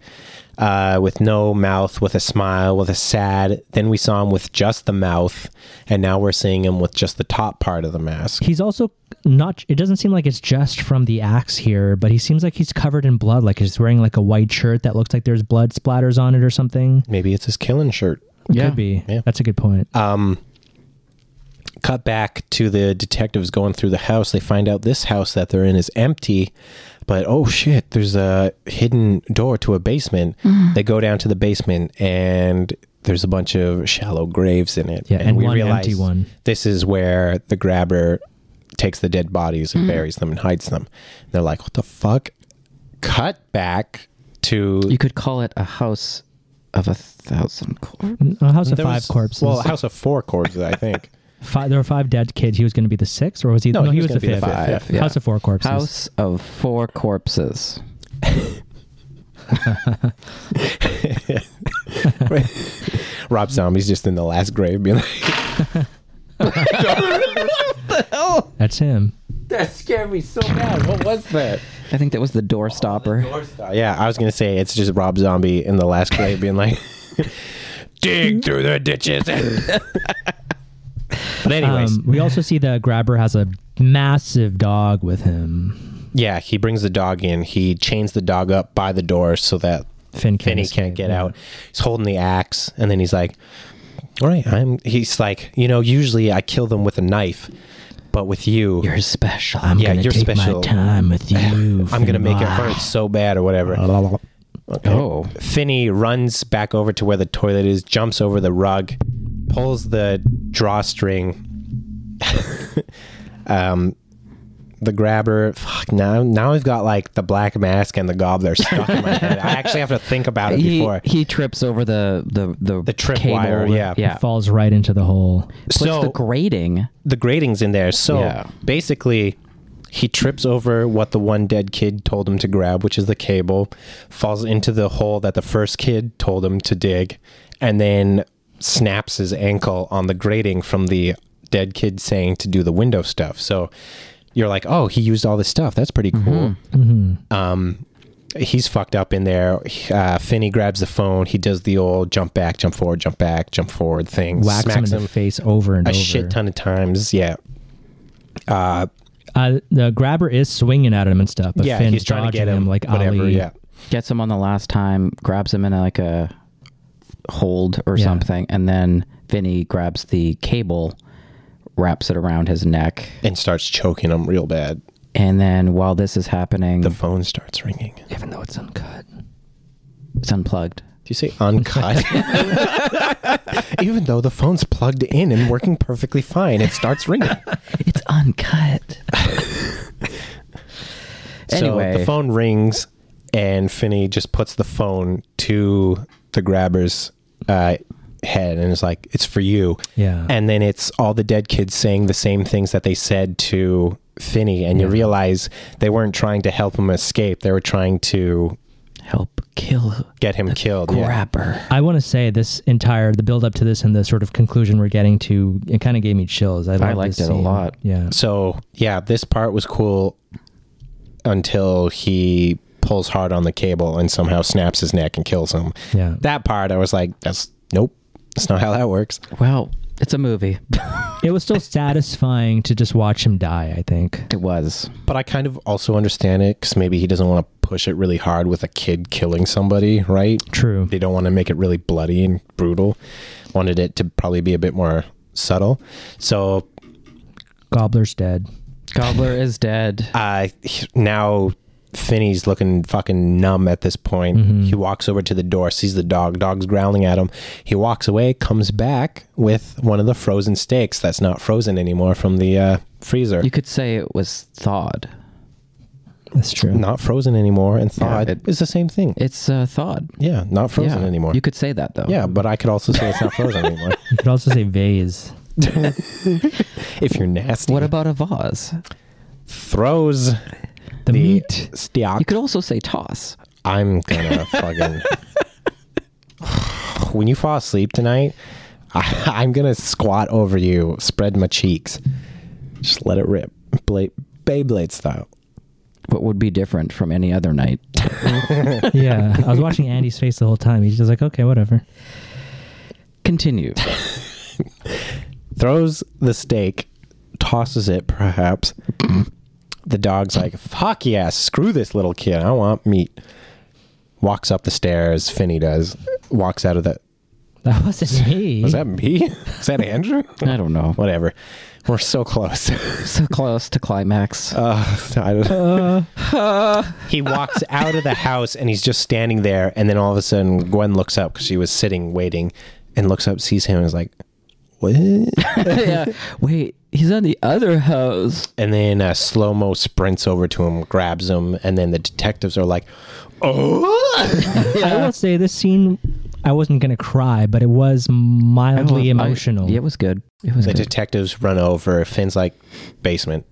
uh, with no mouth, with a smile, with a sad. Then we saw him with just the mouth, and now we're seeing him with just the top part of the mask.
He's also not, it doesn't seem like it's just from the axe here, but he seems like he's covered in blood. Like he's wearing like a white shirt that looks like there's blood splatters on it or something.
Maybe it's his killing shirt.
Yeah.
Could be.
Yeah.
That's a good point.
um, cut back to the detectives going through the house. They find out this house that they're in is empty, but oh shit, there's a hidden door to a basement.
Mm-hmm.
they go down to the basement and there's a bunch of shallow graves in it.
Yeah, and one empty one.
This is where the grabber takes the dead bodies
Mm-hmm.
and buries them and hides them. And they're like, what the fuck? Cut back to
You could call it a house of a thousand corpses.
a uh, house of
There
five
was-
corpses.
Well, a house of four corpses, I think.
Five, there were five dead kids. He was going to be the sixth, or was he?
No, he was
the
gonna be
fifth.
the fifth,
yeah.
House of four corpses.
House of four corpses.
Rob Zombie's just in the last grave being like,
That's him.
that scared me so bad. What was that?
I think that was the door stopper.
Yeah, I was gonna say it's just Rob Zombie in the last grave being like, dig through the ditches. but anyways,
Um, we also see the grabber has a massive dog with him.
yeah, he brings the dog in. He chains the dog up by the door so that
Finn can't,
Finney
escape.
can't get out. He's holding the axe, and then he's like, "All right, I'm." He's like, you know, usually I kill them with a knife, but with you,
You're special.
I'm
Yeah,
gonna
you're
take my
special.
time with you.
I'm gonna make it
Finbar.
hurt so bad or whatever.
Oh,
Finney runs back over to where the toilet is, jumps over the rug, pulls the drawstring. um, the grabber. Fuck. Now, now I've got like the black mask and the gobbler stuck in my head. I actually have to think about it
he,
before.
he trips over the the the,
The trip
cable.
wire, yeah.
yeah.
Falls right into the hole.
Puts
so
the grating.
the grating's in there. So
Yeah.
basically, He trips over what the one dead kid told him to grab, which is the cable, falls into the hole that the first kid told him to dig, and then snaps his ankle on the grating from the dead kid saying to do the window stuff. So you're like, oh, he used all this stuff. That's pretty cool
Mm-hmm.
Um, he's fucked up in there. Uh, Finney grabs the phone. He does the old jump back, jump forward, jump back, jump forward thing.
Whacks him in the face over and
a
over.
shit ton of times. Yeah. Uh,
Uh, the grabber is swinging at him and stuff, but
yeah,
Finn's
he's trying to
dodging
get him,
like
whatever.
Ali.
Yeah.
Gets him on the last time, grabs him in like a hold or
Yeah.
something, and then Vinny grabs the cable, wraps it around his neck,
And starts choking him real bad.
and then while this is happening,
Mm.
The phone starts ringing. Do
even though it's uncut.
it's unplugged.
you say uncut? Even though the phone's plugged in and working perfectly fine, it starts ringing.
It's uncut. anyway,
so the phone rings, and Finney just puts the phone to the grabber's uh, head and is like, "It's for you."
Yeah.
And then it's all the dead kids saying the same things that they said to Finney, and you realize they weren't trying to help him escape; they were trying to
help kill
get him
Oh,
killed. Yeah.
grabber.
I want to say this entire the build up to this and the sort of conclusion we're getting to it kind of gave me chills. I, love
liked
this
it a
scene.
lot.
Yeah,
So yeah, this part was cool until he pulls hard on the cable and somehow snaps his neck and kills him.
Yeah.
That part I was like, that's nope. That's not how that works.
Well, it's a movie.
it was still satisfying to just watch him die. I think.
it was.
But I kind of also understand it because maybe he doesn't want to push it really hard with a kid killing somebody, right?
True.
They don't want to make it really bloody and brutal. Wanted it to probably be a bit more subtle. So
Gobbler's dead.
Gobbler is dead.
uh, he- now Finney's looking fucking numb at this point.
Mm-hmm.
He walks over to the door, sees the dog. Dog's growling at him. He walks away, comes back with one of the frozen steaks that's not frozen anymore from the uh, freezer.
You could say it was thawed.
That's true.
not frozen anymore and thawed.
it-
it's the same thing.
It's uh, thawed.
yeah, not frozen
yeah.
anymore.
You could say that though.
yeah, but I could also say it's not frozen anymore
You could also say vase.
if you're nasty.
What about a vase?
throws
The,
the
meat.
steak?
You could also say toss.
I'm gonna fucking. when you fall asleep tonight, I, I'm gonna squat over you, spread my cheeks, just let it rip, Blade, Beyblade style.
What would be different from any other night?
Yeah, I was watching Andy's face the whole time. He's just like, okay, whatever.
Continue.
Throws the steak, tosses it, perhaps. the dog's like, "Fuck yeah, screw this little kid. I want meat." Walks up the stairs. Finney does. Walks out of the.
That wasn't me.
Was that me? Is that Andrew?
I don't know.
Whatever. We're so close.
So close to climax.
Uh, I don't he walks out of the house and he's just standing there. And then all of a sudden, Gwen looks up because she was sitting waiting and looks up, sees him, and is like, What?
yeah. Wait, he's on the other house.
And then uh, slow mo sprints over to him, grabs him. And then the detectives are like, Oh,
I will say this scene. I wasn't gonna cry, but it was mildly
Oh, I-
emotional.
yeah, it was good. It was
the
good.
detectives run over. Finn's like, Basement.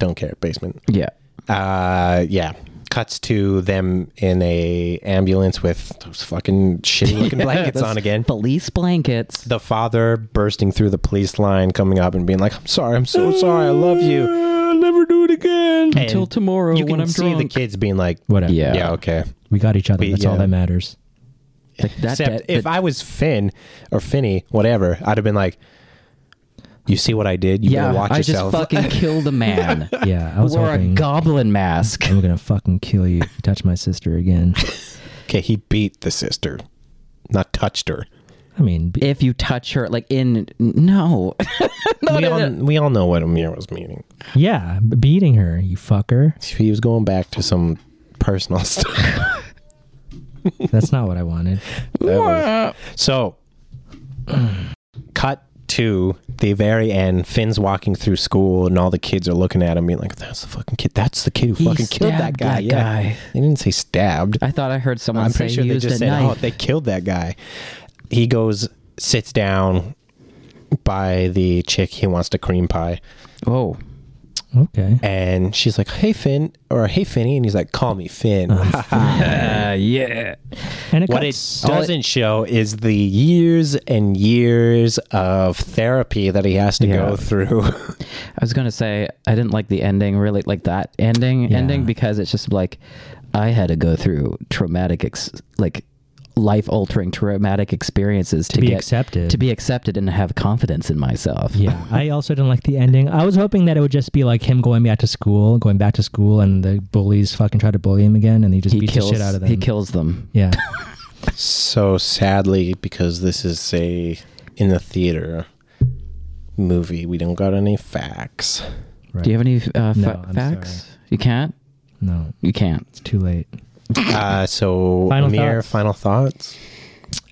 Don't care, basement.
yeah.
uh yeah cuts to them in a ambulance with those fucking shitty looking blankets
Those
on again
Police blankets.
the father bursting through the police line coming up and being like i'm sorry i'm so sorry i love you i'll never do it again
Until tomorrow
you
when
can
I'm
see the
drunk.
kids being like
Whatever.
Yeah.
yeah okay
We got each other.
We-
That's all
yeah.
that matters.
Like that,
except
that-
if
that-
i was finn or finny whatever i'd have been like you see what i did you
yeah,
better watch
I
yourself
just fucking killed a man.
Yeah, I was
Wore a
hoping.
goblin mask.
I'm gonna fucking kill you. if you Touch my sister again.
okay he beat the sister not touched her
I mean, b-
If you touch her, like in no,
we, all, we all know what amir was meaning
yeah, b- beating her, you fucker.
he was going back to some personal stuff.
That's not what I wanted.
That was- so, cut to the very end. Finn's walking through school, and all the kids are looking at him, being like, "That's the fucking kid. That's the kid who
He
fucking killed that
stabbed
guy."
that
yeah,
guy.
they didn't say stabbed.
I thought I heard someone
I'm
say
pretty sure
he
they
used
just
a
said, "Oh,
knife.
they killed that guy." He goes, sits down by the chick he wants to cream pie.
oh,
Okay.
and she's like, "Hey Finn," or "Hey Finny," and he's like, "Call me Finn."
Uh, yeah.
And it
what it
cuts- all
doesn't show is the years and years of therapy that he has to
Yeah.
go through.
I was gonna say I didn't like the ending, really like that ending
Yeah.
ending because it's just like I had to go through traumatic, ex- like life altering traumatic experiences to,
be
get
accepted.
to be accepted and have confidence in myself.
Yeah, I also didn't like the ending. I was hoping that it would just be like him going back to school, going back to school, and the bullies fucking try to bully him again, and he just
he
beats
kills.
the shit out of them.
He kills them.
Yeah,
so sadly, because this is a in the theater movie, we don't got any facts.
right.
Do you have any uh, fa-
No, I'm
facts?
sorry.
You can't.
no,
You can't.
it's too late.
Uh, so
Final
Amir,
thoughts.
final thoughts.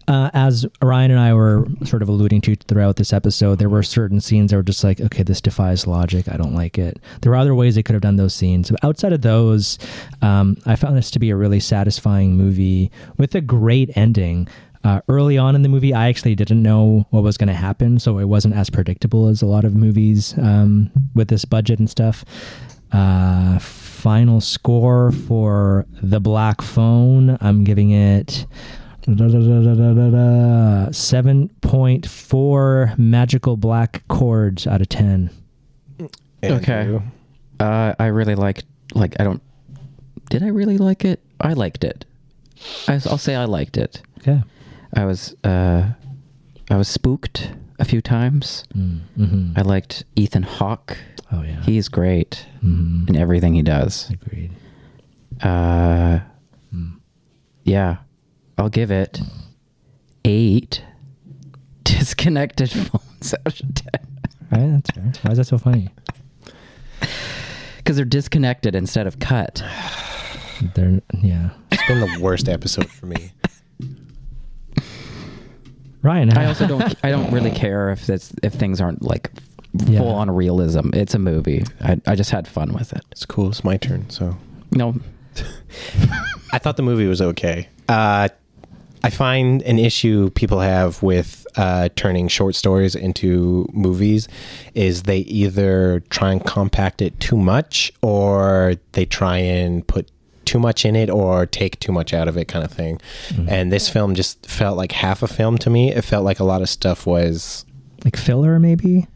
uh, as Ryan and I were sort of alluding to throughout this episode, there were certain scenes that were just like, okay, this defies logic. I don't like it. There were other ways they could have done those scenes. But outside of those, um, I found this to be a really satisfying movie with a great ending. Uh, early on in the movie, I actually didn't know what was going to happen, so it wasn't as predictable as a lot of movies um, with this budget and stuff. Uh, final score for The Black Phone. I'm giving it. 7.4 magical black chords out of 10.
Okay. Uh, I really liked. Like I don't. Did I really like it? I liked it. I, I'll say I liked it.
Okay.
I was uh, I was spooked a few times.
Mm-hmm.
I liked Ethan Hawke.
Oh, yeah.
He's great
Mhm.
in everything he does.
Agreed.
Uh,
Hmm.
yeah, I'll give it eight disconnected phones out of ten
All right, that's fair. Why is that so funny?
because they're disconnected instead of cut.
They're, yeah.
It's been the worst episode for me.
Ryan,
I also don't. I don't really care if it's if things aren't like
Yeah.
full on realism. It's a movie. I, I just had fun with it.
It's cool. It's my turn. So
No,
I thought the movie was okay. Uh, I find an issue people have with uh, turning short stories into movies is they either try and compact it too much or they try and put too much in it or take too much out of it kind of thing. And this film just felt like half a film to me. It felt like a lot of stuff was
like filler, maybe?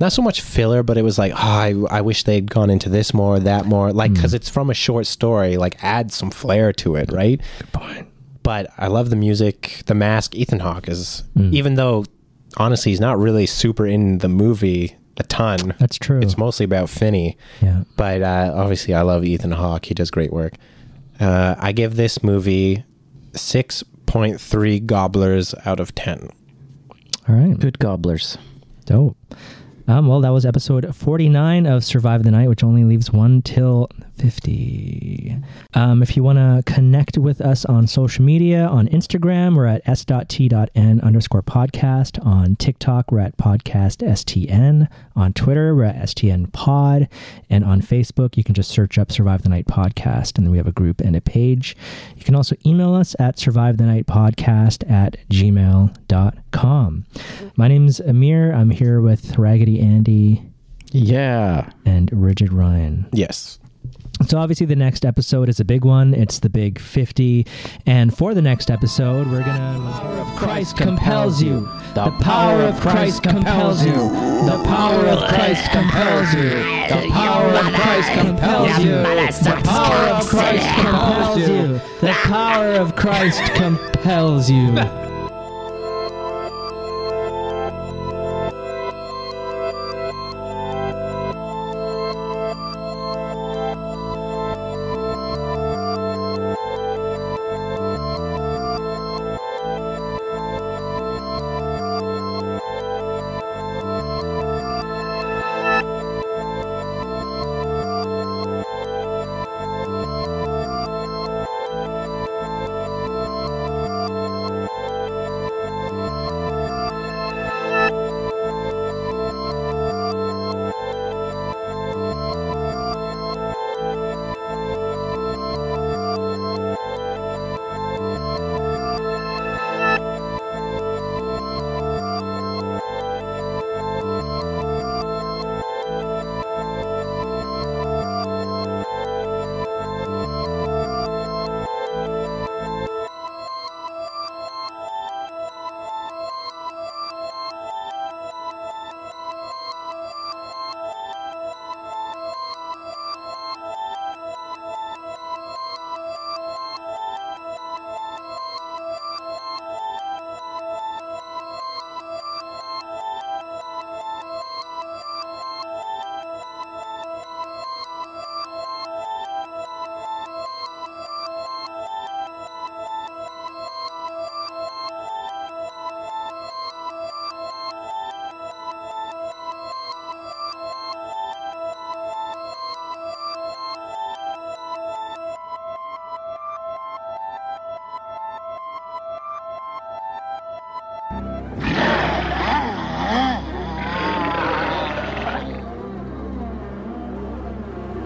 not so much filler, but it was like, oh, I, I wish they'd gone into this more, that more. Like, because it's from a short story, like, add some flair to it, right? But I love the music. The mask, Ethan Hawke is,
Mm.
even though honestly, he's not really super in the movie a ton.
That's true.
It's mostly about Finney.
Yeah.
But uh, obviously, I love Ethan Hawke. He does great work. Uh, I give this movie 6.3 gobblers out of 10.
All right.
good gobblers.
Dope. Um, well, that was episode 49 of Survive the Night, which only leaves one till 50. Um, if you want to connect with us on social media, on Instagram, we're at s.t.n underscore podcast. On TikTok, we're at podcast STN. On Twitter, we're at STN pod. And on Facebook, you can just search up Survive the Night podcast, and then we have a group and a page. You can also email us at survive the night podcast at gmail.com. My name's Amir. I'm here with Raggedy Andy
Yeah.
and Rigid Ryan.
Yes.
So obviously the next episode is a big one. It's the big 50. And for the next episode, we're going to
Christ compels you. The power of Christ compels you. The power of Christ compels you. The power of Christ compels you. The power of Christ compels you.
The power of Christ compels you.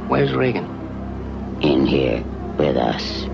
Mrs. Reagan.
in here with us.